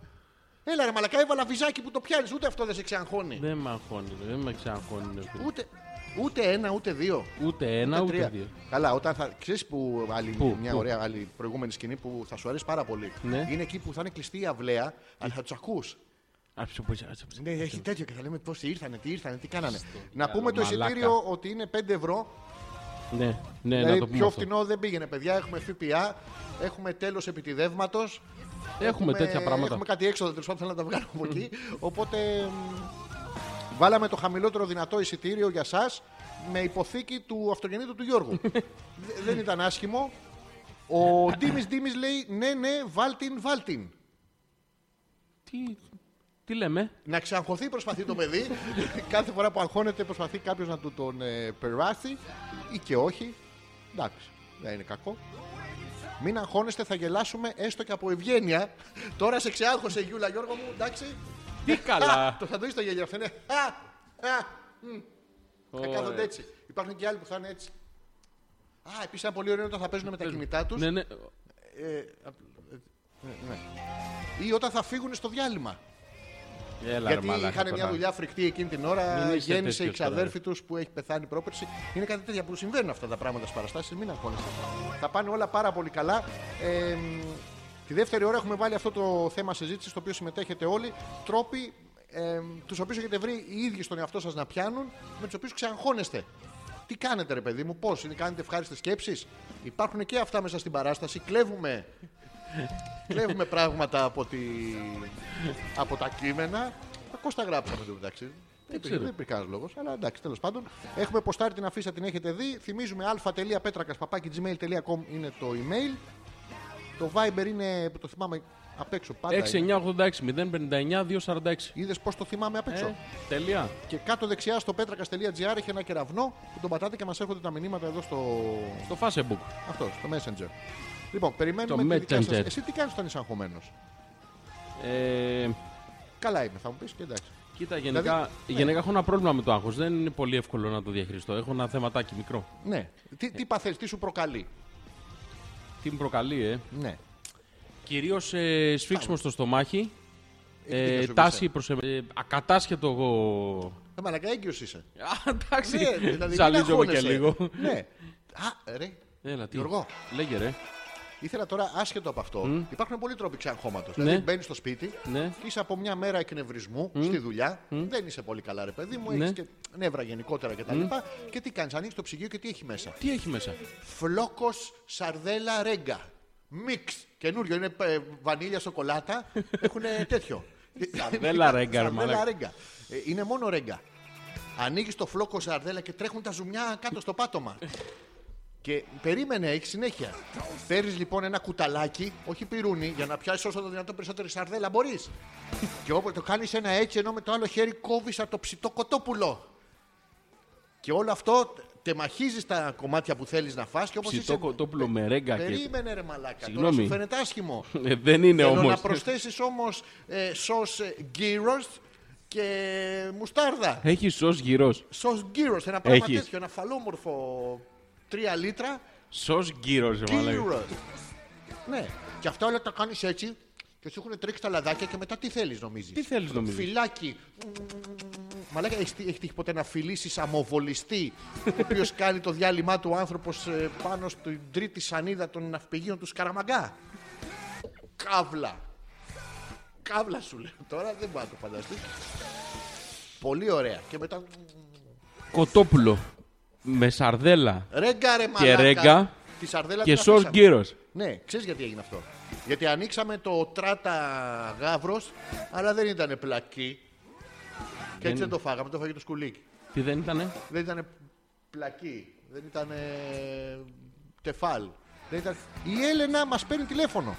B: Έλα ρε μαλακά, έβαλα βυζάκι που το πιάνεις. Ούτε αυτό δεν σε ξεαγχώνει.
A: Δεν με αγχώνει, δεν με ξαγχώνει. ρε φίλε.
B: Ούτε, ούτε ένα, ούτε δύο.
A: Ούτε ένα, ούτε
B: τρία.
A: δύο.
B: Καλά, όταν θα. ξέρεις που άλλη,
A: Πού,
B: μια
A: πού?
B: ωραία άλλη προηγούμενη σκηνή που θα σου αρέσει πάρα πολύ.
A: Ναι.
B: Είναι εκεί που θα είναι κλειστή η αυλαία, αλλά θα τους ακούς.
A: Άψε, πού είσαι, άψε, πού είσαι.
B: Ναι, έχει τέτοιο και θα λέμε πώς ήρθανε, τι ήρθανε, τι κάνανε. να
A: διάλογο,
B: πούμε το
A: μαλάκα.
B: εισιτήριο ότι είναι 5 ευρώ.
A: Ναι, ναι, να
B: δηλαδή
A: το πούμε.
B: πιο
A: αυτό.
B: φτηνό δεν πήγαινε, παιδιά. Έχουμε ΦΠΑ, έχουμε τέλος επιτιδεύματος.
A: Έχουμε τέτοια πράγματα.
B: Έχουμε κάτι έξοδο τέλος πάντων, θέλω να τα βγάλω από εκεί. Οπότε μ, βάλαμε το χαμηλότερο δυνατό εισιτήριο για εσά με υποθήκη του αυτοκινήτου του Γιώργου. Δε- δεν ήταν άσχημο. Ο Ντίμης Ντίμης λέει: Ναι, ναι, βάλτιν, βάλτιν.
A: Τι, τι λέμε.
B: Να ξαγχωθεί προσπαθεί το παιδί. Κάθε φορά που αγχώνεται προσπαθεί κάποιος να του τον ε, περάσει ή και όχι. Εντάξει, δεν είναι κακό. Μην αγχώνεστε, θα γελάσουμε έστω και από ευγένεια. Τώρα σε ξεάγχωσε Γιούλα Γιώργο μου, εντάξει.
A: Τι
B: Α,
A: καλά.
B: το θα δεις το γέλιο αυτό είναι. Α, α, μμ. Θα
A: Ωραία.
B: κάθονται έτσι. Υπάρχουν και άλλοι που θα είναι έτσι. Α, επίσης ένα πολύ ωραίο είναι όταν θα παίζουν με τα κινητά τους
A: ναι, ναι.
B: ή όταν θα φύγουν στο διάλειμμα.
A: Έλα,
B: Γιατί
A: ρε, μαλάκα,
B: είχαν μια
A: τώρα.
B: δουλειά φρικτή εκείνη την
A: Μην
B: ώρα,
A: είστε
B: γέννησε η
A: τέτοιος τώρα.
B: ξαδέρφη τους που έχει πεθάνει πρόπερση. Είναι κάτι τέτοια που συμβαίνουν αυτά τα πράγματα στις παραστάσεις. Μην αγχώνεστε. Θα πάνε όλα πάρα πολύ καλά. Ε, μ, τη δεύτερη ώρα έχουμε βάλει αυτό το θέμα συζήτησης στο οποίο συμμετέχετε όλοι. Τρόποι ε, τους οποίους έχετε βρει οι ίδιοι στον εαυτό σας να πιάνουν, με τους οποίους ξεαγχώνεστε. Τι κάνετε, ρε παιδί μου, πώς, κάνετε ευχάριστες σκέψεις. Υπάρχουν και αυτά μέσα στην παράσταση. Κλέβουμε Κλέβουμε πράγματα από, τη... από τα κείμενα. Πώ τα γράψαμε το μεταξύ. Δεν υπήρχε-
A: ξέρω.
B: δεν υπήρχε κανένα λόγος. Αλλά εντάξει, τέλος πάντων. Έχουμε ποστάρει την αφίσα, την έχετε δει. Θυμίζουμε α.πέτρακα.gmail.com είναι το email. Το Viber είναι, που το θυμάμαι απ' έξω πάντα. ε.
A: 6986-059-246.
B: Είδες πώς το θυμάμαι απ' έξω.
A: Ε, τελεία.
B: Και κάτω δεξιά στο πέτρακα.gr έχει ένα κεραυνό που τον πατάτε και μας έρχονται τα μηνύματα εδώ στο,
A: Στο Facebook.
B: αυτό, στο Messenger. Λοιπόν, περιμένουμε
A: Το
B: τη δικιά σας.
A: Messenger.
B: Εσύ τι κάνεις όταν είσαι αγχωμένος?
A: Ε,
B: Καλά είμαι, θα μου πεις και εντάξει.
A: κοίτα, γενικά,
B: ναι.
A: γενικά έχω ένα πρόβλημα με το άγχος. Δεν είναι πολύ εύκολο να το διαχειριστώ. Έχω ένα θεματάκι μικρό.
B: Ναι. Τι, τι παθες, τι σου προκαλεί.
A: Τι μου προκαλεί, ε.
B: Ναι.
A: Κυρίως ε, σφίξιμο στο στομάχι.
B: Έγκυος
A: Ε,
B: σου
A: τάση προς ε, ακατάσχετο εγώ.
B: Ε, μαλακά έγκυος είσαι.
A: Α, Εντάξει,
B: Ναι, δηλαδή μην
A: ζαλίζομαι και
B: αγχώνεσαι.
A: λίγο.
B: Ναι. Α, ρε.
A: Έλα, τι.
B: Γιώργο.
A: Λέγε ρε.
B: Ήθελα τώρα, άσχετο από αυτό, υπάρχουν πολλοί τρόποι ξαγχώματο. Δηλαδή,
A: Ναι.
B: μπαίνεις στο σπίτι,
A: Ναι.
B: και είσαι από μια μέρα εκνευρισμού στη δουλειά, δεν είσαι πολύ καλά, ρε παιδί μου,
A: Ναι.
B: έχει και νεύρα γενικότερα κτλ. Και, τα λοιπά. και τι κάνεις, ανοίξει το ψυγείο και τι έχει μέσα.
A: Τι έχει μέσα.
B: Φλόκος σαρδέλα ρέγκα. Μίξ. Καινούριο είναι ε, βανίλια σοκολάτα. Έχουν τέτοιο.
A: Σαρδέλα ρέγκα, ρε
B: Σαρδέλα
A: μαλάκα.
B: ρέγκα. Ε, Είναι μόνο ρέγκα. Ανοίγεις το φλόκο σαρδέλα και τρέχουν τα ζουμιά κάτω στο πάτωμα. Και περίμενε, έχει συνέχεια. Παίρνει λοιπόν ένα κουταλάκι, όχι πυρούνι, για να πιάσεις όσο το δυνατόν περισσότερη σαρδέλα μπορείς. και όποτε το κάνεις ένα έτσι, ενώ με το άλλο χέρι κόβεις από το ψητό κοτόπουλο. Και όλο αυτό τεμαχίζει τα κομμάτια που θέλεις να φας και όπως
A: Ψητό κοτόπουλο με ρέγκα και-
B: Περίμενε, ρε Μαλάκα. Συγγνώμη.
A: Συγγνώμη.
B: Τώρα σου φαίνεται άσχημο.
A: Ε, δεν είναι
B: Θέλω
A: όμω.
B: να προσθέσεις όμως ε, σο γκύρο και μουστάρδα.
A: Έχεις σο γυρό.
B: Σο γκύρο, ένα πράγμα
A: Έχεις.
B: τέτοιο, ένα φαλόμορφο. Τρία λίτρα
A: Σο γύρο,
B: Κύρο. ναι. Και αυτά όλα τα κάνεις έτσι και σου έχουν τρέξει τα λαδάκια και μετά τι θέλεις νομίζεις.
A: Τι θέλεις, νομίζεις?
B: Φυλάκι. Μαλάκα, έχεις, τύ- έχεις τύχει ποτέ να φιλήσεις αμοβολιστή, ο οποίος κάνει το διάλειμμα του άνθρωπος πάνω στην τρίτη σανίδα των ναυπηγείων του Σκαραμαγκά. Καύλα. Καύλα σου λέω τώρα, δεν μπορώ να το φανταστείς. Πολύ ωραία. Και μετά.
A: Κοτόπουλο. Με σαρδέλα.
B: Ρέγκα ρε μαλάκα.
A: ρέγκα
B: Τη σαρδέλα
A: Και
B: την
A: σο
B: αφήσαμε.
A: γύρος.
B: Ναι, ξέρεις γιατί έγινε αυτό. Γιατί ανοίξαμε το τράτα γάβρος, αλλά δεν ήταν πλακή. Και έτσι δεν το φάγαμε, το φάγε το σκουλίκι.
A: Τι δεν ήτανε.
B: Δεν ήταν πλακή, δεν ήταν ε, τεφάλ. Δεν ήταν... Η Έλενα μας παίρνει τηλέφωνο.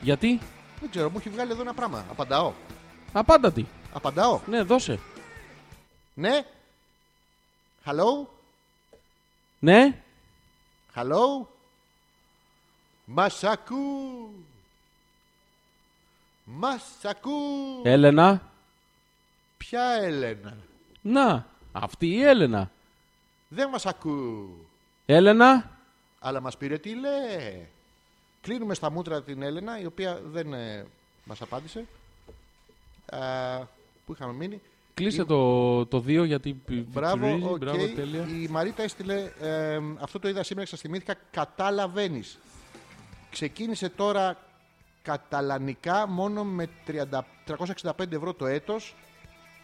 A: Γιατί.
B: Δεν ξέρω, μου έχει βγάλει εδώ ένα πράγμα. Απαντάω.
A: Απάντατη.
B: Απαντάω.
A: Ναι, δώσε.
B: Ναι. Hello.
A: Ναι.
B: Hello. Μας ακού. Μας ακού.
A: Ε- Έλενα.
B: Ποια Έλενα.
A: Να. Αυτή η Έλενα.
B: Δεν μας ακού.
A: Έλενα.
B: Αλλά μας πήρε τι λέει. Κλείνουμε στα μούτρα την Έλενα, η οποία δεν ε, μας απάντησε. Α, πού είχαμε μείνει.
A: Κλείσε το, το 2 γιατί πι-
B: Μπράβο,
A: πιτσουρίζει.
B: οκ.
A: Μπράβο, τέλεια.
B: Η Μαρίτα έστειλε, ε, αυτό το είδα σήμερα και σας θυμήθηκα, καταλαβαίνεις. Ξεκίνησε τώρα καταλανικά μόνο με 30 365 ευρώ το έτος.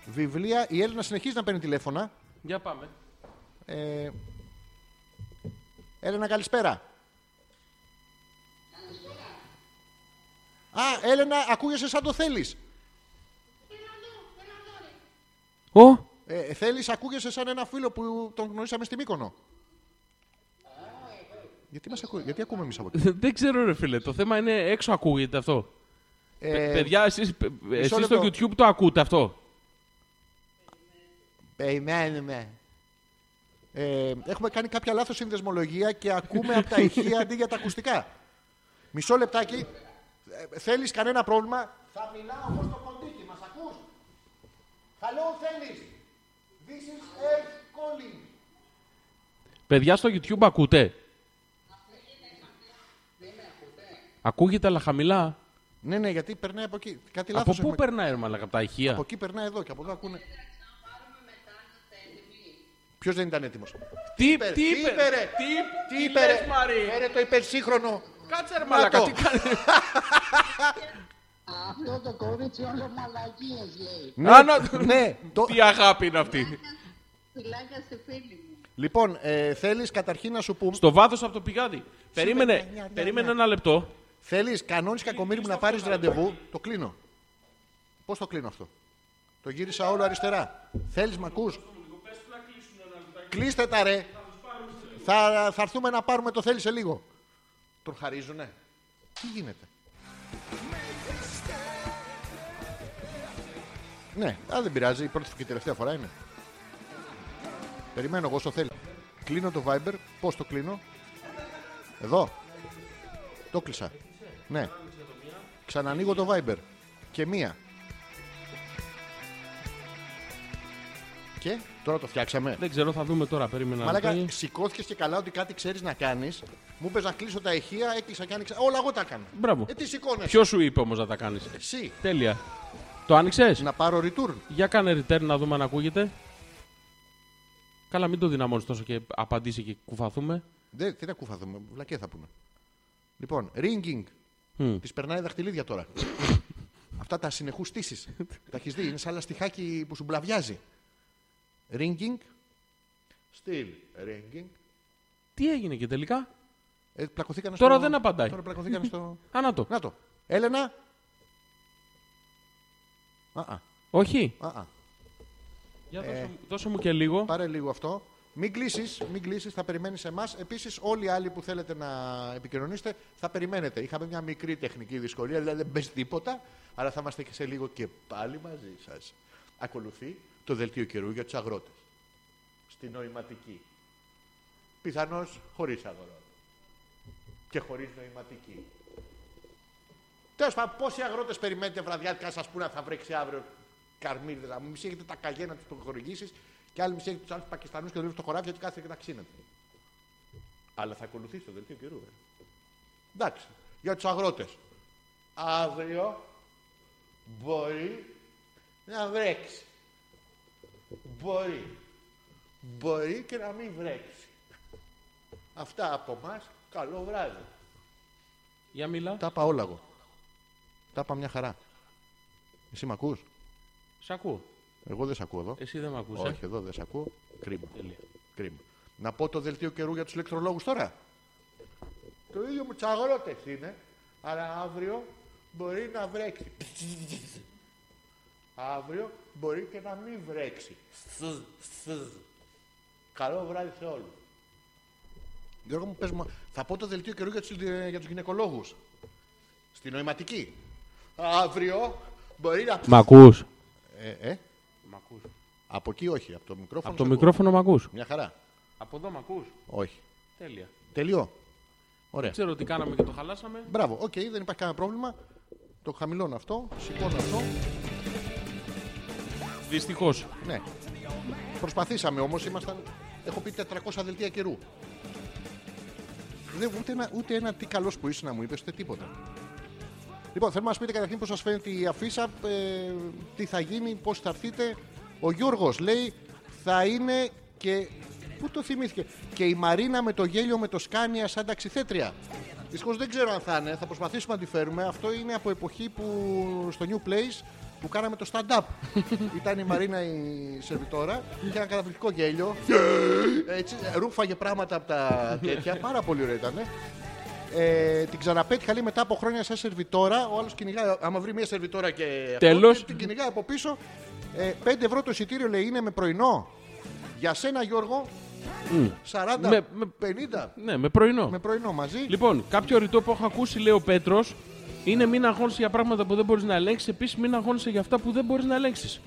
B: Βιβλία, η Έλληνα συνεχίζει να παίρνει τηλέφωνα.
A: Για πάμε.
B: Ε, Έλενα, καλησπέρα. Α, Έλενα, ακούγεσαι σαν το θέλεις.
A: Ω.
B: Ε, θέλεις, ακούγεσαι σαν ένα φίλο που τον γνωρίσαμε στη Μύκονο. Γιατί, μας ακού... Γιατί ακούμε εμείς από εκεί.
A: Δεν ξέρω ρε φίλε, το θέμα είναι έξω ακούγεται αυτό.
B: Ε,
A: Παι- Παιδιά, εσείς, παι- εσείς στο
B: λεπτό.
A: YouTube το ακούτε αυτό.
B: Περιμένουμε. Ε, έχουμε κάνει κάποια λάθος συνδεσμολογία και ακούμε από τα ηχεία αντί για τα ακουστικά. Μισό λεπτάκι. Ε, θέλεις κανένα πρόβλημα. Θα μιλάω προς το κοντίκι. Μας ακούς. Hello, θέλεις. This is Earth calling.
A: Παιδιά, στο YouTube ακούτε. Ακούγεται, αλλά χαμηλά.
B: Ναι, ναι, γιατί περνάει από εκεί. Κάτι
A: Από
B: λάθος
A: πού
B: έχουμε-
A: περνάει ρε μαλάκα, από τα ηχεία.
B: Από εκεί περνάει εδώ και από εδώ ακούνε. Ποιος δεν ήταν έτοιμος.
A: Τι,
B: είπε,
A: τι
B: τι
A: είπε,
B: είπε, ρε.
A: τι,
B: Τι είπε, ρε,
A: λες, Μαρή.
B: Ε, ρε, το υπερσύγχρονο.
A: Κάτσε ρε μαλάκα,
B: το.
A: τι κάνεις.
G: Αυτό το κορίτσι όλο μαλακίες λέει.
A: Να, να,
B: ναι, το...
A: Τι αγάπη είναι αυτή.
G: Φιλάκια στη φίλη μου.
B: Λοιπόν, ε, θέλεις καταρχήν να σου πούμε.
A: Στο βάθος από το πηγάδι. Περίμενε, περίμενε ένα λεπτό.
B: Θέλεις κανόνες κακομίρι μου να πάρει ραντεβού. Το κλείνω. Πώς το κλείνω αυτό. Το γύρισα όλο αριστερά. Θέλεις, μ' ακούς. Κλείστε τα ρε. Θα, θα έρθουμε να πάρουμε το θέλεις σε λίγο. Τον χαρίζουνε. Τι γίνεται. Ναι, α, δεν πειράζει. Η πρώτη και η τελευταία φορά είναι. Περιμένω εγώ όσο θέλει. Κλείνω το Viber. Πώς το κλείνω. Εδώ. Το κλείσα. Ναι. Ξανανοίγω το Viber. Και μία. Και τώρα το φτιάξαμε.
A: Δεν ξέρω, θα δούμε τώρα. Περίμενα. ένα
B: Μαλάκα,
A: λεπτάκι.
B: σηκώθηκες και καλά ότι κάτι ξέρεις να κάνεις. Μου είπες να κλείσω τα ηχεία, έκλεισα και άνοιξα. Όλα εγώ τα έκανα.
A: Μπράβο.
B: Ε, τι σηκώνεσαι.
A: Ποιος σου είπε όμως να τα κάνεις.
B: Εσύ.
A: Τέλεια. Το άνοιξες.
B: Να πάρω return.
A: Για κάνε return να δούμε αν ακούγεται. Καλά, μην το δυναμώνεις τόσο και απαντήσει και κουφαθούμε.
B: Δεν, τι τα κούφα δούμε, βλακέ θα πούμε. Λοιπόν, ringing.
A: Μμ.
B: Της περνάει δαχτυλίδια τώρα. Αυτά τα συνεχούς στήσεις. τα έχεις δει, είναι σαν λαστιχάκι που σου μπλαβιάζει. Ringing. Still ringing.
A: Τι έγινε και τελικά.
B: Ε, πλακωθήκανε
A: Τώρα
B: στο...
A: δεν απαντάει.
B: Τώρα πλακωθήκανε στο.
A: Ανάτο.
B: Να το. Έλενα. Α, α,
A: Όχι.
B: α, α.
A: Για δώσε, Ε, μου- δώσε μου και λίγο.
B: Πάρε λίγο αυτό. Μην κλείσεις, μην κλείσεις, θα περιμένεις εμάς. Επίσης, όλοι οι άλλοι που θέλετε να επικοινωνήσετε θα περιμένετε. Είχαμε μια μικρή τεχνική δυσκολία, δηλαδή δεν μπες τίποτα, αλλά θα είμαστε και σε λίγο και πάλι μαζί σας. Ακολουθεί το δελτίο καιρού για τους αγρότες. Στη νοηματική. Πιθανώς χωρίς αγρό. Και χωρίς νοηματική. Τέλος πάντων, πόσοι αγρότες περιμένετε βραδιάτικα σα πούνε θα βρέξει αύριο καρμίδε. Να μισή έχετε τα καγένα τους προχωρηγήσει και άλλοι μισή έχετε τους άλλους Πακιστανούς και δουλεύουν στο χωράφι και κάθεται και τα ξύνετε. Αλλά θα ακολουθήσει το δελτίο καιρού. Ε. Εντάξει. Για τους αγρότες. Αύριο μπορεί να βρέξει. Μπορεί. Μπορεί και να μην βρέξει. Αυτά από εμάς. Καλό βράδυ.
A: Για μιλά.
B: Τα είπα όλα εγώ. Τα είπα μια χαρά. Εσύ με ακούς?
A: Σ' ακούω.
B: Εγώ δεν σε ακούω εδώ.
A: Εσύ δεν με ακούς, ε.
B: Όχι, εδώ δεν σε ακούω. Κρίμα.
A: Τέλεια.
B: Κρίμα. Να πω το δελτίο καιρού για τους ηλεκτρολόγους τώρα. Το ίδιο με τους αγρότες είναι, αλλά αύριο μπορεί να βρέξει. αύριο μπορεί και να μην βρέξει. Καλό βράδυ σε όλους. Γιώργο μου, πες μου, θα πω το δελτίο καιρού για τους, ε, για τους γυναικολόγους. Στη νοηματική. Αύριο μπορεί να...
A: Μ' ακούς.
B: Ε, ε. Από εκεί όχι, από το μικρόφωνο.
A: Από το
B: σε ακούω.
A: μικρόφωνο μ' ακούς.
B: Μια χαρά.
A: Από εδώ μ' ακούς.
B: Όχι.
A: Τέλεια.
B: Τελειώ. Ωραία.
A: Ξέρω τι κάναμε και το χαλάσαμε.
B: Μπράβο, οκ, δεν υπάρχει κανένα πρόβλημα. Το χαμηλώνω αυτό, σηκώνω αυτό.
A: Δυστυχώς.
B: Ναι. Προσπαθήσαμε όμως, ήμασταν. Έχω πει 400 δελτία καιρού. Δεν, ούτε, ένα, ούτε ένα τι καλός που είσαι να μου είπες, ούτε τίποτα. Λοιπόν, θέλουμε να μας πείτε καταρχήν πώς σας φαίνεται η αφίσα, ε, τι θα γίνει, πώς θα έρθετε. Ο Γιώργος λέει θα είναι και. Πού το θυμήθηκε. Και η Μαρίνα με το γέλιο με το Σκάνια σαν ταξιθέτρια. Δυστυχώς δεν ξέρω αν θα είναι, θα προσπαθήσουμε να τη φέρουμε. Αυτό είναι από εποχή που στο New Place που κάναμε το stand-up. Ήταν η Μαρίνα η σερβιτόρα, είχε ένα καταπληκτικό γέλιο. Ε, Έτσι, ρούφαγε πράγματα από τα τέτοια. Πάρα πολύ ωραία ήταν. Ε, την ξαναπέτυχα λέει μετά από χρόνια σαν σερβιτόρα. Ο άλλος κυνηγάει. Άμα βρει μια σερβιτόρα και. αυτό,
A: Τέλος.
B: Την κυνηγάει από πίσω. Ε, 5 ευρώ το εισιτήριο λέει είναι με πρωινό. Για σένα Γιώργο. 40,
A: Με- με-
B: 50.
A: Ναι, με πρωινό.
B: Με πρωινό μαζί.
A: Λοιπόν, κάποιο ρητό που έχω ακούσει, λέει ο Πέτρος, είναι μην αγχώνεσαι για πράγματα που δεν μπορείς να ελέγξεις. Επίσης, μην αγχώνεσαι για αυτά που δεν μπορείς να ελέγξεις.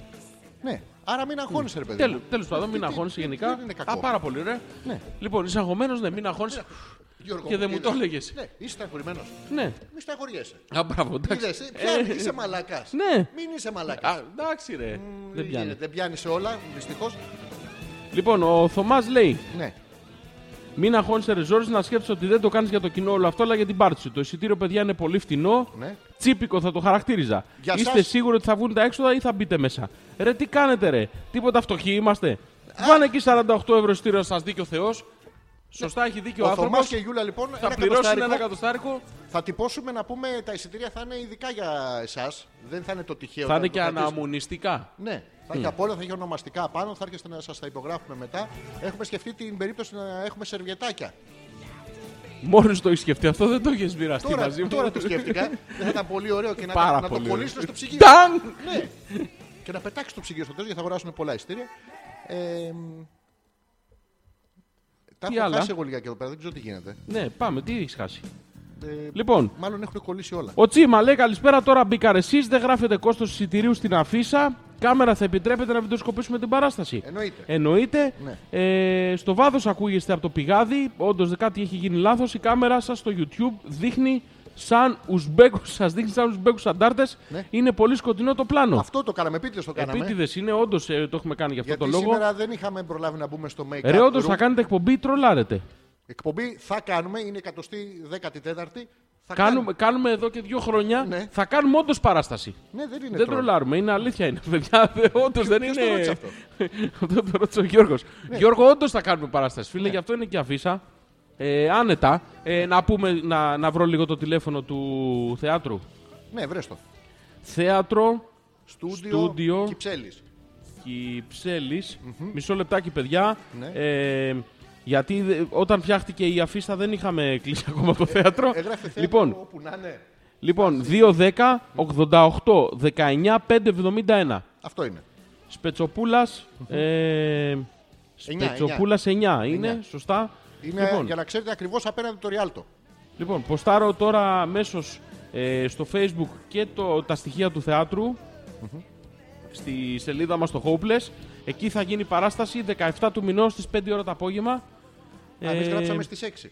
B: Ναι. Άρα μην αγχώνεσαι, ρε παιδί. μου.
A: Τέλος πάντων, μην
B: Τι- τι-
A: αγχώνεσαι
B: τι-
A: γενικά.
B: Δεν είναι κακό.
A: Α, πάρα πολύ, ρε.
B: Ναι.
A: Λοιπόν, είσαι αγχωμένος, ναι, μην αγχώνεσαι.
B: Γιώργο,
A: και δεν μου το
B: είδες.
A: έλεγες.
B: Ναι, είσαι ταγχωρημένο.
A: Ναι.
B: Μη σταγχωριέσαι.
A: Α, μπράβο, εντάξει.
B: Είδες, ε, πιάνει, είσαι μαλακάς.
A: ναι.
B: Μην είσαι μαλακάς.
A: Α, εντάξει, ρε. Δεν πιάνει.
B: Δεν πιάνει σε όλα, δυστυχώς.
A: Λοιπόν, ο Θωμάς λέει:
B: Ναι.
A: Μην αγχώνεσαι, ρε Ζόρις, να σκέφτεσαι ότι δεν το κάνεις για το κοινό όλο αυτό, αλλά για την πάρτι σου. Το εισιτήριο, παιδιά, είναι πολύ φτηνό.
B: Ναι.
A: Τσίπικο θα το χαρακτήριζα.
B: Για
A: Είστε
B: σας.
A: σίγουροι ότι θα βγουν τα έξοδα ή θα μπείτε μέσα. Ρε, τι κάνετε, ρε. Τίποτα φτωχοί είμαστε. Βάνε εκεί 48 ευρώ εισιτήριο, σας δίκιο ο Θεός. Σωστά έχει δίκιο ο,
B: Ο Θωμά
A: άνθρωπο.
B: και η Γιούλα λοιπόν
A: Θα
B: ένα
A: πληρώσουν ένα
B: κατοστάρικο.
A: εκατοστάρικο.
B: Θα τυπώσουμε να πούμε τα εισιτήρια θα είναι ειδικά για εσάς. Δεν θα είναι το τυχαίο.
A: Θα
B: να
A: είναι
B: το
A: και
B: κρατήσουμε.
A: αναμουνιστικά.
B: Ναι, θα έχει από όλα, θα έχει ονομαστικά απάνω, θα έρχεστε να σας τα υπογράφουμε μετά. Έχουμε σκεφτεί την περίπτωση να έχουμε σερβιετάκια.
A: Μόνος το έχεις σκεφτεί αυτό, δεν το έχεις μοιραστεί
B: Τώρα,
A: μαζί μου.
B: τώρα το σκέφτηκα. Δεν θα ήταν πολύ ωραίο και να,
A: Πάρα
B: να το
A: πολύ ωραίο.
B: κολλήσουμε στο ψυγείο.
A: Ταν!
B: ναι. και να πετάξει το ψυγείο στο τέλος γιατί θα αγοράσουν πολλά εισιτήρια. Ε, μ, τα
A: Τι
B: έχω
A: άλλα?
B: χάσει εγώ λιγάκι εδώ πέρα, δεν ξέρω τι γίνεται.
A: Ναι, πάμε, τι έχεις χάσει.
B: Ε,
A: Λοιπόν,
B: Μάλλον έχουν κολλήσει όλα.
A: Ο Τσίμα λέει καλησπέρα, τώρα μπήκα εσείς. Δεν γράφετε κόστος εισιτηρίου στην αφίσα. Κάμερα θα επιτρέπετε να βιντεοσκοπήσουμε την παράσταση.
B: Εννοείται.
A: Εννοείται.
B: Ναι.
A: Ε, στο βάθος ακούγεστε από το πηγάδι. Όντως κάτι έχει γίνει λάθος. Η κάμερα σας στο YouTube δείχνει σαν Ουσμπέκους, σας δείχνει σαν Ουσμπέκους αντάρτες.
B: Ναι.
A: Είναι πολύ σκοτεινό το πλάνο.
B: Αυτό το κάναμε, επίτηδες το κάναμε.
A: Επίτηδες είναι, όντως το έχουμε κάνει για αυτό
B: γιατί
A: το λόγο.
B: σήμερα δεν είχαμε προλάβει να μπούμε στο make-up.
A: Ρε, όντως
B: room.
A: θα κάνετε εκπομπή, τρολάρετε.
B: Εκπομπή θα κάνουμε, είναι 114η. Θα
A: Κάνουμε, κάνουμε εδώ και δύο χρόνια.
B: Ναι.
A: Θα κάνουμε όντως παράσταση.
B: Ναι, δεν είναι
A: Δεν
B: τρόλ.
A: τρολάρουμε, είναι αλήθεια είναι. Παιδιά, όντως δεν
B: ποιος το
A: είναι.
B: ρώτησε αυτό?
A: Αυτό το ρώτησε ο Γιώργος. Γιώργο, όντως θα κάνουμε παράσταση. Φίλε, γι' αυτό είναι και αφίσα. Ε, άνετα, ε, να, πούμε, να, να βρω λίγο το τηλέφωνο του θεάτρου.
B: Ναι, βρες το.
A: Θέατρο
B: Στούντιο,
A: Στούντιο.
B: Κυψέλης.
A: κυψελης Μισό λεπτάκι, παιδιά.
B: Ναι.
A: Ε, γιατί δε- όταν φτιάχτηκε η αφίσα δεν είχαμε κλείσει ακόμα το θέατρο.
B: Έγραφε θέμα
A: λοιπόν,
B: όπου να είναι.
A: λοιπόν 2-10, 88, 19, 571.
B: Αυτό είναι.
A: Σπετσοπούλας, ε,
B: Εννιά,
A: Σπετσοπούλα 9 είναι,
B: Εννιά.
A: σωστά.
B: Είναι
A: λοιπόν,
B: για να ξέρετε ακριβώς απέναντι το Ριάλτο.
A: λοιπόν, ποστάρω τώρα αμέσως ε, στο facebook και το, τα στοιχεία του θεάτρου στη σελίδα μας στο Hopeless. Εκεί θα γίνει παράσταση 17 του μηνός στις 5 ώρα το απόγευμα.
B: Ε... Εμεί γράψαμε στις 6.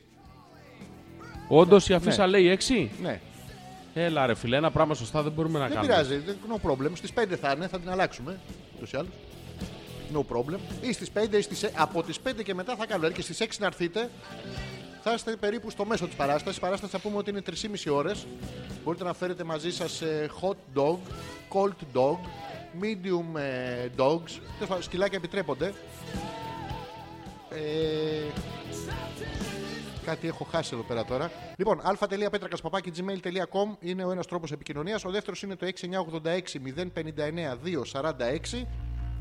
A: Όντως η αφίσα
B: Ναι.
A: λέει 6.
B: Ναι.
A: Έλα ρε φίλε, ένα πράγμα σωστά δεν μπορούμε να
B: Δεν
A: κάνουμε.
B: πειράζει, δεν no problem. Στις 5 θα είναι, θα την αλλάξουμε. Ούτως ή άλλως. No problem. Ή στις 5 ή στις... ε- από τις 5 και μετά θα κάνουμε. Δηλαδή και στι 6 να έρθετε. Θα είστε περίπου στο μέσο της παράστασης. Η παράσταση θα πούμε ότι είναι 3,5 ώρες. Μπορείτε να φέρετε μαζί σας hot dog, cold dog, medium ε, dogs. Τέλος πάντων, Σκυλάκια επιτρέπονται. Ε, Κάτι έχω χάσει εδώ πέρα τώρα. Λοιπόν, α.πέτρακα.gmail.com είναι ο ένας τρόπος επικοινωνίας. Ο δεύτερος είναι το 6986-059-246.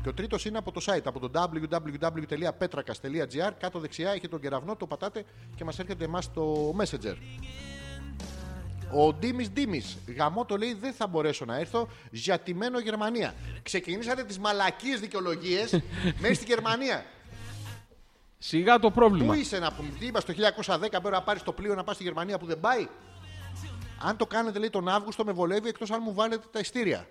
B: Και ο τρίτος είναι από το site, από το www.petrakas.gr. Κάτω δεξιά έχει τον κεραυνό, το πατάτε και μας έρχεται εμάς το Messenger. Ο Ντίμης Ντίμης, γαμό το λέει, δεν θα μπορέσω να έρθω. Ζατημένο Γερμανία. Ξεκινήσατε τις μαλακίες δικαιολογίες μέχρι στη Γερμανία.
A: Σιγά το πρόβλημα.
B: Πού είσαι να πούμε, τι είπα στο 1910 πρέπει να πάρεις το πλοίο να πας στη Γερμανία που δεν πάει. Αν το κάνετε λέει τον Αύγουστο με βολεύει εκτός αν μου βάλετε τα ειστήρια.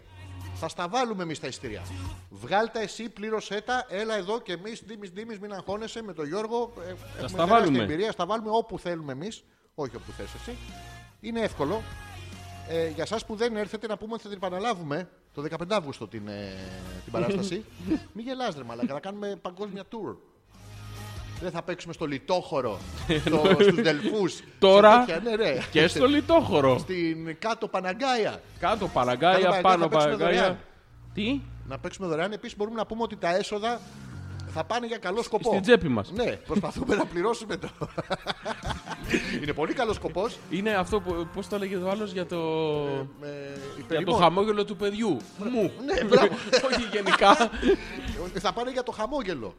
B: Θα στα βάλουμε εμείς τα ειστήρια. Βγάλτα εσύ, πλήρωσέ τα, έλα εδώ και εμείς, ντίμη, ντίμη, μην αγχώνεσαι με τον Γιώργο. Ε, έχουμε
A: στα
B: τεράστια
A: βάλουμε.
B: Εμπειρία, στα βάλουμε όπου θέλουμε εμείς, όχι όπου θες εσύ. Είναι εύκολο. Ε, για εσά που δεν έρθετε, να πούμε ότι θα την επαναλάβουμε το 15 Αύγουστο την, ε, την παράσταση. Μην γελάς ρε μαλάκα, θα κάνουμε παγκόσμια tour. Δεν θα παίξουμε στο λιτόχωρο, στο, στους Δελφούς.
A: Τώρα
B: σε τέτοια, ναι, ρε.
A: Και στο λιτόχωρο.
B: Στην κάτω Παναγκάια.
A: Κάτω
B: Κάτω
A: παραγκάια,
B: παραγκάια,
A: πάνω
B: θα παίξουμε
A: παραγκάια.
B: δωρεάν.
A: Τι,
B: Να παίξουμε δωρεάν. Επίσης μπορούμε να πούμε ότι τα έσοδα θα πάνε για καλό σκοπό.
A: στην τσέπη μας.
B: Ναι, προσπαθούμε να πληρώσουμε το. Είναι πολύ καλός σκοπός.
A: Είναι αυτό που. Πώς το έλεγε το άλλος για το.
B: Ε,
A: για το
B: υπερημών.
A: χαμόγελο του παιδιού. Μου.
B: Ναι, μπράβο.
A: Όχι γενικά.
B: Ε, θα πάνε για το χαμόγελο.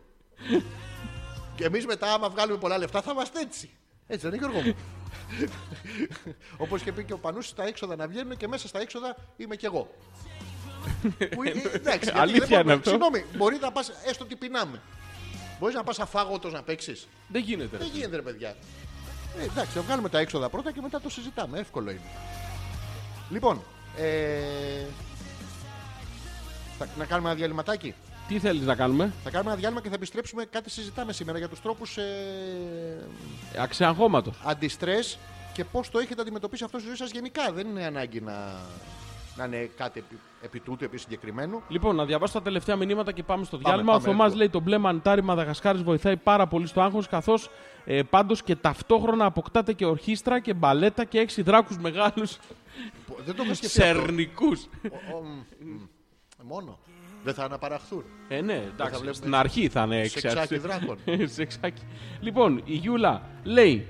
B: και εμείς μετά, άμα βγάλουμε πολλά λεφτά, θα είμαστε έτσι. Έτσι δεν είναι, Γιώργο μου. Όπως και πει και ο Πανούσης, τα έξοδα να βγαίνουν και μέσα στα έξοδα είμαι κι εγώ. Που είναι- ε, εντάξει, γιατί
A: Αλήθεια
B: δεν μπορούμε-
A: είναι αυτό.
B: Συγγνώμη, μπορεί να πας έστω ότι πεινάμε. Μπορείς να πας αφάγωτος να παίξεις.
A: Δεν γίνεται.
B: Δεν γίνεται, ρε παιδιά. Ε, εντάξει, θα βγάλουμε τα έξοδα πρώτα και μετά το συζητάμε. Εύκολο είναι. Λοιπόν, ε, θα- να κάνουμε ένα διαλυματάκι.
A: Τι θέλεις να κάνουμε.
B: Θα κάνουμε ένα διάλειμμα και θα επιστρέψουμε. Κάτι συζητάμε σήμερα για τους τρόπους ε,
A: Αξιαγχώματο.
B: αντιστρες και πώς το έχετε αντιμετωπίσει αυτό στη ζωή σας γενικά. Δεν είναι ανάγκη να, να είναι κάτι επί, επί τούτου, επί συγκεκριμένου.
A: Λοιπόν, να διαβάσω τα τελευταία μηνύματα και πάμε στο
B: Πάμε,
A: διάλειμμα. Ο
B: πάμε,
A: Θωμά
B: λοιπόν.
A: λέει: Το μπλε μανιτάρι Μαδαγασκάρης βοηθάει πάρα πολύ στο άγχος, καθώς ε, πάντως και ταυτόχρονα αποκτάτε και ορχήστρα και μπαλέτα και έξι δράκους μεγάλους
B: Πο- Δεν το έχω σκεφτεί. αυτό.
A: σερνικούς.
B: Ο- ο- μ, μ, Μόνο. Δεν θα αναπαραχθούν.
A: Ε, ναι, εντάξει.
B: βλέπουμε
A: στην αρχή θα είναι έξι.
B: σεξάκι
A: έτσι.
B: δράκων.
A: Σεξάκι. Λοιπόν, η Γιούλα λέει.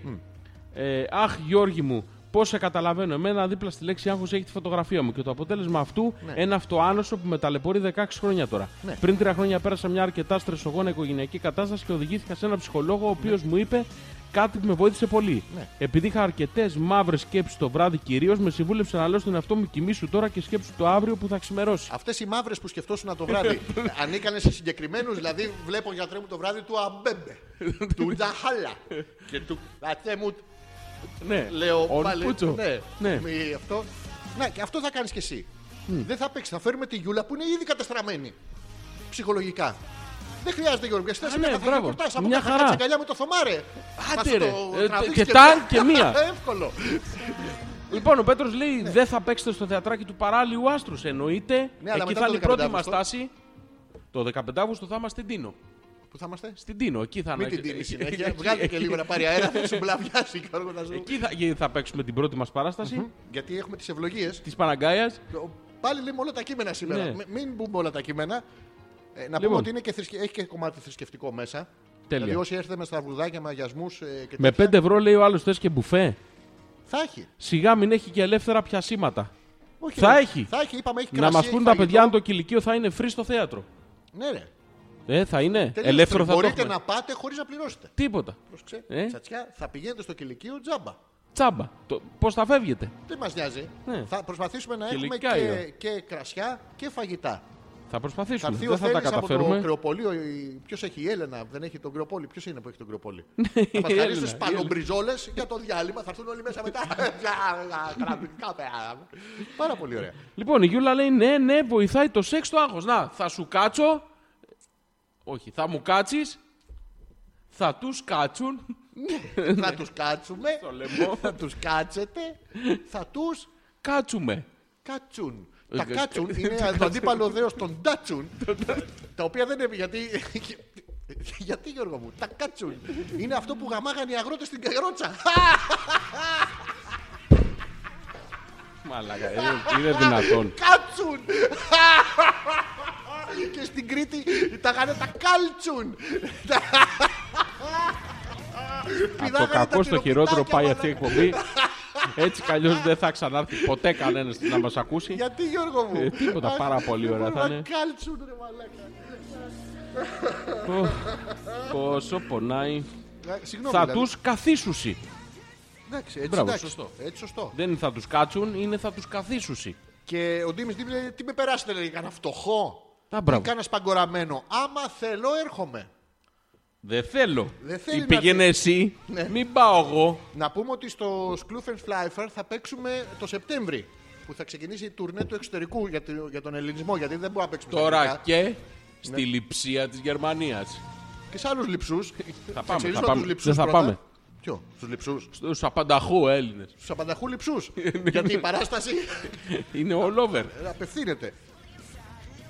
A: Ε, αχ, Γιώργη μου, πώς σε καταλαβαίνω. Εμένα δίπλα στη λέξη άγχος έχει τη φωτογραφία μου και το αποτέλεσμα αυτού
B: Ναι.
A: ένα αυτοάνωσο που με ταλαιπωρεί 16 χρόνια τώρα. Πριν τρία χρόνια πέρασα μια αρκετά στρεσογόνα οικογενειακή κατάσταση και οδηγήθηκα σε έναν ψυχολόγο ο οποίος
B: Ναι.
A: μου είπε κάτι που με βοήθησε πολύ. Επειδή είχα αρκετές μαύρες σκέψεις το βράδυ κυρίως, με συμβούλεψε να λέω στον εαυτό μου κοιμήσου τώρα και σκέψου το αύριο που θα ξημερώσει.
B: Αυτές οι μαύρες που σκεφτόσουν το βράδυ ανήκανε σε συγκεκριμένους, δηλαδή βλέπω γιατρέ μου το βράδυ του Αμπέμπε, του Τζαχάλα και του Ατέ μου
A: ναι,
B: Λέω
A: Ον
B: πάλι.
A: Πούτσο.
B: Ναι.
A: ναι.
B: Μη- αυτό. Ναι, και αυτό θα κάνεις κι εσύ. Δεν θα παίξεις. Θα φέρουμε τη Γιούλα που είναι ήδη καταστραμμένη. Ψυχολογικά. Δεν χρειάζεται Γιώργο. Εσύ θα
A: Α,
B: σε
A: ναι,
B: μια
A: μπράβο.
B: Από
A: Μια
B: μια
A: χαρά.
B: χαρά. αγκαλιά με το θωμάρε. Θα
A: Άντε
B: σου
A: ρε.
B: το
A: Ε,
B: τραβήξεις
A: και τα
B: πια.
A: και μία.
B: Εύκολο.
A: Λοιπόν, ο Πέτρος λέει: Δεν θα παίξετε στο θεατράκι του παράλληλου άστρου. Εννοείται.
B: Ναι, αλλά
A: Εκεί
B: μετά
A: θα
B: το
A: είναι η πρώτη
B: 15
A: μα
B: Αύγουστο.
A: τάση. Το 15 Αύγουστο θα είμαστε στην Τίνο.
B: Πού θα είμαστε.
A: Στην Τίνο, εκεί θα
B: Μην
A: είναι.
B: την τίνει
A: Εκεί-
B: συνέχεια.
A: εκεί-
B: Βγάλτε και
A: εκεί-
B: λίγο να πάρει αέρα. Θα σου μπλαβιάσει Γιώργο να σου.
A: Εκεί θα, γε- θα παίξουμε την πρώτη μας παράσταση
B: Γιατί έχουμε τις ευλογίες.
A: της Παναγκάιας.
B: Πάλι λέμε όλα τα κείμενα σήμερα.
A: Ναι.
B: Μ- Μην μπούμε όλα τα κείμενα. Ε, να πούμε
A: Λοιπόν.
B: ότι είναι και θρησκε- έχει και κομμάτι θρησκευτικό μέσα.
A: Τέλεια.
B: Δηλαδή όσοι έρθετε με σταυρουδάκια, με αγιασμούς ε, και
A: Με
B: τέτοια,
A: 5 ευρώ λέει ο άλλος: Θες και μπουφέ.
B: Θα έχει.
A: Σιγά μην έχει και ελεύθερα πιασήματα.
B: Όχι,
A: Θα
B: ρε.
A: έχει.
B: Θα έχει, είπαμε, έχει
A: Να
B: κρασί,
A: μα
B: έχει
A: πούν τα
B: φαγητό.
A: παιδιά αν το κηλικείο θα είναι free στο θέατρο.
B: Ναι, ρε.
A: Ε, θα είναι.
B: Τελείωσε.
A: Ελεύθερο θα το
B: Μπορείτε
A: έχουμε.
B: να πάτε χωρίς να πληρώσετε.
A: Τίποτα.
B: Πρόσεξε.
A: Ε.
B: Τσατσιά, θα πηγαίνετε στο κηλικείο τζάμπα.
A: Τσάμπα. Το... Πώς θα φεύγετε.
B: Δεν μας νοιάζει.
A: Ναι.
B: Θα προσπαθήσουμε να
A: Κηλικά
B: έχουμε
A: είδα.
B: και, και κρασιά και φαγητά.
A: Θα
B: Θα
A: προσπαθήσουμε.
B: έρθει ο
A: Δεν θα τα
B: Θέλης από το
A: καταφέρουμε.
B: κρεοπολείο. Ποιος έχει η Έλενα, δεν έχει τον κρεοπόλη. Ποιος είναι που έχει τον κρεοπόλη. Θα μας χαρίσουν
A: Ναι, Έλενα,
B: σπαλομπριζόλε για το διάλειμμα. Θα έρθουν όλοι μέσα μετά. Κραμπικά, πέρα. Πάρα πολύ ωραία.
A: Λοιπόν, η Γιούλα λέει ναι, ναι, βοηθάει το σεξ το άγχος. Να, θα σου κάτσω. Όχι, θα μου κάτσεις. Θα τους κάτσουν.
B: Θα τους κάτσουμε.
A: Ε, ναι. Στο λαιμό.
B: Θα τους κάτσετε. Θα τους
A: Κάτσουμε.
B: κάτσουν. Τα κάτσουν είναι το αντίπαλο δέος των τάτσουν. τα οποία δεν είναι. Γιατί. Γιατί Γιώργο μου, τα κάτσουν. Είναι αυτό που γαμάγανε οι αγρότες στην Καγρότσα.
A: Μαλάκα, ε, είναι δυνατόν.
B: κάτσουν. και στην Κρήτη τα γάνε τα κάλτσουν.
A: Από το κακό στο χειρότερο πάει αυτή η εκπομπή. Έτσι κι αλλιώς δεν θα ξανάρθει ποτέ κανένας να μας ακούσει.
B: Γιατί Γιώργο
A: Ε,
B: μου.
A: τίποτα, πάρα πολύ ωραία θα είναι.
B: Τα κάλτσουν ρε μαλάκα.
A: Ωχ, Πόσο πονάει.
B: Ε, Συγγνώμη.
A: Θα
B: δηλαδή.
A: τους καθίσουσι.
B: Εντάξει, έτσι,
A: Μπράβο,
B: εντάξει,
A: σωστό.
B: έτσι σωστό.
A: Δεν θα τους κάτσουν, είναι θα τους καθίσουσι.
B: Και ο Ντίμης Ντίμη λέει: Τι με περάσετε, λέει, κανένα φτωχό.
A: Α, μπράβο.
B: Ή Κάνα παγκοραμένο. Άμα θέλω, έρχομαι.
A: Δεν θέλω.
B: Δεν θέλει
A: Ή
B: να
A: Πήγαινε
B: έρθει.
A: εσύ,
B: Ναι.
A: μην πάω εγώ.
B: Να πούμε ότι στο Schloofen Flyfer θα παίξουμε το Σεπτέμβρη. Που θα ξεκινήσει η τουρνέ του εξωτερικού για, το- για τον ελληνισμό. Γιατί δεν μπορούμε να παίξουμε στα
A: Τώρα
B: αγγλικά.
A: και στη λειψεία της Γερμανίας.
B: Και σε άλλους λυψού.
A: Θα πάμε, θα πάμε. Δεν θα πάμε.
B: Ποιο, στους λυψού.
A: Στους απανταχού Έλληνες.
B: Στους απανταχού λυψού.
A: Ναι.
B: γιατί η παράσταση ε,
A: Είναι all over.
B: απευθύνεται.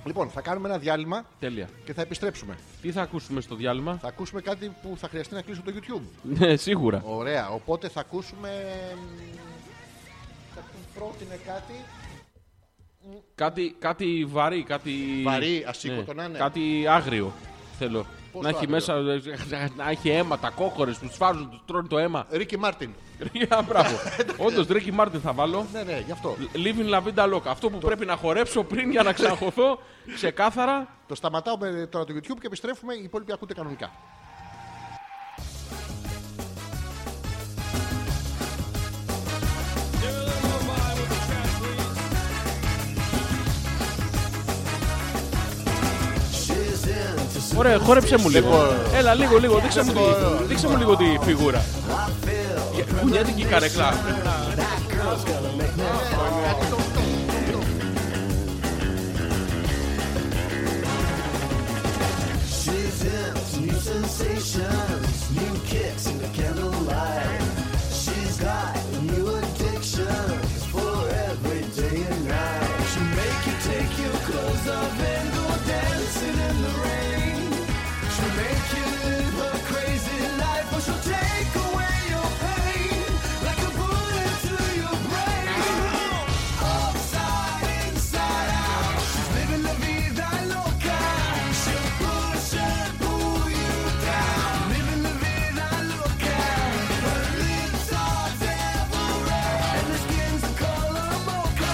B: Λοιπόν, θα κάνουμε ένα διάλειμμα
A: Τέλεια.
B: και θα επιστρέψουμε.
A: Τι θα ακούσουμε στο διάλειμμα.
B: Θα ακούσουμε κάτι που θα χρειαστεί να κλείσω το YouTube.
A: Ναι, σίγουρα.
B: Ωραία, οπότε θα ακούσουμε. μ, Θα μου πρότεινε κάτι.
A: Κάτι, κάτι βαρύ, κάτι. Ναι.
B: Βαρύ, ασήκωτο να είναι.
A: Κάτι άγριο. Θέλω.
B: Πώς
A: να
B: το
A: έχει
B: άγριο?
A: μέσα. ε, Να έχει αίμα, τα κόκορες που σφάζουν, τους τρώνε το αίμα.
B: Ρίκι Μάρτιν.
A: Ρίγα, μπράβο. Όντως, Ρίκι Μάρτιν θα βάλω.
B: Ναι, ναι, γι' αυτό.
A: Living La Vida Loca. Αυτό που πρέπει να χορέψω πριν για να ξαναχωθώ ξεκάθαρα.
B: Το σταματάω με τώρα το YouTube και επιστρέφουμε. Οι υπόλοιποι ακούτε κανονικά.
A: Ωραία, χόρεψε μου λίγο.
B: Λοιπόν.
A: Έλα, λίγο, λίγο. Δείξε μου, τη, δείξε μου λίγο τη φιγούρα. Για- Κουνιέται και η καρεκλά.
E: She's in new sensations, new kicks in the candlelight. She's got new addictions for every day and night. She'll make you take your clothes off and go dancing in the rain. She'll make you live her crazy life, or she'll take away your pain like a bullet to your brain. Upside, inside out, she's living la vida loca. She'll push and pull you down, living la vida loca. Her lips are devil red, and her skin's the color mocha.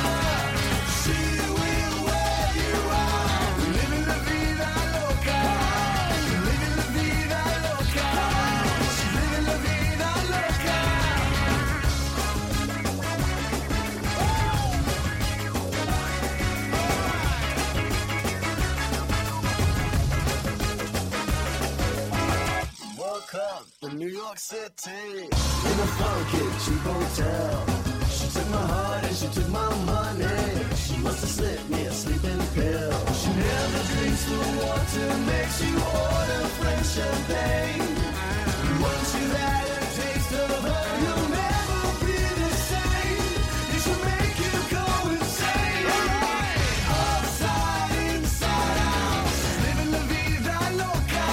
E: She will wear you out, living la vida loca. Living la vida loca, she's living la vida loca. woke up in New York City in a funky cheap hotel. She took my heart and she took my money. She must have slipped me a sleeping pill. She never drinks the water, makes you order French champagne. Once you've had a taste of her, you'll never be the same. And she'll make you go insane. Upside, inside out, living la vida loca.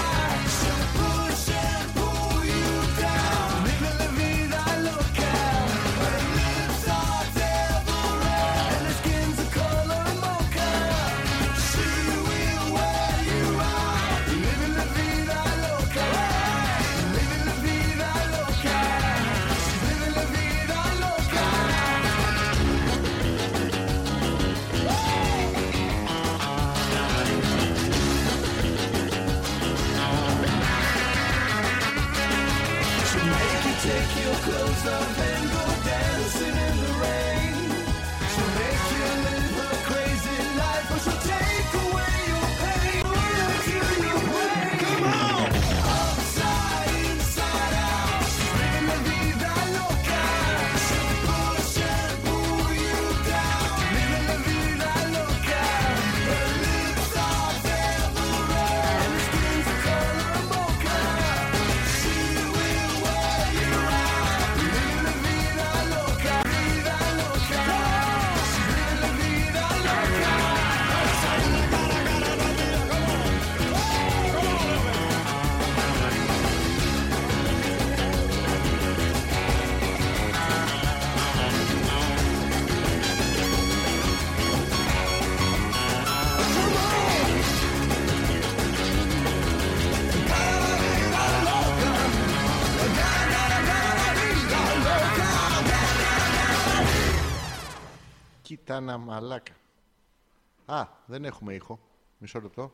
E: She'll push and pull you down, living la vida loca. Her lips are devil red, and her skin's the color mocha. She will wear you out, living la vida loca. Living la vida loca. She's living la vida loca. She'll make you take your clothes off and go dancing in the rain. She'll make you live a crazy life, or she'll take away
B: Γιτάνα μαλάκα. Α, δεν έχουμε ήχο. Μισό λεπτό.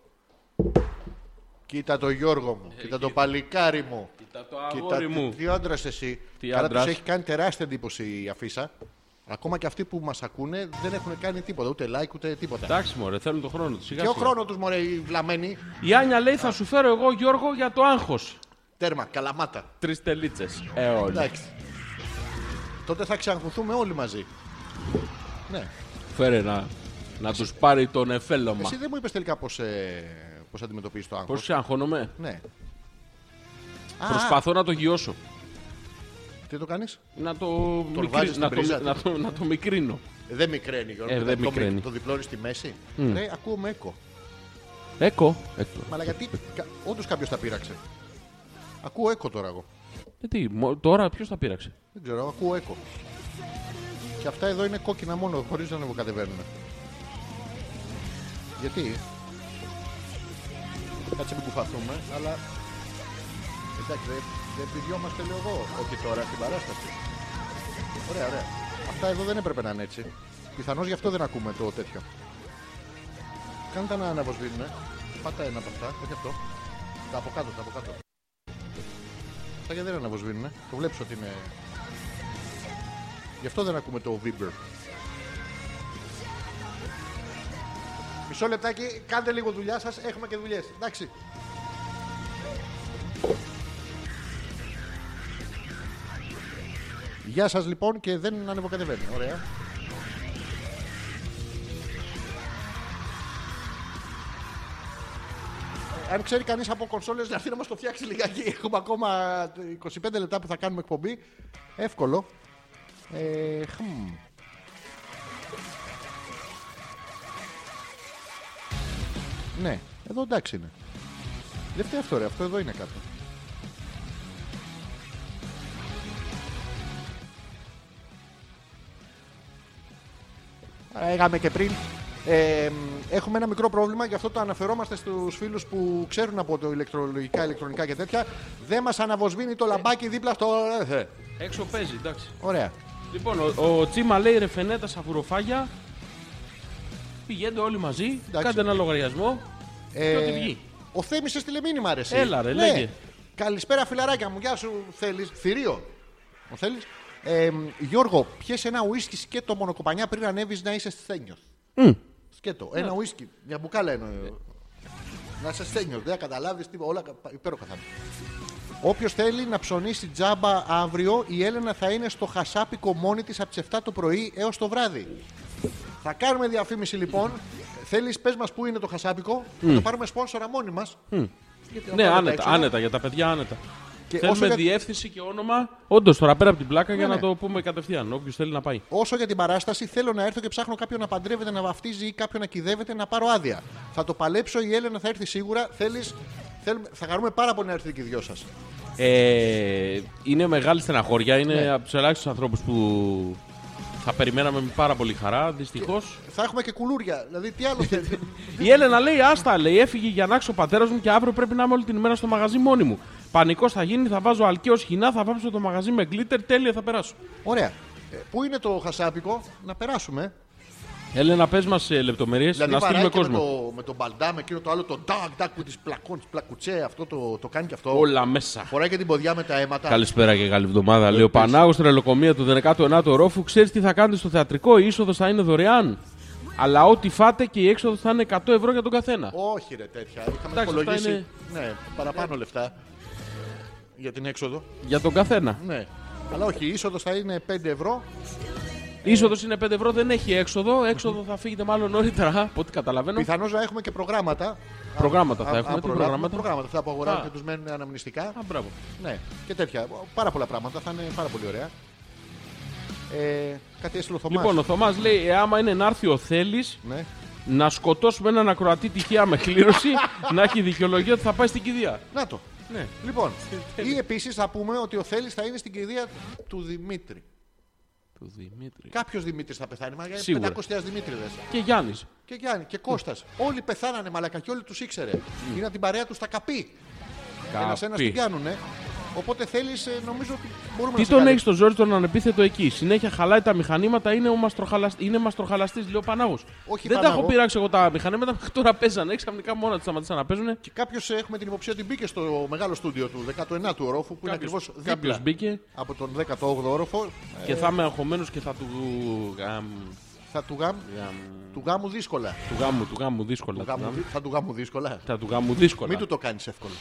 B: Κοίτα το Γιώργο μου, κοίτα το παλικάρι μου.
A: Κοίτα το Ε, αγόρι μου.
B: τι άντρας εσύ.
A: Τι
B: Καλά,
A: άντρας.
B: του έχει κάνει τεράστια εντύπωση η αφίσα. Ακόμα και αυτοί που μας ακούνε δεν έχουν κάνει τίποτα, ούτε like ούτε τίποτα.
A: Εντάξει, μωρέ, θέλουν τον χρόνο τους. Σιγά
B: Ποιο
A: σιγά.
B: χρόνο τους, μωρέ, οι βλαμμένοι.
A: Η Άνια λέει: Θα σου φέρω εγώ, Γιώργο, για το άγχος.
B: Τέρμα, καλαμάτα.
A: Τρεις τελίτσες. Ε, όλοι.
B: Εντάξει. Τότε θα ξαγχωθούμε όλοι μαζί. Ναι.
A: Φέρε να, να τους πάρει τον εφέλωμα.
B: Εσύ δεν μου είπες τελικά πώς πώς αντιμετωπίζεις το άγχος.
A: Πώς σε αγχώνομαι.
B: Ναι. Α,
A: Προσπαθώ να το γιώσω.
B: τι το κάνεις.
A: Να το, μικρύ-
B: βάζεις στην
A: να, το,
B: πρίζα,
A: να, το, να το μικρύνω.
B: Δεν μικραίνει, Γιώργο.
A: Ε, δεν
B: το, μικ-
A: μικραίνει. Mm.
B: Το διπλώνεις στη μέση. Ρε, ακούω έκο.
A: Έκο. Έκο.
B: Μα αλλά γιατί. Όντως κάποιος τα πείραξε. Ακούω έκο τώρα εγώ.
A: Ε, τι, μο- τώρα ποιος τα πείραξε.
B: Δεν ξέρω, ακούω έκο. Και αυτά εδώ είναι κόκκινα μόνο, χωρίς να ανεβοκατεβαίνουν. Γιατί. Κάτσε μην κουφαθούμε, αλλά. Εντάξει, δεν δεν πηδιόμαστε λέω εγώ. Όχι τώρα στην παράσταση. Ωραία, ωραία. Αυτά εδώ δεν έπρεπε να είναι έτσι. Πιθανώς γι' αυτό δεν ακούμε το τέτοιο. Κάνε τα να αναβοσβήνουν. Πάτα ένα από αυτά, όχι αυτό. Τα από κάτω, τα από κάτω. Αυτά γιατί δεν αναβοσβήνουν. Το βλέπεις ότι είναι Γι' αυτό δεν ακούμε το Viber. Μισό λεπτάκι, κάντε λίγο δουλειά σας, έχουμε και δουλειές. Εντάξει. Γεια σας λοιπόν και δεν ανεβοκατεβαίνει. Ωραία. Ε, Αν ξέρει κανείς από κονσόλες να έρθει να μας το φτιάξει λιγάκι. Έχουμε ακόμα ε, 25 λεπτά που θα κάνουμε εκπομπή. Εύκολο. Ε, χμ. Ναι, εδώ εντάξει είναι. Δεν φταίει αυτό ρε, αυτό εδώ είναι κάτω. Άρα, Έγαμε και πριν. Ε, μ, έχουμε ένα μικρό πρόβλημα, γι' αυτό το αναφερόμαστε στους φίλους που ξέρουν από το ηλεκτρολογικά, ηλεκτρονικά και τέτοια. Δεν μας αναβοσβήνει το λαμπάκι δίπλα στο... ε, ε.
A: Έξω παίζει, εντάξει.
B: Ωραία.
A: Λοιπόν, ο, ο Τσίμα λέει ρε φενέτα σαβουροφάγια. Πηγαίνετε όλοι μαζί, κάντε ένα λογαριασμό. Και ό,τι βγει.
B: Ε, Ο Θέμης έστειλε μήνυμα, ρε. εσύ. Ναι.
A: Έλα, ρε, λέγε.
B: Καλησπέρα, φιλαράκια μου. Γεια σου, θέλεις. Θηρίο. Ο θέλεις. Ε, μ, Γιώργο, πιες ένα ουίσκι σκέτο μονοκοπανιά πριν ανέβεις να είσαι σθένιος. Σκέτο. Ένα ουίσκι. Μια μπουκάλα εννοώ. Να είσαι σθένιος. Δεν θα καταλάβεις τίποτα. Όλα κα- υπέροχα θα είναι. Όποιος θέλει να ψωνίσει τζάμπα αύριο, η Έλενα θα είναι στο χασάπικο μόνη της από τις 7 το πρωί έως το βράδυ. Θα κάνουμε διαφήμιση λοιπόν. Θέλεις, πες μας πού είναι το χασάπικο, θα το πάρουμε σπόνσορα μόνοι μας.
A: Ναι, άνετα, άνετα, για τα παιδιά άνετα.
B: Και όσο
A: Θέλουμε
B: για-
A: διεύθυνση και όνομα. Όντως, τώρα πέρα από την πλάκα για
B: ναι.
A: να το πούμε κατευθείαν. Όποιος θέλει να πάει.
B: Όσο για την παράσταση, θέλω να έρθω και ψάχνω κάποιον να παντρεύεται, να βαφτίζει ή κάποιον να κυδεύεται, να πάρω άδεια. Θα το παλέψω, η Έλενα θα έρθει σίγουρα. Θέλεις, θέλουμε- θα χαρούμε πάρα πολύ να έρθετε και οι δυο σας.
A: Ε, είναι μεγάλη στεναχώρια. Είναι
B: Ναι.
A: από τους ελάχιστους ανθρώπους που θα περιμέναμε με πάρα πολύ χαρά. Δυστυχώς.
B: Θα έχουμε και κουλούρια. Δηλαδή, τι άλλο θέλει.
A: Η Έλενα λέει: Άστα, λέει, έφυγε για να ο πατέρας μου και αύριο πρέπει να είμαι όλη την ημέρα στο μαγαζί μόνη μου. Πανικός θα γίνει, θα βάζω αλκαίο χινά, θα βάψω το μαγαζί με γκλίτερ, τέλεια θα περάσω.
B: Ωραία. Ε, πού είναι το χασάπικο, να περάσουμε.
A: Έλενα, πες μας λεπτομέρειες
B: Δηλαδή
A: να στείλουμε
B: βαράει και
A: κόσμο.
B: Με, το, με τον μπαλντάμ, εκείνο το άλλο, το ντάκ ντάκ που της πλακών, της πλακουτσέ, αυτό το, το κάνει και αυτό.
A: Όλα μέσα.
B: Φοράει και την ποδιά με τα αίματα.
A: Καλησπέρα και καλή εβδομάδα. Λέει ο Πανάγο στην ελοκομεία του 19ου ορόφου. Ξέρεις τι θα κάνετε στο θεατρικό. Η είσοδος θα είναι δωρεάν. Αλλά ό,τι φάτε και η έξοδος θα είναι 100 ευρώ για τον καθένα.
B: Όχι, ρε τέτοια. Είχαμε
A: αυτά
B: υπολογίσει.
A: είναι- Ε.
B: Ναι, παραπάνω λεφτά. Για την έξοδο.
A: Για τον καθένα.
B: Ναι. Αλλά όχι, η είσοδος θα είναι 5 ευρώ.
A: Η είσοδος είναι 5 ευρώ, δεν έχει έξοδο. Έξοδο θα φύγετε μάλλον νωρίτερα από ό,τι καταλαβαίνω.
B: Πιθανώς να έχουμε και προγράμματα.
A: Προγράμματα
B: Α,
A: θα έχουμε.
B: α,
A: Τι
B: προγράμματα,
A: προγράμματα.
B: προγράμματα, Αυτά που αγοράζουν
A: Α.
B: και τους μένουν αναμνηστικά.
A: Α, μπράβο.
B: Ναι, και τέτοια. Πάρα πολλά πράγματα. Θα είναι πάρα πολύ ωραία. Ε, κάτι έστειλε ο Θωμάς.
A: Λοιπόν, ο Θωμάς λέει: «Ε, Άμα είναι να έρθει ο Θέλει,
B: Ναι.
A: να σκοτώσουμε έναν ακροατή τυχαία με κλήρωση, να έχει δικαιολογία ότι θα πάει στην κηδεία.
B: Να το.
A: Ναι.
B: Λοιπόν, ή επίσης θα πούμε ότι ο Θέλει θα είναι στην κηδεία του Δημήτρη.
A: Του Δημήτρη.
B: Κάποιος Δημήτρης θα πεθάνει, μα για
A: Σίγουρα.
B: 500.000 Δημήτριδες.
A: Και Γιάννης.
B: Και Γιάννη και Κώστας. Όλοι πεθάνανε μαλακα και όλοι τους ήξερε. Γίναν την παρέα τους στα καπί. Ένα-ένα την
A: Καπί.
B: πιάνουνε. Οπότε θέλεις, ε, νομίζω ότι μπορούμε
A: Τι
B: να σε
A: τον
B: κάνουμε.
A: έχει τον Ζόρι τον ανεπίθετο εκεί. Συνέχεια χαλάει τα μηχανήματα, είναι, ο μαστροχαλασ- είναι μαστροχαλαστής, λέει ο Πανάγο.
B: Όχι,
A: Δεν τα
B: Πανάγο.
A: έχω πειράξει εγώ τα μηχανήματα, μέχρι τώρα παίζανε. Ξαφνικά μόνα τους σταματήσαν να παίζουν.
B: Και κάποιος ε, έχουμε την υποψία ότι μπήκε στο μεγάλο στούντιο του 19ου ορόφου που είναι ακριβώς δίπλα Ε.
A: Κάποιος μπήκε
B: από τον 18ο όροφο.
A: και θα είμαι αγχωμένος και θα του. γαμ,
B: Θα του, γάμ... του γάμου δύσκολα.
A: Του γάμου, του γάμου,
B: Του
A: δύσκολα. του
B: γάμου...
A: γάμου.
B: Θα του γάμου δύσκολα.
A: Θα του γάμου, δύσκολα.
B: Μην του το κάνεις εύκολο.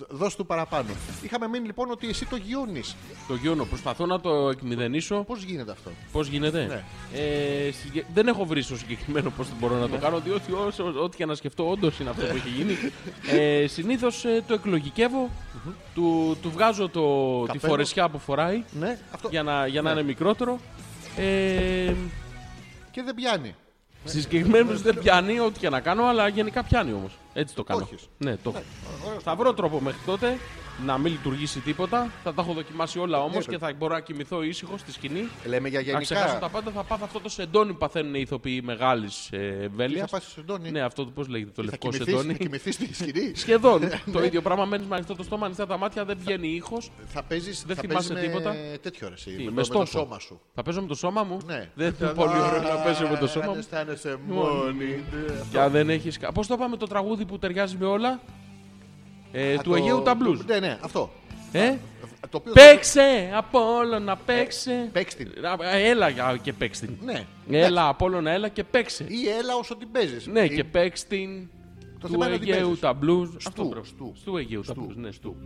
B: Δ- Δώσ' του παραπάνω. Είχαμε μείνει λοιπόν ότι εσύ το γιώνει.
A: Το γιώνω, προσπαθώ να το εκμηδενήσω.
B: Πώς γίνεται αυτό.
A: Πώς γίνεται.
B: Ναι.
A: Ε, συγκε- Δεν έχω βρει στο συγκεκριμένο πώς μπορώ να το
B: Ναι.
A: κάνω, διότι όσο- ό,τι και να σκεφτώ, όντως είναι αυτό που έχει γίνει. Ε, Συνήθως το εκλογικεύω, του, του βγάζω το, τη
B: Καπέλο.
A: φορεσιά που φοράει
B: Ναι, αυτό.
A: για να, για να είναι μικρότερο. Ε,
B: Και δεν πιάνει.
A: Στι συγκεκριμένε δεν πιάνει, ό,τι και να κάνω, αλλά γενικά πιάνει όμως. Έτσι το κάνω.
B: Το έχεις.
A: Ναι, το έχω. Θα βρω τρόπο μέχρι τότε να μην λειτουργήσει τίποτα. Θα τα έχω δοκιμάσει όλα όμως και
B: Βέβαια.
A: θα μπορώ να κοιμηθώ ήσυχο στη σκηνή.
B: Λέμε για
A: Να ξεχάσω τα
B: γενικά.
A: πάντα, θα πάθω αυτό το σεντόνι που παθαίνουν οι ηθοποιοί μεγάλης
B: Τι
A: ευέλεια.
B: θα πα στο Σεντόνι.
A: Ναι, αυτό το πώς λέγεται το
B: θα
A: λευκό
B: κοιμηθείς, Ναι, θα
A: σεντόνι.
B: κοιμηθείς στη σκηνή.
A: Σχεδόν το ίδιο πράγμα. Μένεις με ανοιχτό το στόμα, ανοιχτά τα μάτια, δεν βγαίνει ήχος.
B: θα παίζεις.
A: Δεν θυμάσαι τίποτα.
B: Τέτοιο ρε. εσύ,
A: Τι, με
B: Με, το- με το
A: στόχο.
B: σώμα σου.
A: Θα παίζω με το σώμα μου.
B: Ναι.
A: Δεν είναι πολύ ωραίο να παίζω με το σώμα μου.
B: αισθάνεσαι μόνη.
A: Για δεν έχεις... κα- Πώς το είπαμε το τραγούδι που ταιριάζει με όλα ε,
B: Α,
A: Του
B: το-
A: Αιγαίου τα blues
B: Ναι, ναι, αυτό.
A: ε?
B: Το οποίο
A: Παίξε από όλο να παίξε
B: παίξ' Ε, την.
A: Α, Έλα για- και παίξ την
B: Ναι.
A: Έλα από όλο να έλα και παίξε
B: Ή έλα όσο την παίζεις.
A: Ναι και παίξ την
B: Ε, Το
A: Του
B: θέμα είναι να την
A: Αιγαίου
B: παίζεις.
A: τα blues Αυτό
B: Στου,
A: πρέπει.
B: στου.
A: Στου Αιγαίου τα
B: Στου.
A: blues Ναι στου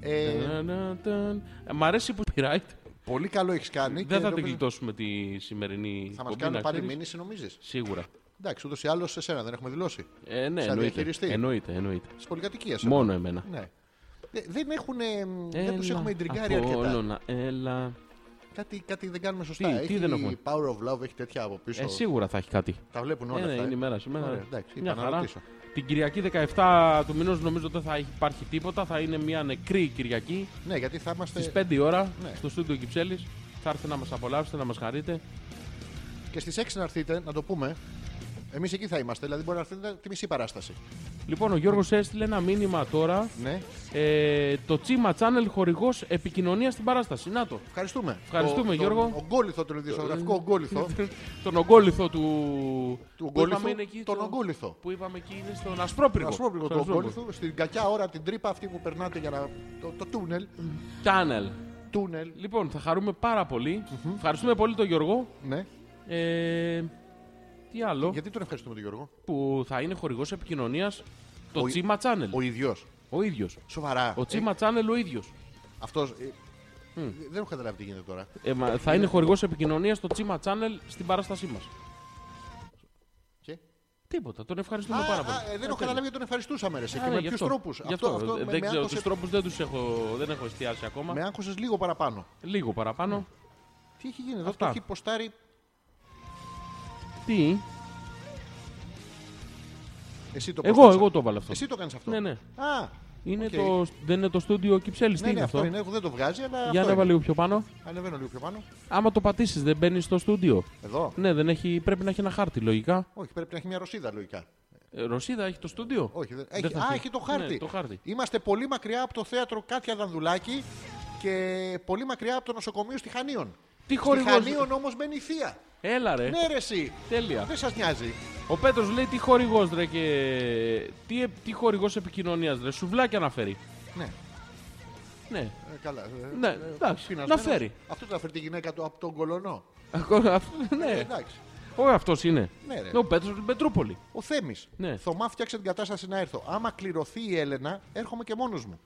B: Ε,
A: Να, να, ταν. Μ' αρέσει που πειράει
B: πολύ καλό έχεις κάνει. Ε, και
A: Δεν θα την
B: νομίζω-
A: γλιτώσουμε τη σημερινή
B: Θα μας
A: εκπομπή,
B: κάνουν
A: να
B: πάλι
A: ξέρεις.
B: μήνυση, νομίζεις.
A: Σίγουρα
B: Εντάξει, ούτως ή άλλως σε σένα δεν έχουμε δηλώσει.
A: ε, ναι,
B: Σαν
A: εννοείται.
B: διαχειριστή.
A: εννοείται, εννοείται.
B: Τη πολυκατοικία.
A: Μόνο εμένα.
B: Ναι. Δε- Δεν, έχουν, δεν τους έχουμε ιντριγκάρει
A: από
B: αρκετά.
A: όλο να έλα.
B: Κάτι, κάτι δεν κάνουμε σωστά.
A: Τι- τι
B: έχει
A: δεν έχουμε?
B: Power of Love, έχει τέτοια από πίσω.
A: Ε, σίγουρα θα έχει κάτι.
B: Τα βλέπουν όλα.
A: Ε, ναι,
B: αυτά,
A: είναι
B: ε.
A: η μέρα σήμερα.
B: Ωραία, εντάξει,
A: μια
B: είπα να
A: χαρά.
B: ρωτήσω.
A: Την Κυριακή 17 του μηνός νομίζω δεν θα έχει- υπάρχει τίποτα. Θα είναι μια νεκρή Κυριακή
B: Ναι, γιατί θα είμαστε
A: στις 5 η ώρα
B: ναι.
A: στο στούντιο Κυψέλης. Θα έρθετε να μας απολαύσετε, να μας χαρείτε.
B: και στις 6 να έρθετε, να το πούμε. Εμείς εκεί θα είμαστε, δηλαδή μπορεί να έρθετε τη μισή παράσταση.
A: Λοιπόν, ο Γιώργος έστειλε ένα μήνυμα τώρα.
B: Ναι,
A: Ε, το Chima Channel χορηγός επικοινωνίας στην παράσταση. Να το.
B: ευχαριστούμε.
A: Ευχαριστούμε,
B: Το-
A: Γιώργο.
B: Τον ογκόλυθο, τον ειδησιογραφικό ογκόλυθο.
A: Τον ογκόλυθο του. που
B: Του ογκόλυθου,
A: είπαμε είναι εκεί
B: τον
A: στο-
B: ογκόλυθο.
A: Που είπαμε εκεί είναι στον Ασπρόπυργο.
B: Ασπρόπυργο
A: Στον
B: του ογκόλυθου, στην κακιά ώρα την τρύπα αυτή που περνάτε για να. το, το τούνελ.
A: Channel.
B: Τούνελ,
A: Λοιπόν, θα χαρούμε πάρα πολύ. Ευχαριστούμε πολύ τον Γιώργο.
B: ναι.
A: Ε, τι άλλο
B: Γιατί τον ευχαριστούμε τον Γιώργο.
A: που θα είναι χορηγός επικοινωνίας το
B: Ο-
A: Chima Channel.
B: Ο Ε. ίδιος.
A: Ο, ίδιος.
B: Σοβαρά.
A: Ο Chima Channel ο ίδιος.
B: Αυτός. Δεν έχω καταλάβει τι γίνεται τώρα.
A: Ε, μα, θα είναι χορηγός επικοινωνίας το Chima Channel στην παράστασή μας.
B: Και?
A: Τίποτα. Τον ευχαριστούμε
B: Α,
A: πάρα
B: α,
A: πολύ.
B: ε, δεν έχω καταλάβει γιατί τον ευχαριστούσαμε, ρε. εσύ.
A: Α,
B: Και
A: ναι,
B: με
A: γι'
B: ποιους
A: αυτό.
B: τρόπους.
A: Γι' αυτό, ε, δεν ξέρω, τους τρόπους δεν τους έχω, δεν έχω εστιάσει ακόμα.
B: Με Ναι. άγχωσε λίγο παραπάνω.
A: Λίγο παραπάνω.
B: Τι έχει γίνει εδώ,
A: Αυτά.
B: το έχει ποστάρει.
A: Τι,
B: Εσύ το
A: εγώ,
B: ποστάρεις
A: εγώ
B: αυτό.
A: το έβαλα αυτό.
B: Εσύ το κάνεις αυτό.
A: Ναι, ναι.
B: Α,
A: Είναι
B: οκ.
A: το, δεν είναι το στούντιο Κυψέλης, τι
B: Ναι, ναι,
A: είναι αυτό.
B: αυτό είναι. Εγώ δεν το βγάζει, αλλά.
A: Για
B: αυτό
A: να
B: είναι.
A: λίγο πιο πάνω.
B: Ανεβαίνω λίγο πιο πάνω.
A: Άμα το πατήσεις, δεν μπαίνεις στο στούντιο.
B: Εδώ.
A: Ναι, δεν έχει, πρέπει να έχει ένα χάρτη λογικά.
B: Όχι, πρέπει να έχει μια ρωσίδα λογικά.
A: Ε, Ρωσίδα έχει το στούντιο.
B: Όχι, δεν...
A: Δεν
B: Έχει...
A: θα
B: Α, έχει το χάρτη.
A: Ναι, το χάρτη.
B: Είμαστε πολύ μακριά από το θέατρο Κάτια Δανδουλάκη και πολύ μακριά από το νοσοκομείο στη Χανίων.
A: Τι
B: Στη
A: χορηγός.
B: Χανίων όμω μπαίνει η θεία.
A: Έλα ρε.
B: Ναι, ρε, εσύ.
A: Τέλεια.
B: Δεν σας νοιάζει.
A: Ο Πέτρος λέει τι χορηγός ρε και. Τι, ε- τι χορηγός επικοινωνίας ρε. Σουβλάκια να φέρει.
B: Ναι,
A: Ναι,
B: ε, καλά. ε,
A: Ναι,
B: ε,
A: εντάξει,
B: πεινασμένος.
A: να φέρει.
B: Αυτό θα φέρει τη γυναίκα του από τον Κολονό.
A: Ακόμα αυτό-
B: Ε,
A: ναι.
B: εντάξει.
A: Ο αυτός είναι.
B: Ναι, ρε.
A: Ο Πέτρος από την Πετρούπολη.
B: Ο Θέμης.
A: Ναι.
B: Θωμά, φτιάξε την κατάσταση να έρθω. Άμα κληρωθεί η Έλενα, έρχομαι και μόνος μου.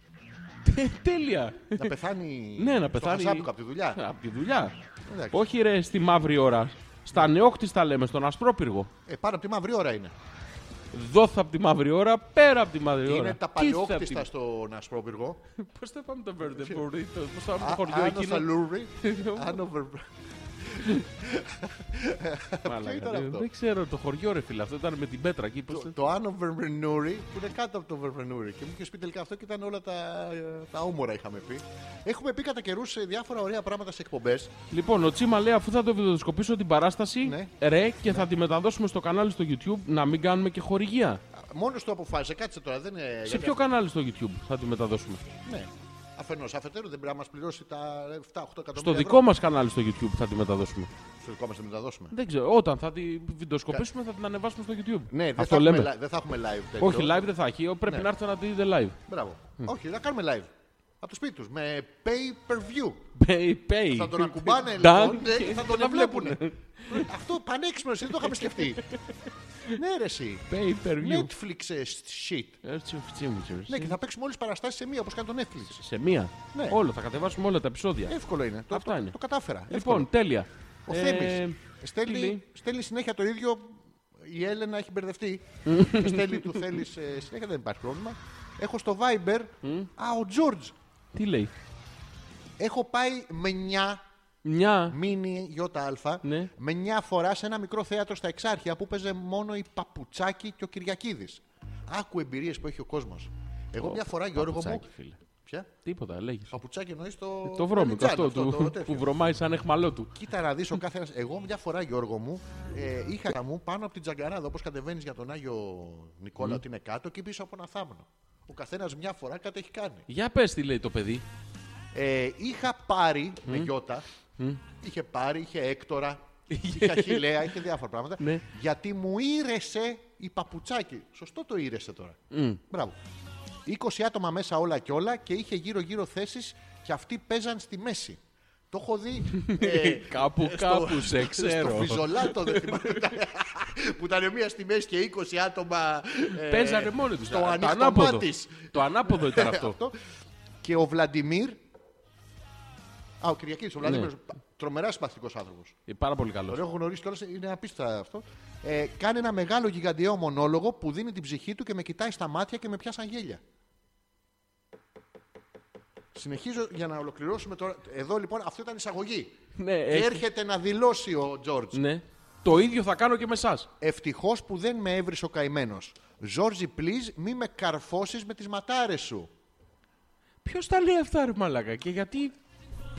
A: Τε- Τέλεια.
B: να πεθάνει.
A: Ε, Ναι, να πεθάνει.
B: Στο χασάπικο από τη δουλειά.
A: Από τη δουλειά.
B: Εντάξει.
A: Όχι ρε στη μαύρη ώρα. Στα νεόκτιστα λέμε, στον Ασπρόπυργο.
B: Ε, πάνω από τη μαύρη ώρα είναι.
A: Δόθα από τη μαύρη ώρα, πέρα από τη μαύρη ώρα.
B: Είναι τα παλαιόκτιστα στον Ασπρόπυργο.
A: Πώς θα πάμε το Verde Burrito, πώς θα πάμε το
B: Α,
A: χωριό
B: Άνω στα
A: εκείνο.
B: Λούρι. Άνω Βερ-
A: Μαλάκα, ναι.
B: ήταν
A: δεν-
B: αυτό?
A: Δεν ξέρω το χωριό, ρε φίλε. Αυτό ήταν με την πέτρα εκεί. πώς
B: Το-
A: το-
B: Το Άνω Βερβενούρι που είναι κάτω από το Βερβενούρι. Και μου είχες πει τελικά αυτό και ήταν όλα τα, ε, τα όμορα είχαμε πει. Έχουμε πει κατά καιρούς διάφορα ωραία πράγματα σε εκπομπές.
A: Λοιπόν, ο Τσίμα λέει αφού θα το βιντεοσκοπήσω την παράσταση,
B: Ναι.
A: ρε, και θα τη μεταδώσουμε στο κανάλι στο YouTube να μην κάνουμε και χορηγία.
B: Μόνος του αποφάσισε, κάτσε τώρα. Δεν είναι,
A: Σε ποιο κανάλι στο YouTube θα τη μεταδώσουμε.
B: Ναι. Αφενός. Αφετέρου δεν πρέπει να μας πληρώσει τα 7-8 εκατομμύρια.
A: Στο
B: ευρώ.
A: δικό μας κανάλι στο YouTube θα τη μεταδώσουμε.
B: Στο δικό μας θα μεταδώσουμε.
A: Δεν ξέρω. Όταν θα τη βιντεοσκοπήσουμε θα την ανεβάσουμε στο YouTube.
B: Ναι, δεν,
A: Αυτό
B: θα
A: λέμε.
B: Έχουμε, li- δεν θα έχουμε live. Ναι. τέτοιο.
A: Όχι, live δεν θα έχει. Πρέπει να έρθετε να τη δείτε live.
B: Μπράβο. Όχι, να κάνουμε live. Από το σπίτι τους. Με pay per view.
A: Pay, pay.
B: Θα τον ακουμπάνε
A: Dan
B: λοιπόν ναι,
A: και
B: και θα τον
A: να
B: βλέπουν.
A: βλέπουνε.
B: Αυτό πανέξυπνο εσύ δεν το είχαμε σκεφτεί. ναι, ρε, εσύ.
A: Pay per view.
B: Netflix ε, shit. Ναι, και
A: Έτσι,
B: θα παίξουμε όλες τις παραστάσεις σε μία όπως κάνει το Netflix.
A: Σε μία.
B: Ναι.
A: Όλο, θα κατεβάσουμε όλα τα επεισόδια.
B: Εύκολο είναι. Το,
A: Αυτά
B: το-
A: είναι.
B: το κατάφερα. Εύκολο.
A: Λοιπόν, τέλεια.
B: Ο
A: Ε,
B: Θέμης στέλνει,
A: στείλει.
B: στέλνει συνέχεια το ίδιο. Η Έλενα έχει μπερδευτεί. στέλνει του θέλει ε, συνέχεια, δεν υπάρχει πρόβλημα. Έχω στο Viber. Α, ο Τζορτζ.
A: Τι λέει.
B: Έχω πάει με 9
A: Μια.
B: μίνι ΙΑ
A: Ναι.
B: με 9 φορά σε ένα μικρό θέατρο στα Εξάρχεια που παίζε μόνο η Παπουτσάκη και ο Κυριακίδης. Άκου εμπειρίες που έχει ο κόσμος. Εγώ μια φορά, Γιώργο μου.
A: Παπουτσάκι, φίλε.
B: Ποια?
A: Τίποτα, λέγεις.
B: Παπουτσάκι εννοείς το.
A: Ε, Το βρώμικο
B: Μπελιτζάν,
A: αυτό του-
B: το- το τέτοιο.
A: που βρωμάει σαν εχμαλό του.
B: Κοίτα να δεις ο κάθε ένας. Εγώ μια φορά, Γιώργο μου, ε, είχα τα μου πάνω από την τζαγκαράδα όπως κατεβαίνεις για τον Άγιο Νικόλα ότι είναι κάτω και πίσω από ένα θάμνο. Ο καθένας μια φορά κάτι έχει κάνει.
A: Για πες τι λέει το παιδί.
B: Ε, είχα πάρει με γιώτα, είχε πάρει, είχε έκτορα, είχε αχιλέα, είχε διάφορα πράγματα.
A: Ναι.
B: Γιατί μου ήρεσε η παπουτσάκι. Σωστό το ήρεσε τώρα. Μπράβο. 20 άτομα μέσα όλα και όλα και είχε γύρω-γύρω θέσεις και αυτοί παίζαν στη μέση. Το έχω δει. ε,
A: Κάπου, κάπου σε
B: στο
A: ξέρω.
B: φιζολάτο δεν θυμάμαι. που ήταν μία στη μέση και 20 άτομα. ε,
A: Παίζανε μόνοι τους.
B: Στο ανοιχτό
A: Το ανάποδο ήταν αυτό.
B: αυτό. Και ο Βλαντιμίρ. Α, ο Κυριακή, ο Βλαντιμίρ. Τρομερά συμπαθητικός άνθρωπος.
A: Ε, Πάρα πολύ
B: Τον
A: καλό.
B: έχω γνωρίσει κιόλας, είναι απίστευτα αυτό. Ε, κάνει ένα μεγάλο γιγαντιαίο μονόλογο που δίνει την ψυχή του και με κοιτάει στα μάτια και με πιάσαν γέλια. Συνεχίζω για να ολοκληρώσουμε τώρα. Εδώ λοιπόν, αυτό ήταν εισαγωγή.
A: Ναι,
B: και
A: έχει-
B: έρχεται να δηλώσει ο Τζόρτζ.
A: Ναι. Το ίδιο θα κάνω και με εσάς.
B: Ευτυχώς που δεν με έβρισε ο καημένος. Ζόρζι, please, μη με καρφώσεις με τις ματάρες σου.
A: Ποιος τα λέει αυτά, ρε Μαλάκα, και γιατί.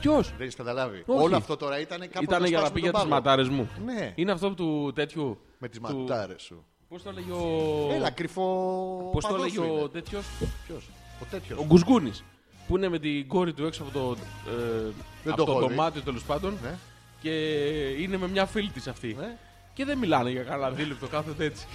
A: Ποιο.
B: Δεν έχεις καταλάβει.
A: Όχι.
B: Όλο αυτό τώρα ήταν κάπου
A: Ήταν για να πει για τι ματάρες μου.
B: Ναι.
A: Είναι αυτό του τέτοιου.
B: Με τις
A: του-
B: ματάρες σου.
A: Πώς το λέγει ο.
B: Έλα, κρυφό.
A: Πώς το
B: παδός
A: λέγει
B: σου είναι.
A: ο τέτοιος.
B: Ποιος? Ο τέτοιος.
A: Ο Γκουσγούνη. Που είναι με την κόρη του έξω από το, ε,
B: Δεν
A: από
B: το
A: το
B: έχω δει.
A: δωμάτιο τέλος πάντων.
B: Ναι.
A: Και είναι με μια φίλη της αυτή.
B: Ναι.
A: Και δεν μιλάνε για καλά δίλεπτο, κάθονται έτσι.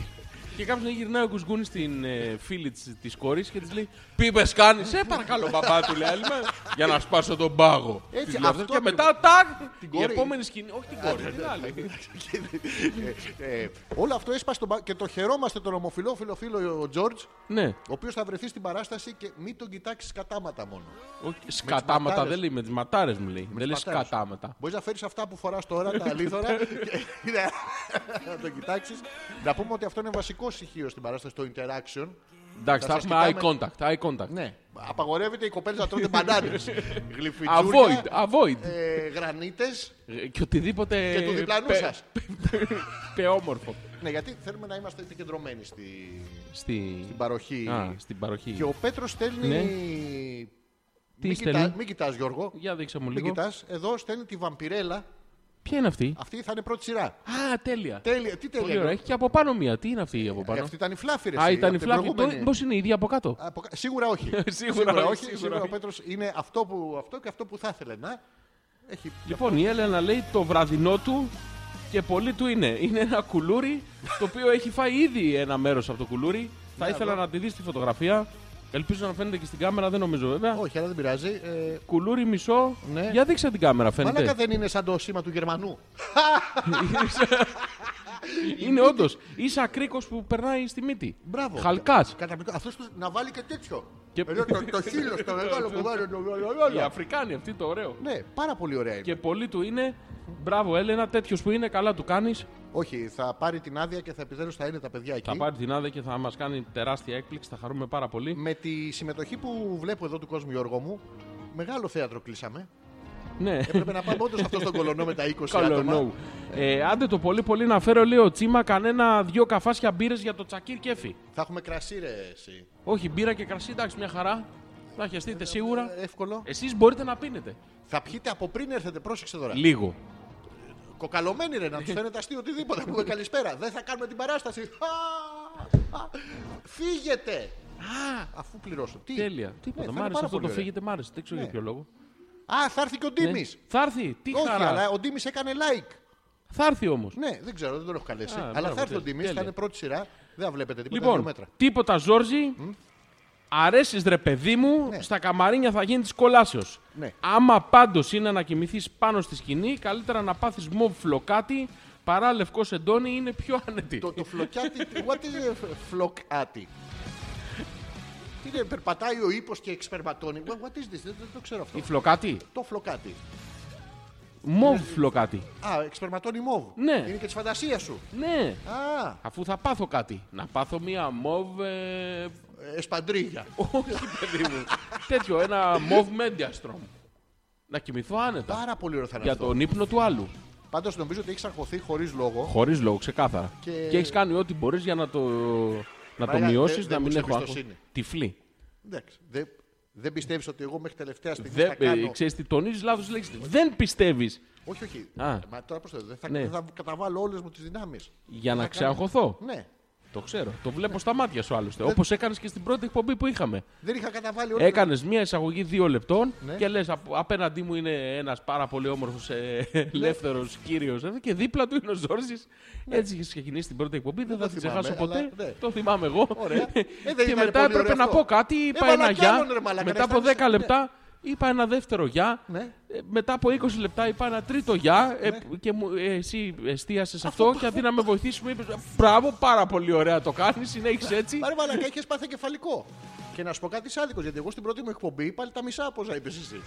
A: και κάποιον γυρνάει ο Γκουσγούνη στην ε, φίλη της κόρης και της λέει: Πίπε, κάνει, ε, παρακαλώ, μπαμπά του λέει. άλλη μέρα, για να σπάσω τον πάγο.
B: Έτσι,
A: Της λέω
B: αυτό
A: αυτό και
B: ακριβώς.
A: μετά, τάκ!
B: Την
A: Η
B: κόρη. ναι,
A: επόμενη σκηνή. Όχι την κόρη, την άλλη.
B: Ε, ε, όλο αυτό έσπασε τον πα- και το χαιρόμαστε τον ομοφυλόφιλο φίλο ο Τζόρτζ,
A: Ναι,
B: ο οποίος θα βρεθεί στην παράσταση και μην τον κοιτάξεις κατάματα μόνο.
A: όχι, σκατάματα
B: ματάρες.
A: δεν λέει, με τις ματάρες μου λέει. δεν λέει
B: ματάρες.
A: σκατάματα.
B: Μπορείς να φέρεις αυτά που φοράς τώρα, τα αλήθωρα, και Ναι, να το κοιτάξεις. Να πούμε ότι αυτό είναι βασικό στοιχείο στην παράσταση, το interaction.
A: Εντάξει, θα
B: σας
A: έχουμε eye
B: κοιτάμε-
A: contact. Eye contact.
B: Ναι. Απαγορεύεται οι κοπέλε να τρώνε μπανάνε.
A: Avoid,
B: Γλυφιτσούρια,
A: avoid.
B: ε, γρανίτες
A: Ε, Και οτιδήποτε.
B: και του διπλανού
A: Ε, πε-
B: σας.
A: Πεόμορφο.
B: Ναι, γιατί θέλουμε να είμαστε επικεντρωμένοι στη...
A: Στη...
B: στην παροχή.
A: Α, στην παροχή.
B: Και ο Πέτρος στέλνει.
A: Ναι. Τι
B: Μην,
A: στέλνει?
B: κοιτά... μην κοιτάς, Γιώργο.
A: Για δείξε μου
B: Μην
A: λίγο.
B: κοιτάς. Εδώ στέλνει τη βαμπιρέλα.
A: Ποια είναι αυτή.
B: Αυτή θα είναι πρώτη σειρά.
A: Α, τέλεια.
B: Τέλεια. Τι τέλεια.
A: Πολύ ωραία.
B: Γιώργο.
A: Έχει και από πάνω μία. Τι είναι αυτή η από
B: Ε,
A: πάνω.
B: Αυτή ήταν η φλάφη,
A: Α, ήταν η φλάβη. Πώς είναι η ίδια από κάτω.
B: Από... κα- Σίγουρα όχι.
A: Σίγουρα όχι,
B: όχι.
A: σίγουρα
B: Σίγουρα ο
A: όχι.
B: Πέτρος είναι αυτό, που... αυτό και αυτό που θα ήθελε να. Έχει...
A: Λοιπόν, η Έλενα λέει το βραδινό του και πολύ του είναι. Είναι ένα κουλούρι το οποίο έχει φάει ήδη ένα μέρος από το κουλούρι.
B: Ναι,
A: Θα ήθελα να τη δεις τη φωτογραφία. Ελπίζω να φαίνεται και στην κάμερα, δεν νομίζω βέβαια.
B: Όχι, αλλά δεν πειράζει. Ε,
A: Κουλούρι μισό.
B: Ναι.
A: Για δείξτε την κάμερα,
B: Μαλάκα
A: φαίνεται.
B: δεν είναι σαν το σήμα του Γερμανού.
A: Είναι όντως ίσα κρίκο που περνάει στη μύτη.
B: Μπράβο.
A: Χαλκάς.
B: Καταπληκτικό. Αυτός να βάλει και τέτοιο.
A: Και-
B: Εδώ το, το χείλος, το μεγάλο που βάλει. το-
A: Οι Αφρικάνοι αυτοί το ωραίο.
B: Ναι, πάρα πολύ ωραία είναι.
A: Και πολύ του είναι. Μπράβο, Έλενα, τέτοιος που είναι, καλά του κάνεις.
B: Όχι, θα πάρει την άδεια και θα επιτέλου θα είναι τα παιδιά εκεί.
A: Θα πάρει την άδεια και θα μας κάνει τεράστια έκπληξη. Θα χαρούμε πάρα πολύ.
B: Με τη συμμετοχή που βλέπω εδώ του κόσμου, Γιώργο μου, μεγάλο θέατρο κλείσαμε.
A: Ναι.
B: Έπρεπε να πάμε όντως αυτό στον κολονό με τα 20
A: Καλό
B: ε, άτομα.
A: νου. Ε, άντε το πολύ πολύ να φέρω λέει ο Τσίμα κανένα δυο καφάσια μπύρες για το τσακίρ κέφι.
B: Θα έχουμε κρασί, ρε, εσύ.
A: Όχι μπύρα και κρασί, εντάξει μια χαρά. Θα χεστείτε σίγουρα.
B: Ε, Εύκολο.
A: Εσείς μπορείτε να πίνετε.
B: Θα πιείτε από πριν έρθετε, πρόσεξε τώρα.
A: Λίγο.
B: Κοκαλωμένοι ρε, να
A: Ναι.
B: του φαίνεται αστείο οτιδήποτε. Πούμε καλησπέρα. Δεν θα κάνουμε την παράσταση. Α, α, Φύγετε! Αφού πληρώσω. Τι.
A: Τέλεια.
B: Ναι,
A: Τίποτα.
B: θα
A: μ'
B: είναι
A: άρεσε
B: πάρα
A: αυτό
B: πολύ
A: το
B: ωραία. Ναι.
A: φύγετε, μ' άρεσε. Δεν ξέρω για ποιο λόγο.
B: Α, θα έρθει και ο Ντίμη.
A: Ναι. Θα έρθει. Τι
B: Όχι,
A: χαρά.
B: αλλά ο Ντίμης έκανε like.
A: Θα έρθει όμως.
B: Ναι, δεν ξέρω, δεν τον έχω καλέσει.
A: Α,
B: αλλά
A: μπράβο,
B: θα έρθει ο
A: τέλεια.
B: Ντίμης, θα είναι
A: Τέλεια.
B: πρώτη σειρά. Δεν θα βλέπετε τίποτα.
A: Λοιπόν,
B: δύο μέτρα.
A: τίποτα Ζόρζι. Αρέσεις ρε παιδί μου, στα καμαρίνια θα γίνει της κολάσεως.
B: Ναι.
A: Άμα πάντως είναι να κοιμηθείς πάνω στη σκηνή, καλύτερα να πάθεις μοβ φλοκάτι παρά λευκός εντόνι είναι πιο άνετη.
B: το, το φλοκιάτι. What is a φλοκάτι. Τι είναι, περπατάει ο ύπος και εξπερματώνει. What what is this, δεν, δεν το ξέρω αυτό.
A: Η φλοκάτι.
B: Το φλοκάτι.
A: Μοβ
B: Ναι.
A: φλοκάτι.
B: Α, εξπερματώνει μόβ.
A: Ναι.
B: Είναι και της φαντασίας σου.
A: Ναι.
B: Α,
A: Αφού θα πάθω κάτι. Να πάθω μία μοβ. ε,
B: ε, εσπαντρίγια.
A: Όχι, παιδί μου. Τέτοιο, ένα μοβ μέντιαστρομ. Να κοιμηθώ άνετα.
B: Πάρα πολύ ωραίο θα είναι
A: Για
B: αυτό.
A: τον ύπνο του άλλου.
B: Πάντως νομίζω ότι έχεις αγχωθεί χωρίς λόγο.
A: Χωρίς λόγο, ξεκάθαρα.
B: Και-
A: Και, έχεις κάνει ό,τι μπορείς για να το, να το
B: Μαρία,
A: μειώσει,
B: δεν-
A: να
B: δεν μου
A: μην
B: σε
A: έχω άγχο.
B: εμπιστοσύνη.
A: Τυφλή.
B: Εντάξει. Δεν, δεν πιστεύεις ότι εγώ μέχρι τελευταία στιγμή
A: Δε, ε,
B: θα κάνω.
A: ξέρεις τι, τονίζεις λάθος λέξη. Δεν πιστεύεις
B: Όχι, όχι.
A: Α.
B: Μα τώρα πώ δεν θα,
A: Ναι.
B: δεν θα καταβάλω όλες μου τις δυνάμεις.
A: για να ξεαγχωθώ.
B: Ναι.
A: Το ξέρω. Το βλέπω στα μάτια σου άλλωστε. Όπως έκανες και στην πρώτη εκπομπή που είχαμε.
B: Δεν είχα καταβάλει όλε
A: Έκανες μία εισαγωγή δύο λεπτών
B: Ναι.
A: και λες: Απέναντί μου είναι ένας πάρα πολύ ε, όμορφο
B: Ναι.
A: ελεύθερος κύριος. Ε, Και δίπλα του είναι ο Ζόρζης. Έτσι είχε ξεκινήσει την πρώτη εκπομπή. Δεν θα την
B: Ναι. θυμάμαι,
A: ξεχάσω
B: αλλά,
A: ποτέ.
B: ναι.
A: Το θυμάμαι εγώ.
B: Ωραία. Ε, δεν
A: και
B: ήταν
A: μετά
B: πολύ
A: έπρεπε
B: ωραίο
A: να
B: αυτό.
A: πω κάτι. Είπα
B: Έβαλα
A: ένα
B: κι
A: γεια.
B: άλλον, ρε μαλάκα,
A: Μετά από
B: αισθάνεσαι-
A: 10 λεπτά είπα ένα δεύτερο γεια.
B: Ναι.
A: Ε, Μετά από 20 λεπτά είπα ένα τρίτο γεια. ε, Και μου- ε, εσύ εστίασες σε αυτό. Και αντί να με βοηθήσεις, μου είπες: Μπράβο, πάρα πολύ ωραία το κάνεις. Συνέχισε έτσι.
B: Πάρε μαλακά, είχες πάθει κεφαλικό. Και να σου πω κάτι άδικο, γιατί εγώ στην πρώτη μου εκπομπή πάλι τα μισά πόσα είπες εσύ.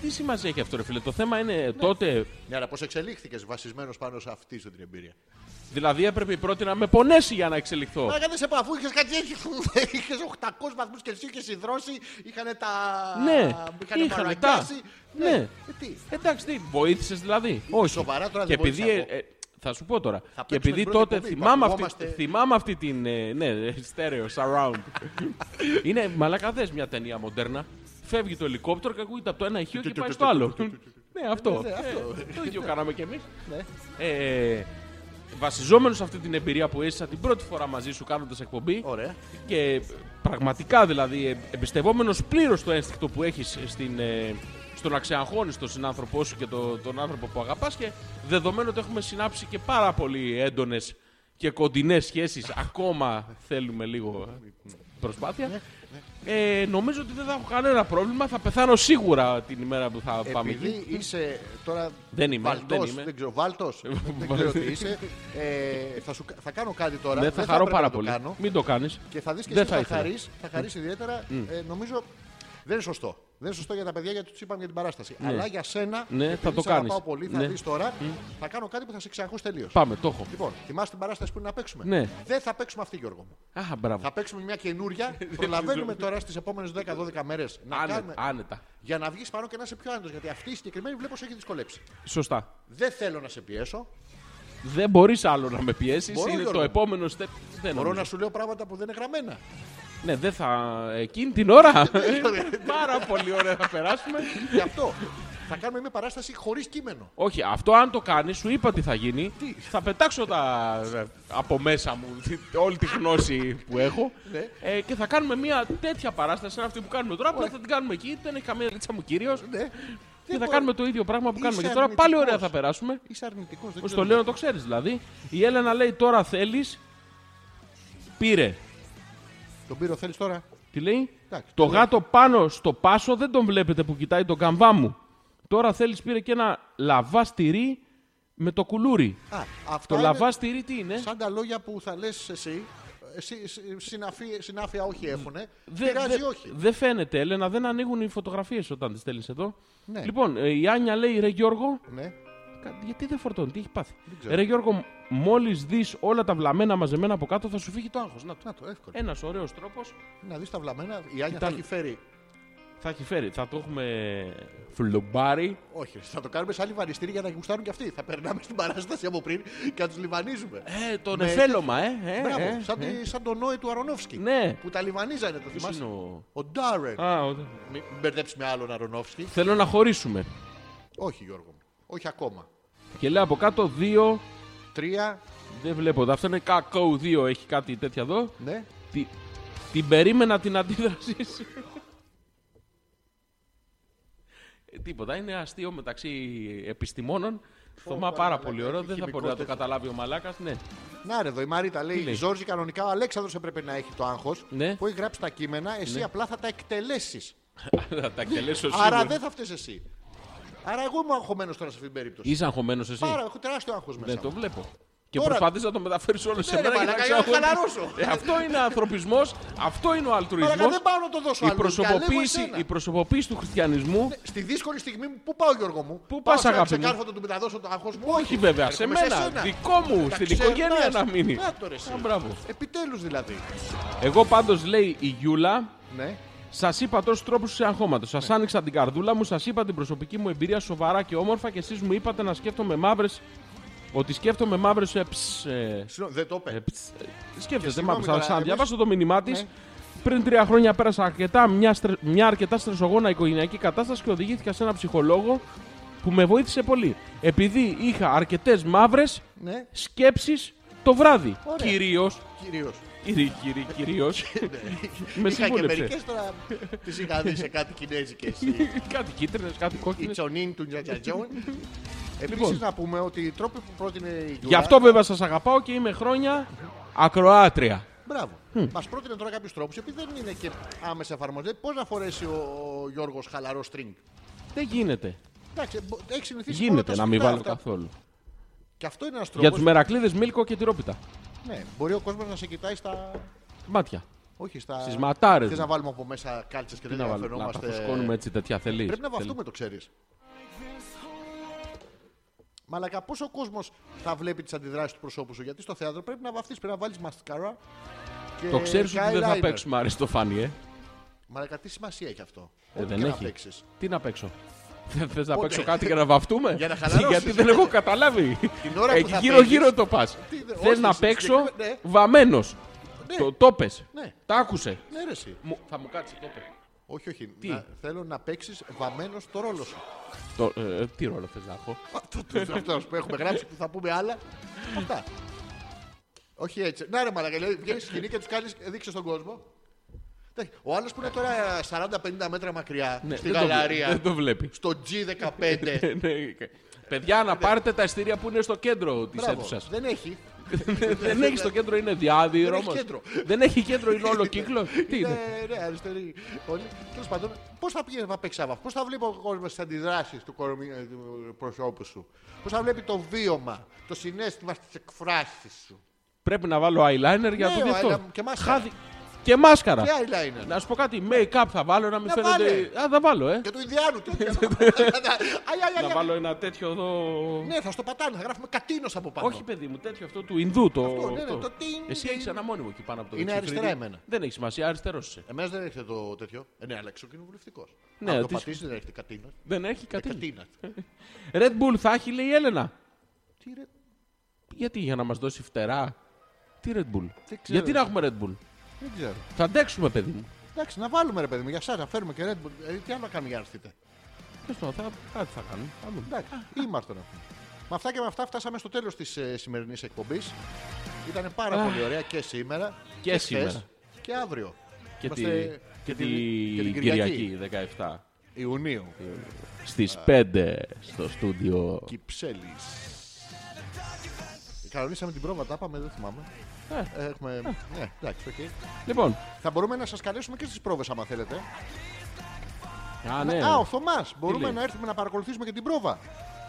A: Τι σημασία έχει αυτό, ρε φίλε. Το θέμα είναι τότε
B: Ναι, αλλά πώς εξελίχθηκες βασισμένος πάνω σε αυτή σου την εμπειρία.
A: Δηλαδή έπρεπε η πρώτη να με πονέσει για να εξελιχθώ.
B: Μαλάκα δεν σε πάω, αφού είχες κάτι έτσι. Είχε 800 βαθμού και εσύ είχες υδρώσει, είχαν τα.
A: Ναι,
B: είχανε
A: είχανε τα.
B: μαλακιάσει. Ναι.
A: Ναι.
B: Ε, τι.
A: Εντάξει, τι, βοήθησες δηλαδή. Όχι.
B: Σοβαρά τώρα
A: και
B: δεν
A: επειδή.
B: βοήθησα
A: ε, ε, θα σου πω τώρα.
B: Θα
A: και
B: παίξουμε
A: επειδή
B: την πρώτη
A: τότε
B: εκπομπή που
A: θυμάμαι αυτή,
B: ακουγόμαστε.
A: θυμάμαι αυτή την. ε, ναι, ε, stereo, surround. Είναι μαλακαδέ μια ταινία μοντέρνα. Φεύγει το ελικόπτερο και ακούγεται από το ένα ηχείο και πάει στο άλλο. Ναι, αυτό.
B: ναι, αυτό. Ναι.
A: Ε, Το ίδιο κάναμε κι εμείς. Βασιζόμενος σε αυτή την εμπειρία που έζησα την πρώτη φορά μαζί σου κάνοντας εκπομπή,
B: Ωραία.
A: και πραγματικά δηλαδή ε, εμπιστευόμενος πλήρως το ένστικτο που έχεις στην, ε, στο να ξεαγχώνεις τον συνάνθρωπό σου και το- τον άνθρωπο που αγαπάς και δεδομένου ότι έχουμε συνάψει και πάρα πολύ έντονες και κοντινές σχέσεις ακόμα θέλουμε λίγο ε,
B: Ναι,
A: προσπάθεια ε, νομίζω ότι δεν θα έχω κανένα πρόβλημα θα πεθάνω σίγουρα την ημέρα που θα πάμε εκεί
B: Επειδή είσαι τώρα.
A: Δεν είμαι,
B: βαλτός,
A: δεν είμαι. Ε,
B: ξέρω, βάλτος. δεν ξέρω τι είσαι. Ε, θα, σου, θα κάνω κάτι τώρα.
A: ναι,
B: δεν
A: θα χαρώ
B: έπρεπε
A: πάρα
B: να το
A: πολύ
B: κάνω.
A: μην το κάνεις
B: Και θα δεις και
A: Δεν
B: εσύ θα,
A: θα
B: θα
A: ήθελα.
B: χαρείς θα χαρείς ιδιαίτερα. Ε, νομίζω δεν είναι σωστό. Δεν είναι σωστό για τα παιδιά γιατί τους είπαμε για την παράσταση. Αλλά για σένα.
A: Ναι,
B: επειδή
A: θα το
B: σε αγαπάω
A: κάνεις.
B: πολύ, θα
A: Ναι.
B: δεις τώρα. Θα κάνω κάτι που θα σε ξεχωρίσει τελείως.
A: πάμε το έχω
B: Λοιπόν, θυμάσαι την παράσταση που είναι να παίξουμε.
A: Ναι.
B: Δεν θα παίξουμε αυτή, Γιώργο μου.
A: Α, μπράβο.
B: Θα παίξουμε μια καινούρια. Προλαβαίνουμε τώρα στις επόμενες 10-12 μέρες να
A: Άνε-
B: κάνουμε.
A: άνετα
B: Για να βγεις πάνω και να είσαι πιο άνετος. Γιατί αυτή η συγκεκριμένη βλέπω σε έχει δυσκολέψει.
A: σωστά
B: Δεν θέλω να σε πιέσω.
A: Δεν μπορείς άλλο να με πιέσεις.
B: Μπορώ,
A: Είναι
B: Γιώργο.
A: το επόμενο step. Δεν
B: Μπορώ
A: νομίζω.
B: να σου λέω πράγματα που δεν είναι γραμμένα.
A: Ναι, δεν θα. Εκείνη την ώρα. Πάρα πολύ ωραία θα περάσουμε.
B: Γι' αυτό θα κάνουμε μια παράσταση χωρίς κείμενο.
A: Όχι, αυτό αν το κάνει, σου είπα τι θα γίνει. Θα πετάξω τα... από μέσα μου τη- όλη τη γνώση που έχω
B: Ναι.
A: ε, και θα κάνουμε μια τέτοια παράσταση σαν αυτή που κάνουμε τώρα. Απλά θα την κάνουμε εκεί. Δεν έχει καμία ρίτσα μου κύριο.
B: Ναι.
A: Και θα κάνουμε το ίδιο πράγμα που κάνουμε
B: Είσαι
A: και τώρα. Πάλι
B: αρνητικός.
A: ωραία θα περάσουμε.
B: Είσαι αρνητικός.
A: Πώ το λέω να το ξέρεις δηλαδή. Η Έλενα λέει τώρα θέλεις. Πήρε.
B: Τον πύρο θέλει τώρα.
A: Τι λέει.
B: Εντάξει,
A: το
B: το
A: γάτο πάνω στο πάσο δεν τον βλέπετε που κοιτάει τον καμβά μου. Τώρα θέλεις πήρε και ένα λαβά στυρί με το κουλούρι.
B: Α, αυτό
A: Το ε?
B: είναι
A: λαβά στυρί τι είναι.
B: σαν τα λόγια που θα λες εσύ. Εσύ συ- συναφή- συνάφεια όχι έχουνε.
A: Δεν
B: Πειράζει
A: δε-
B: όχι.
A: δεν φαίνεται, Έλενα, δεν ανοίγουν οι φωτογραφίες όταν τις στέλνεις εδώ.
B: Ναι.
A: Λοιπόν, ε, η Άνια λέει ρε Γιώργο,
B: Ναι.
A: κα- γιατί δεν φορτώνει, τι έχει πάθει.
B: ξέρω.
A: Ρε Γιώργο, μόλις δεις όλα τα βλαμμένα μαζεμένα από κάτω θα σου φύγει το άγχος. Να το.
B: Να το εύκολο.
A: Ένας ωραίος τρόπος
B: Να δεις τα βλαμμένα. Η Άνια θα
A: Ήταν-
B: έχει φέρει.
A: θα έχει φέρει. Θα το έχουμε φλουμπάρει.
B: Όχι, θα το κάνουμε σαν λιβανιστήρι για να γουστάρουν και αυτοί. Θα περνάμε στην παράσταση από πριν και θα τους λιβανίζουμε.
A: Ε, τον
B: Με-
A: εφέλωμα, ε. ε,
B: Μπράβο,
A: ε,
B: σαν, τη-
A: ε.
B: σαν τον Νόη του Αρονόφσκι.
A: Ναι.
B: Που τα λιβανίζανε, το
A: Ποιος
B: θυμάσαι.
A: είναι ο...
B: Ο Ντάρεν.
A: Α, ο-
B: Μην μπερδέψει με άλλον Αρονόφσκι.
A: Θέλω να χωρίσουμε.
B: Όχι, Γιώργο μου. Όχι ακόμα.
A: Και λέει από κάτω δύο.
B: Τρία,
A: Δεν βλέπω. εδώ. Αυτό είναι κακό δύο. Έχει κάτι τέτοια εδώ.
B: ναι.
A: Τι... Την περίμενα την αντίδρασή σου. Ε, Τίποτα, είναι αστείο μεταξύ επιστημόνων. Θωμά πάρα πολύ ωραίο, δεν θα
B: χημικός
A: μπορεί να το
B: τέτοιος.
A: καταλάβει ο Μαλάκας. Ναι.
B: Να ρε εδώ, η Μαρίτα λέει:
A: λέει?
B: Η Ζόρζη κανονικά ο Αλέξανδρος έπρεπε να έχει το άγχος
A: Ναι.
B: που έχει γράψει τα κείμενα, εσύ απλά θα τα εκτελέσεις.
A: Θα τα κελέσω
B: Άρα
A: σίγουρα.
B: δεν θα φταίεις εσύ. Άρα εγώ είμαι αγχωμένος τώρα σε αυτή την περίπτωση.
A: Είσαι αγχωμένος εσύ.
B: Πάρα, έχω τεράστιο άγχος μέσα.
A: Δεν το
B: μου.
A: βλέπω. Και
B: Τώρα- Ναι,
A: προσπαθείς να το μεταφέρεις όλο σε
B: Ε, ρε,
A: μένα και να
B: μαλάκα, για να
A: ξέρω-
B: χαλαρώσω.
A: Ε, αυτό είναι ανθρωπισμός, αυτό είναι ο
B: Μαλάκα,
A: αλτρουισμό.
B: δεν πάω να το δώσω
A: Η
B: άλλου, διαλέγω
A: προσωποποίηση,
B: εσένα.
A: η προσωποποίηση του χριστιανισμού.
B: Στη δύσκολη στιγμή μου, πού πάω Γιώργο μου.
A: Πού
B: Πάω
A: πας,
B: σε ένα
A: αγάπη μου?
B: ξεκάρφωτο, του μεταδώσω το άγχος μου.
A: Όχι βέβαια, σε
B: Έρχομαι
A: μένα.
B: εσένα.
A: Δικό μου,
B: Τα
A: στην
B: ξερνάς.
A: οικογένεια να μείνει.
B: Να το ρε εσύ.
A: Α, μπράβο.
B: Επιτέλους δηλαδή.
A: Εγώ πάντως λέει η Γιούλα,
B: Ναι.
A: σας είπα τόσους τρόπους σε αγχώματος. Σας άνοιξα την καρδούλα μου, σας είπα την προσωπική μου εμπειρία σοβαρά και όμορφα και εσείς μου είπατε να σκέφτομαι μαύρες. Ότι σκέφτομαι μαύρες ε, ψ, ε,
B: Συγγνώμη, δεν το
A: Ε,
B: είπε.
A: πτς, ε, Σκέφτεσαι,
B: συγγνώμη
A: μάπα,
B: τώρα,
A: θα, θα
B: εμείς-
A: διαβάσω το μήνυμά της.
B: Ναι.
A: Πριν τρία χρόνια πέρασα αρκετά μια, στρε- μια αρκετά στρεσογόνα οικογενειακή κατάσταση και οδηγήθηκα σε ένα ψυχολόγο που με βοήθησε πολύ. Επειδή είχα αρκετές μαύρες
B: Ναι,
A: σκέψεις το βράδυ.
B: Ωραία.
A: Κυρίως.
B: κυρίως. Ναι.
A: Κύριε, κύριε, κυρίως. Ε, με
B: Είχα και
A: συμβούλεψε.
B: μερικές τώρα. Τις είχα δει σε κάτι κινέζικες. οι-
A: κάτι κίτρινες, κάτι
B: Η
A: κόκκινες.
B: τσονίν του Τζατζατζόν.
A: Λοιπόν.
B: Επίσης να πούμε ότι οι τρόποι που πρότεινε η Γιούλα...
A: Γι' αυτό βέβαια σας αγαπάω και είμαι χρόνια ακροάτρια.
B: Μπράβο. Μας πρότεινε τώρα κάποιους τρόπους, επειδή δεν είναι και άμεσα εφαρμοστεί. Πώς να φορέσει ο ο Γιώργος χαλαρό string.
A: Δεν γίνεται.
B: Εντάξει, μπο- έχει συνηθίσει μόνο
A: Γίνεται
B: τα
A: να μην
B: σκυλά
A: βάλω
B: αυτά.
A: καθόλου.
B: Και αυτό είναι ένας
A: Για τους
B: τρόπος.
A: μερακλείδες Μίλκο και τυρόπιτα.
B: Ναι, μπορεί ο κόσμος να σε κοιτάει στα...
A: Μάτια.
B: Όχι, στα...
A: Στις ματάρες.
B: Θες να βάλουμε από μέσα κάλτσες και
A: Τι
B: δεν
A: να βάλουμε, να τα
B: ενδιαφερόμαστε.
A: φουσκώνουμε έτσι τέτοια θελής.
B: Πρέπει να βαφτούμε, το ξέρεις. Μαλακά, πόσο κόσμος θα βλέπει τις αντιδράσεις του προσώπου σου. Γιατί στο θέατρο πρέπει να βαφτείς, πρέπει να βάλεις μασκάρα. Και
A: Το ξέρεις ότι δεν θα
B: eyeliner.
A: παίξουμε αριστοφάνη, ε.
B: Μαλακά, τι σημασία έχει αυτό.
A: Ε,
B: Ό,τι
A: δεν
B: και να
A: έχει.
B: παίξεις.
A: Τι να παίξω. Δεν θες να
B: Πότε.
A: παίξω κάτι για να βαφτούμε.
B: Για να χαλαρώσεις.
A: Γιατί δεν έχω καταλάβει.
B: Την ώρα που θα
A: γύρω-γύρω
B: παίζεις,
A: το πας.
B: τι δε-
A: Θες
B: όχι,
A: να
B: συγκεκριμένα-
A: παίξω
B: ναι.
A: βαμμένος.
B: Ναι.
A: Το το πες.
B: Ναι.
A: Τα άκουσε.
B: Ναι, ρε, εσύ.
A: Μου- Θα μου κάτσει το πες.
B: Όχι, όχι. Να- θέλω να παίξεις βαμμένος το ρόλο σου.
A: Το- ε, Τι ρόλο θες να έχω.
B: Αυτό το- Αυτός που έχουμε γράψει που θα πούμε άλλα. Αυτά. Όχι έτσι. Να ρε μαλακά, δηλαδή βγαίνεις στη σκηνή και τους κάνεις, δείξες στον κόσμο. Εντάξει, Ο άλλος που είναι τώρα 40-50 μέτρα μακριά,
A: Ναι,
B: στη
A: δεν το βλέ-
B: γαλαρία,
A: Δεν το βλέπει.
B: στο G15.
A: Ναι, κα- Παιδιά, να πάρετε τα εστία που είναι στο κέντρο της
B: Ναι. Μπράβο,
A: αίθουσας.
B: Δεν έχει.
A: Δεν έχει στο κέντρο, είναι διάδυρο.
B: Δεν έχει
A: όμως.
B: κέντρο.
A: Δεν έχει κέντρο, είναι όλο κύκλο. Τι είναι.
B: Ναι, ναι, αριστερή. Όλοι. Τέλος πάντων, πώς θα πήγαινε να παίξεις αυτό, πώς θα βλέπει ο κόσμος τις αντιδράσεις του κορμι- ε, του προσώπου σου, πώς θα βλέπει το βίωμα, το συνέστημα στις εκφράσεις σου.
A: Πρέπει να βάλω eyeliner για να
B: Ναι,
A: το
B: ο
A: δείχνω.
B: eyeliner και μάσκαρα.
A: Και μάσκαρα.
B: Και eyeliner.
A: Να σου πω κάτι, make-up θα βάλω να μην
B: Να
A: φαίνονται.
B: βάλε.
A: Α, θα βάλω, ε.
B: Και του Ινδιάνου τέτοιο. Αϊ, αϊ, αϊ,
A: Να
B: αϊ.
A: βάλω ένα τέτοιο εδώ.
B: Ναι, θα στο πατάνε, θα γράφουμε κατίνος από πάνω.
A: Όχι, παιδί μου, τέτοιο αυτό του Ινδού. Το...
B: Αυτό, ναι, ναι,
A: το-
B: το τιν,
A: Εσύ
B: τιν.
A: έχεις ένα μόνιμο εκεί πάνω από το
B: Είναι
A: δεξί
B: αριστερά
A: φρύδι.
B: εμένα.
A: Δεν έχει σημασία, αριστερός είσαι.
B: Εμένα δεν έρχεται το τέτοιο. Ε, ναι, αλλά εξοκοινοβουλευτικός.
A: Ναι,
B: Αν το
A: τι-
B: πατήσεις δεν έρχεται Ε, κατίνο.
A: Δεν έχει κάτι.
B: Κατίνα.
A: Red Bull θα έχει, λέει η Έλενα.
B: Ε, Τι ρε.
A: Γιατί, για να μας δώσει φτερά. Τι Red Bull.
B: ξέρω.
A: Γιατί να έχουμε Red Bull.
B: Δεν ξέρω.
A: Θα αντέξουμε, παιδί μου.
B: Εντάξει, να βάλουμε ρε παιδί μου για εσά, να φέρουμε και Red Bull. Ε, τι άλλο να κάνουμε για να έρθετε.
A: Τέλος πάντων, θα- Κάτι θα κάνουμε. θα δούμε.
B: Εντάξει, είμαστε να πούμε. Με αυτά και με αυτά φτάσαμε στο τέλος της ε, σημερινής εκπομπής. Ήταν πάρα πολύ ωραία και σήμερα.
A: Και
B: χθες,
A: σήμερα.
B: Και αύριο.
A: Και τη,
B: Είμαστε-
A: και
B: και
A: τη
B: και την
A: Κυριακή 17
B: Ιουνίου.
A: στις 5 στο στούντιο.
B: Κυψέλης. Κανονίσαμε την πρόβα, τα είπαμε, δεν θυμάμαι. Ε, Έχουμε... Ναι, εντάξει, οκ.
A: Λοιπόν,
B: Θα μπορούμε να σας καλέσουμε και στις πρόβες, άμα θέλετε.
A: α, ναι.
B: Α, ο Θωμάς. Μπορούμε
A: λέει?
B: να έρθουμε να παρακολουθήσουμε και την πρόβα.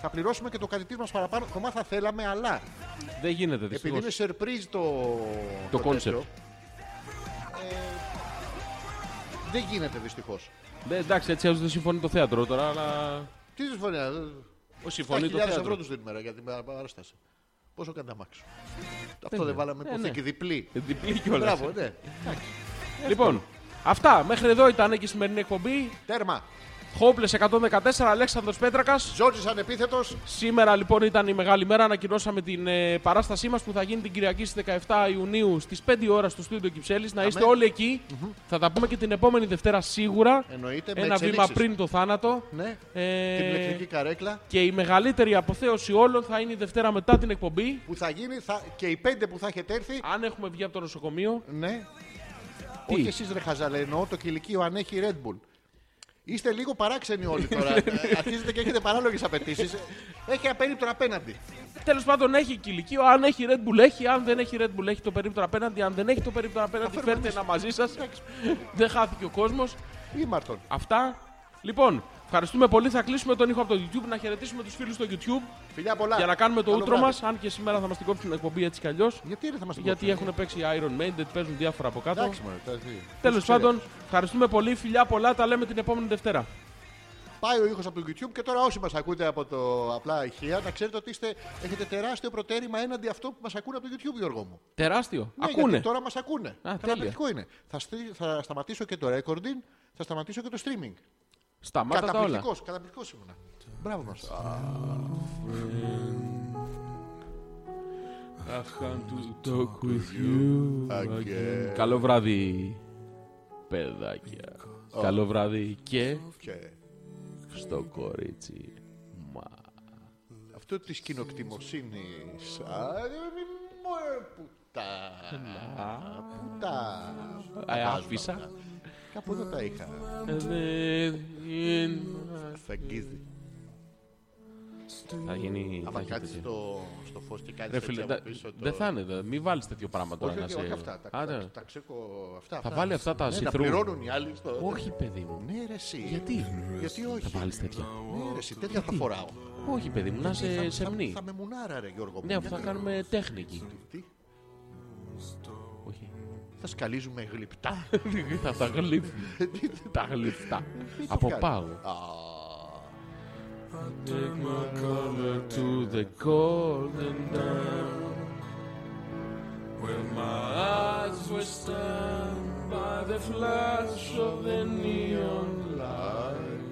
B: Θα πληρώσουμε και το κατητή μας παραπάνω. Θωμά θα θέλαμε, αλλά
A: δεν γίνεται δυστυχώς.
B: επειδή είναι surprise το.
A: Το concept.
B: τέτοιο, ε, δεν γίνεται δυστυχώς.
A: Ναι, εντάξει, έτσι αλλιώς δεν συμφωνεί το θέατρο τώρα, αλλά...
B: Τι συμφωνία.
A: Ω συμφωνεί το
B: 7.000
A: θέατρο.
B: ευρώ τους δίνουμε ρε, για την παράσταση. Πόσο καταμάξω. Αυτό δεν βάλαμε
A: Ε, ναι.
B: υποθήκη διπλή.
A: Ε, Διπλή κιόλας.
B: Μπράβο, ναι.
A: Λοιπόν, αυτά. Μέχρι εδώ ήταν και η σημερινή εκπομπή.
B: Τέρμα.
A: Χόπλες 114, Αλέξανδρος Πέτρακας.
B: Ζόρτζη ανεπίθετος.
A: Σήμερα λοιπόν ήταν η μεγάλη μέρα. Ανακοινώσαμε την ε, παράστασή μας που θα γίνει την Κυριακή στις 17 Ιουνίου στις 5 ώρα στο στούντιο Κυψέλης. Να είστε
B: Αμέ.
A: όλοι εκεί. Θα τα πούμε και την επόμενη Δευτέρα σίγουρα.
B: Εννοείται. με
A: Ένα βήμα
B: εξελίξεις.
A: πριν το θάνατο.
B: Ναι.
A: Ε,
B: Την ηλεκτρική καρέκλα
A: Και η μεγαλύτερη αποθέωση όλων θα είναι η Δευτέρα μετά την εκπομπή.
B: που θα γίνει θα... και οι πέντε που θα έχετε έρθει.
A: Αν έχουμε βγει από το νοσοκομείο,
B: Ναι. Όχι
A: Τι.
B: εσείς, ρε Χαζαλέ, εννοώ το κηλικείο αν έχει Red Bull. Είστε λίγο παράξενοι όλοι τώρα. Ε, Αρχίζετε και έχετε παράλογες απαιτήσεις. Έχει απερίπτωνα απέναντι.
A: Τέλος πάντων, έχει κηλικείο. Αν έχει Red Bull, έχει. Αν δεν έχει Red Bull, έχει το περίπτωρο απέναντι. Αν δεν έχει το περίπτωρο απέναντι,
B: φέρουμε
A: φέρτε
B: εμείς.
A: ένα μαζί σας. δεν χάθηκε ο κόσμος.
B: Ήμαρτον.
A: Αυτά. Λοιπόν, ευχαριστούμε πολύ. Θα κλείσουμε τον ήχο από το YouTube. Να χαιρετήσουμε τους φίλους στο YouTube
B: Φιλιά πολλά.
A: για να κάνουμε το
B: Καλό
A: ούτρο μα.
B: βράδυ.
A: Αν και σήμερα θα μας την κόψουν την εκπομπή έτσι κι αλλιώς.
B: Γιατί ρε, θα μας το
A: Γιατί
B: κόψουν.
A: έχουν παίξει Iron Maiden, παίζουν διάφορα από κάτω.
B: Εντάξει, μωρέ, τα δύο.
A: Τέλος
B: Τους
A: πάντων, ευχαριστούμε πολύ. Φιλιά πολλά. Τα λέμε την επόμενη Δευτέρα.
B: Πάει ο ήχος από το YouTube και τώρα όσοι μας ακούτε από το απλά ηχεία, να ξέρετε ότι είστε, έχετε τεράστιο προτέρημα έναντι αυτό που μας ακούνε από το YouTube, Γιώργο μου.
A: Τεράστιο.
B: Ναι,
A: Ακούνε.
B: γιατί τώρα μας ακούνε.
A: τέλεια.
B: Καταπληκτικό είναι. Θα, στρι- θα σταματήσω και το recording, θα σταματήσω και το streaming.
A: Σταμάτα τα όλα.
B: Καταπληκτικός, καταπληκτικός ήμουνα. Μπράβο μας.
A: Καλό βράδυ, παιδάκια. Καλό βράδυ και στο κορίτσι. Μα.
B: Αυτό της κοινοκτημοσύνης. ε, Πουτά. Πουτά.
A: Ε, Άφησα.
B: Κάπου εδώ τα είχα.
A: Ε, δε- ε,
B: Θα αγγίζει.
A: Θα γίνει. θα
B: Άμα
A: έχει
B: κάτσεις
A: τέτοιο.
B: στο, στο φως και κάνει
A: Ρε
B: έτσι
A: φίλε,
B: από
A: τα-
B: πίσω. το-
A: δεν θα είναι. δε- Μην βάλεις τέτοιο πράγμα τώρα.
B: Όχι,
A: να
B: όχι,
A: σε-
B: όχι, αυτά. Τα,
A: Άντε.
B: τα, τα ξέκο- αυτά,
A: βάλει αυτά τα
B: ναι, Τα
A: see-through.
B: πληρώνουν οι άλλοι στο.
A: Όχι, παιδί μου.
B: Ναι, ρε, εσύ.
A: Γιατί?
B: Γιατί όχι.
A: Θα βάλεις τέτοια.
B: Ναι, ρε, εσύ, τέτοια θα φοράω.
A: Όχι, παιδί μου, να Ε, σε
B: Θα-
A: σεμνή.
B: Θα, θα με μουνάρα, ρε Γιώργο. μου.
A: Ναι, αφού θα
B: Γιατί-
A: κάνουμε τέχνικη.
B: Τι,
A: Όχι.
B: θα σκαλίζουμε γλυπτά.
A: Θα τα γλύφουμε. Τα γλυφτά. Από
B: κάνει.
A: πάγο. Take my collar to the cold and down When my eyes were stunned by the flash of the neon light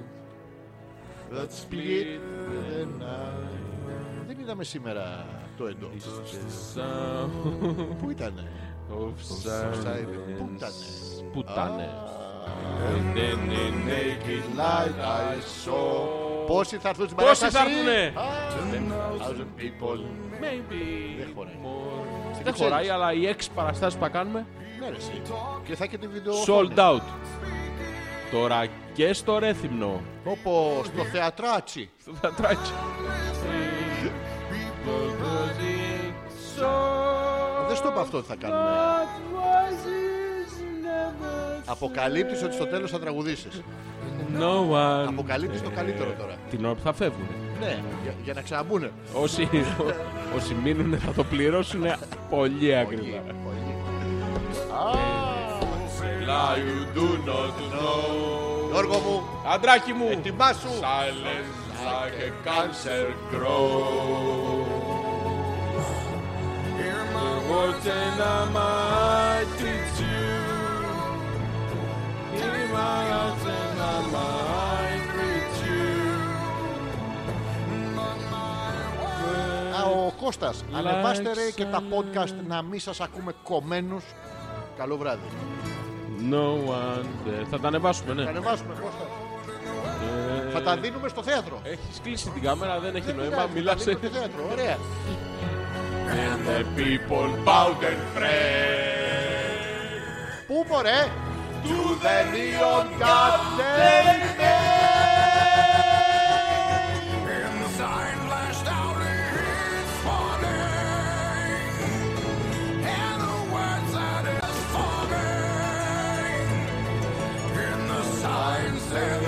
B: That split the night. Δεν είδαμε σήμερα το εντό.
A: The sound
B: Πού ήτανε.
A: of
B: silence.
A: silence Πού ήτανε
B: And then the naked light I saw. Πόσοι θα έρθουν στην
A: Πόσοι
B: παράσταση.
A: θα έρθουνε?
B: Ah, 10,000 people.
A: Maybe
B: Δεν χωράει.
A: more.
B: Δεν
A: Δεν
B: ξέρεις.
A: χωράει αλλά οι έξι παραστάσεις που θα κάνουμε
B: Ναι, ρε, εσύ. Και θα και τη βίντεο.
A: Sold out Τώρα και στο Ρέθυμνο
B: Όπω στο θεατράτσι.
A: στο θεατράκι.
B: Δεν στο είπα αυτό ότι θα κάνουμε. Αποκαλύπτεις ότι στο τέλος θα τραγουδήσεις.
A: No one.
B: Αποκαλύπτεις το καλύτερο τώρα.
A: Την ώρα που θα φεύγουν.
B: Ναι, για, για να ξαναμπούνε.
A: Όσοι, όσοι μείνουν θα το πληρώσουν πολύ ακριβά.
B: Γιώργο μου,
A: Αντράκι μου.
B: ετοιμάσου. Α, ο Κώστας, ανεβάστε ρε και τα podcast να μην σας ακούμε κομμένους. Καλό βράδυ.
A: No one there. Θα τα ανεβάσουμε,
B: Θα
A: ναι.
B: ανεβάσουμε, Κώστα. Θα τα δίνουμε στο θέατρο.
A: Έχεις κλείσει την κάμερα, δεν έχει
B: Δεν
A: νόημα.
B: πειράζει,
A: ε, Μιλάς.
B: θα δίνουμε στο θέατρο. Ωραία. Πού μωρέ! To the neon goddamn of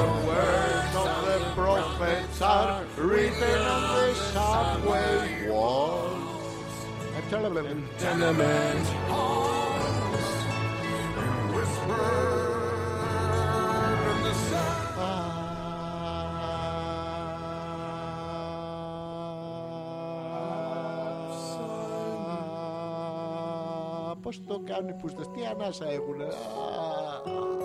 B: the prophets are written on the subway walls. Ε, I tell them, Πώς το κάνουν οι πουστέ, τι ανάσα έχουν.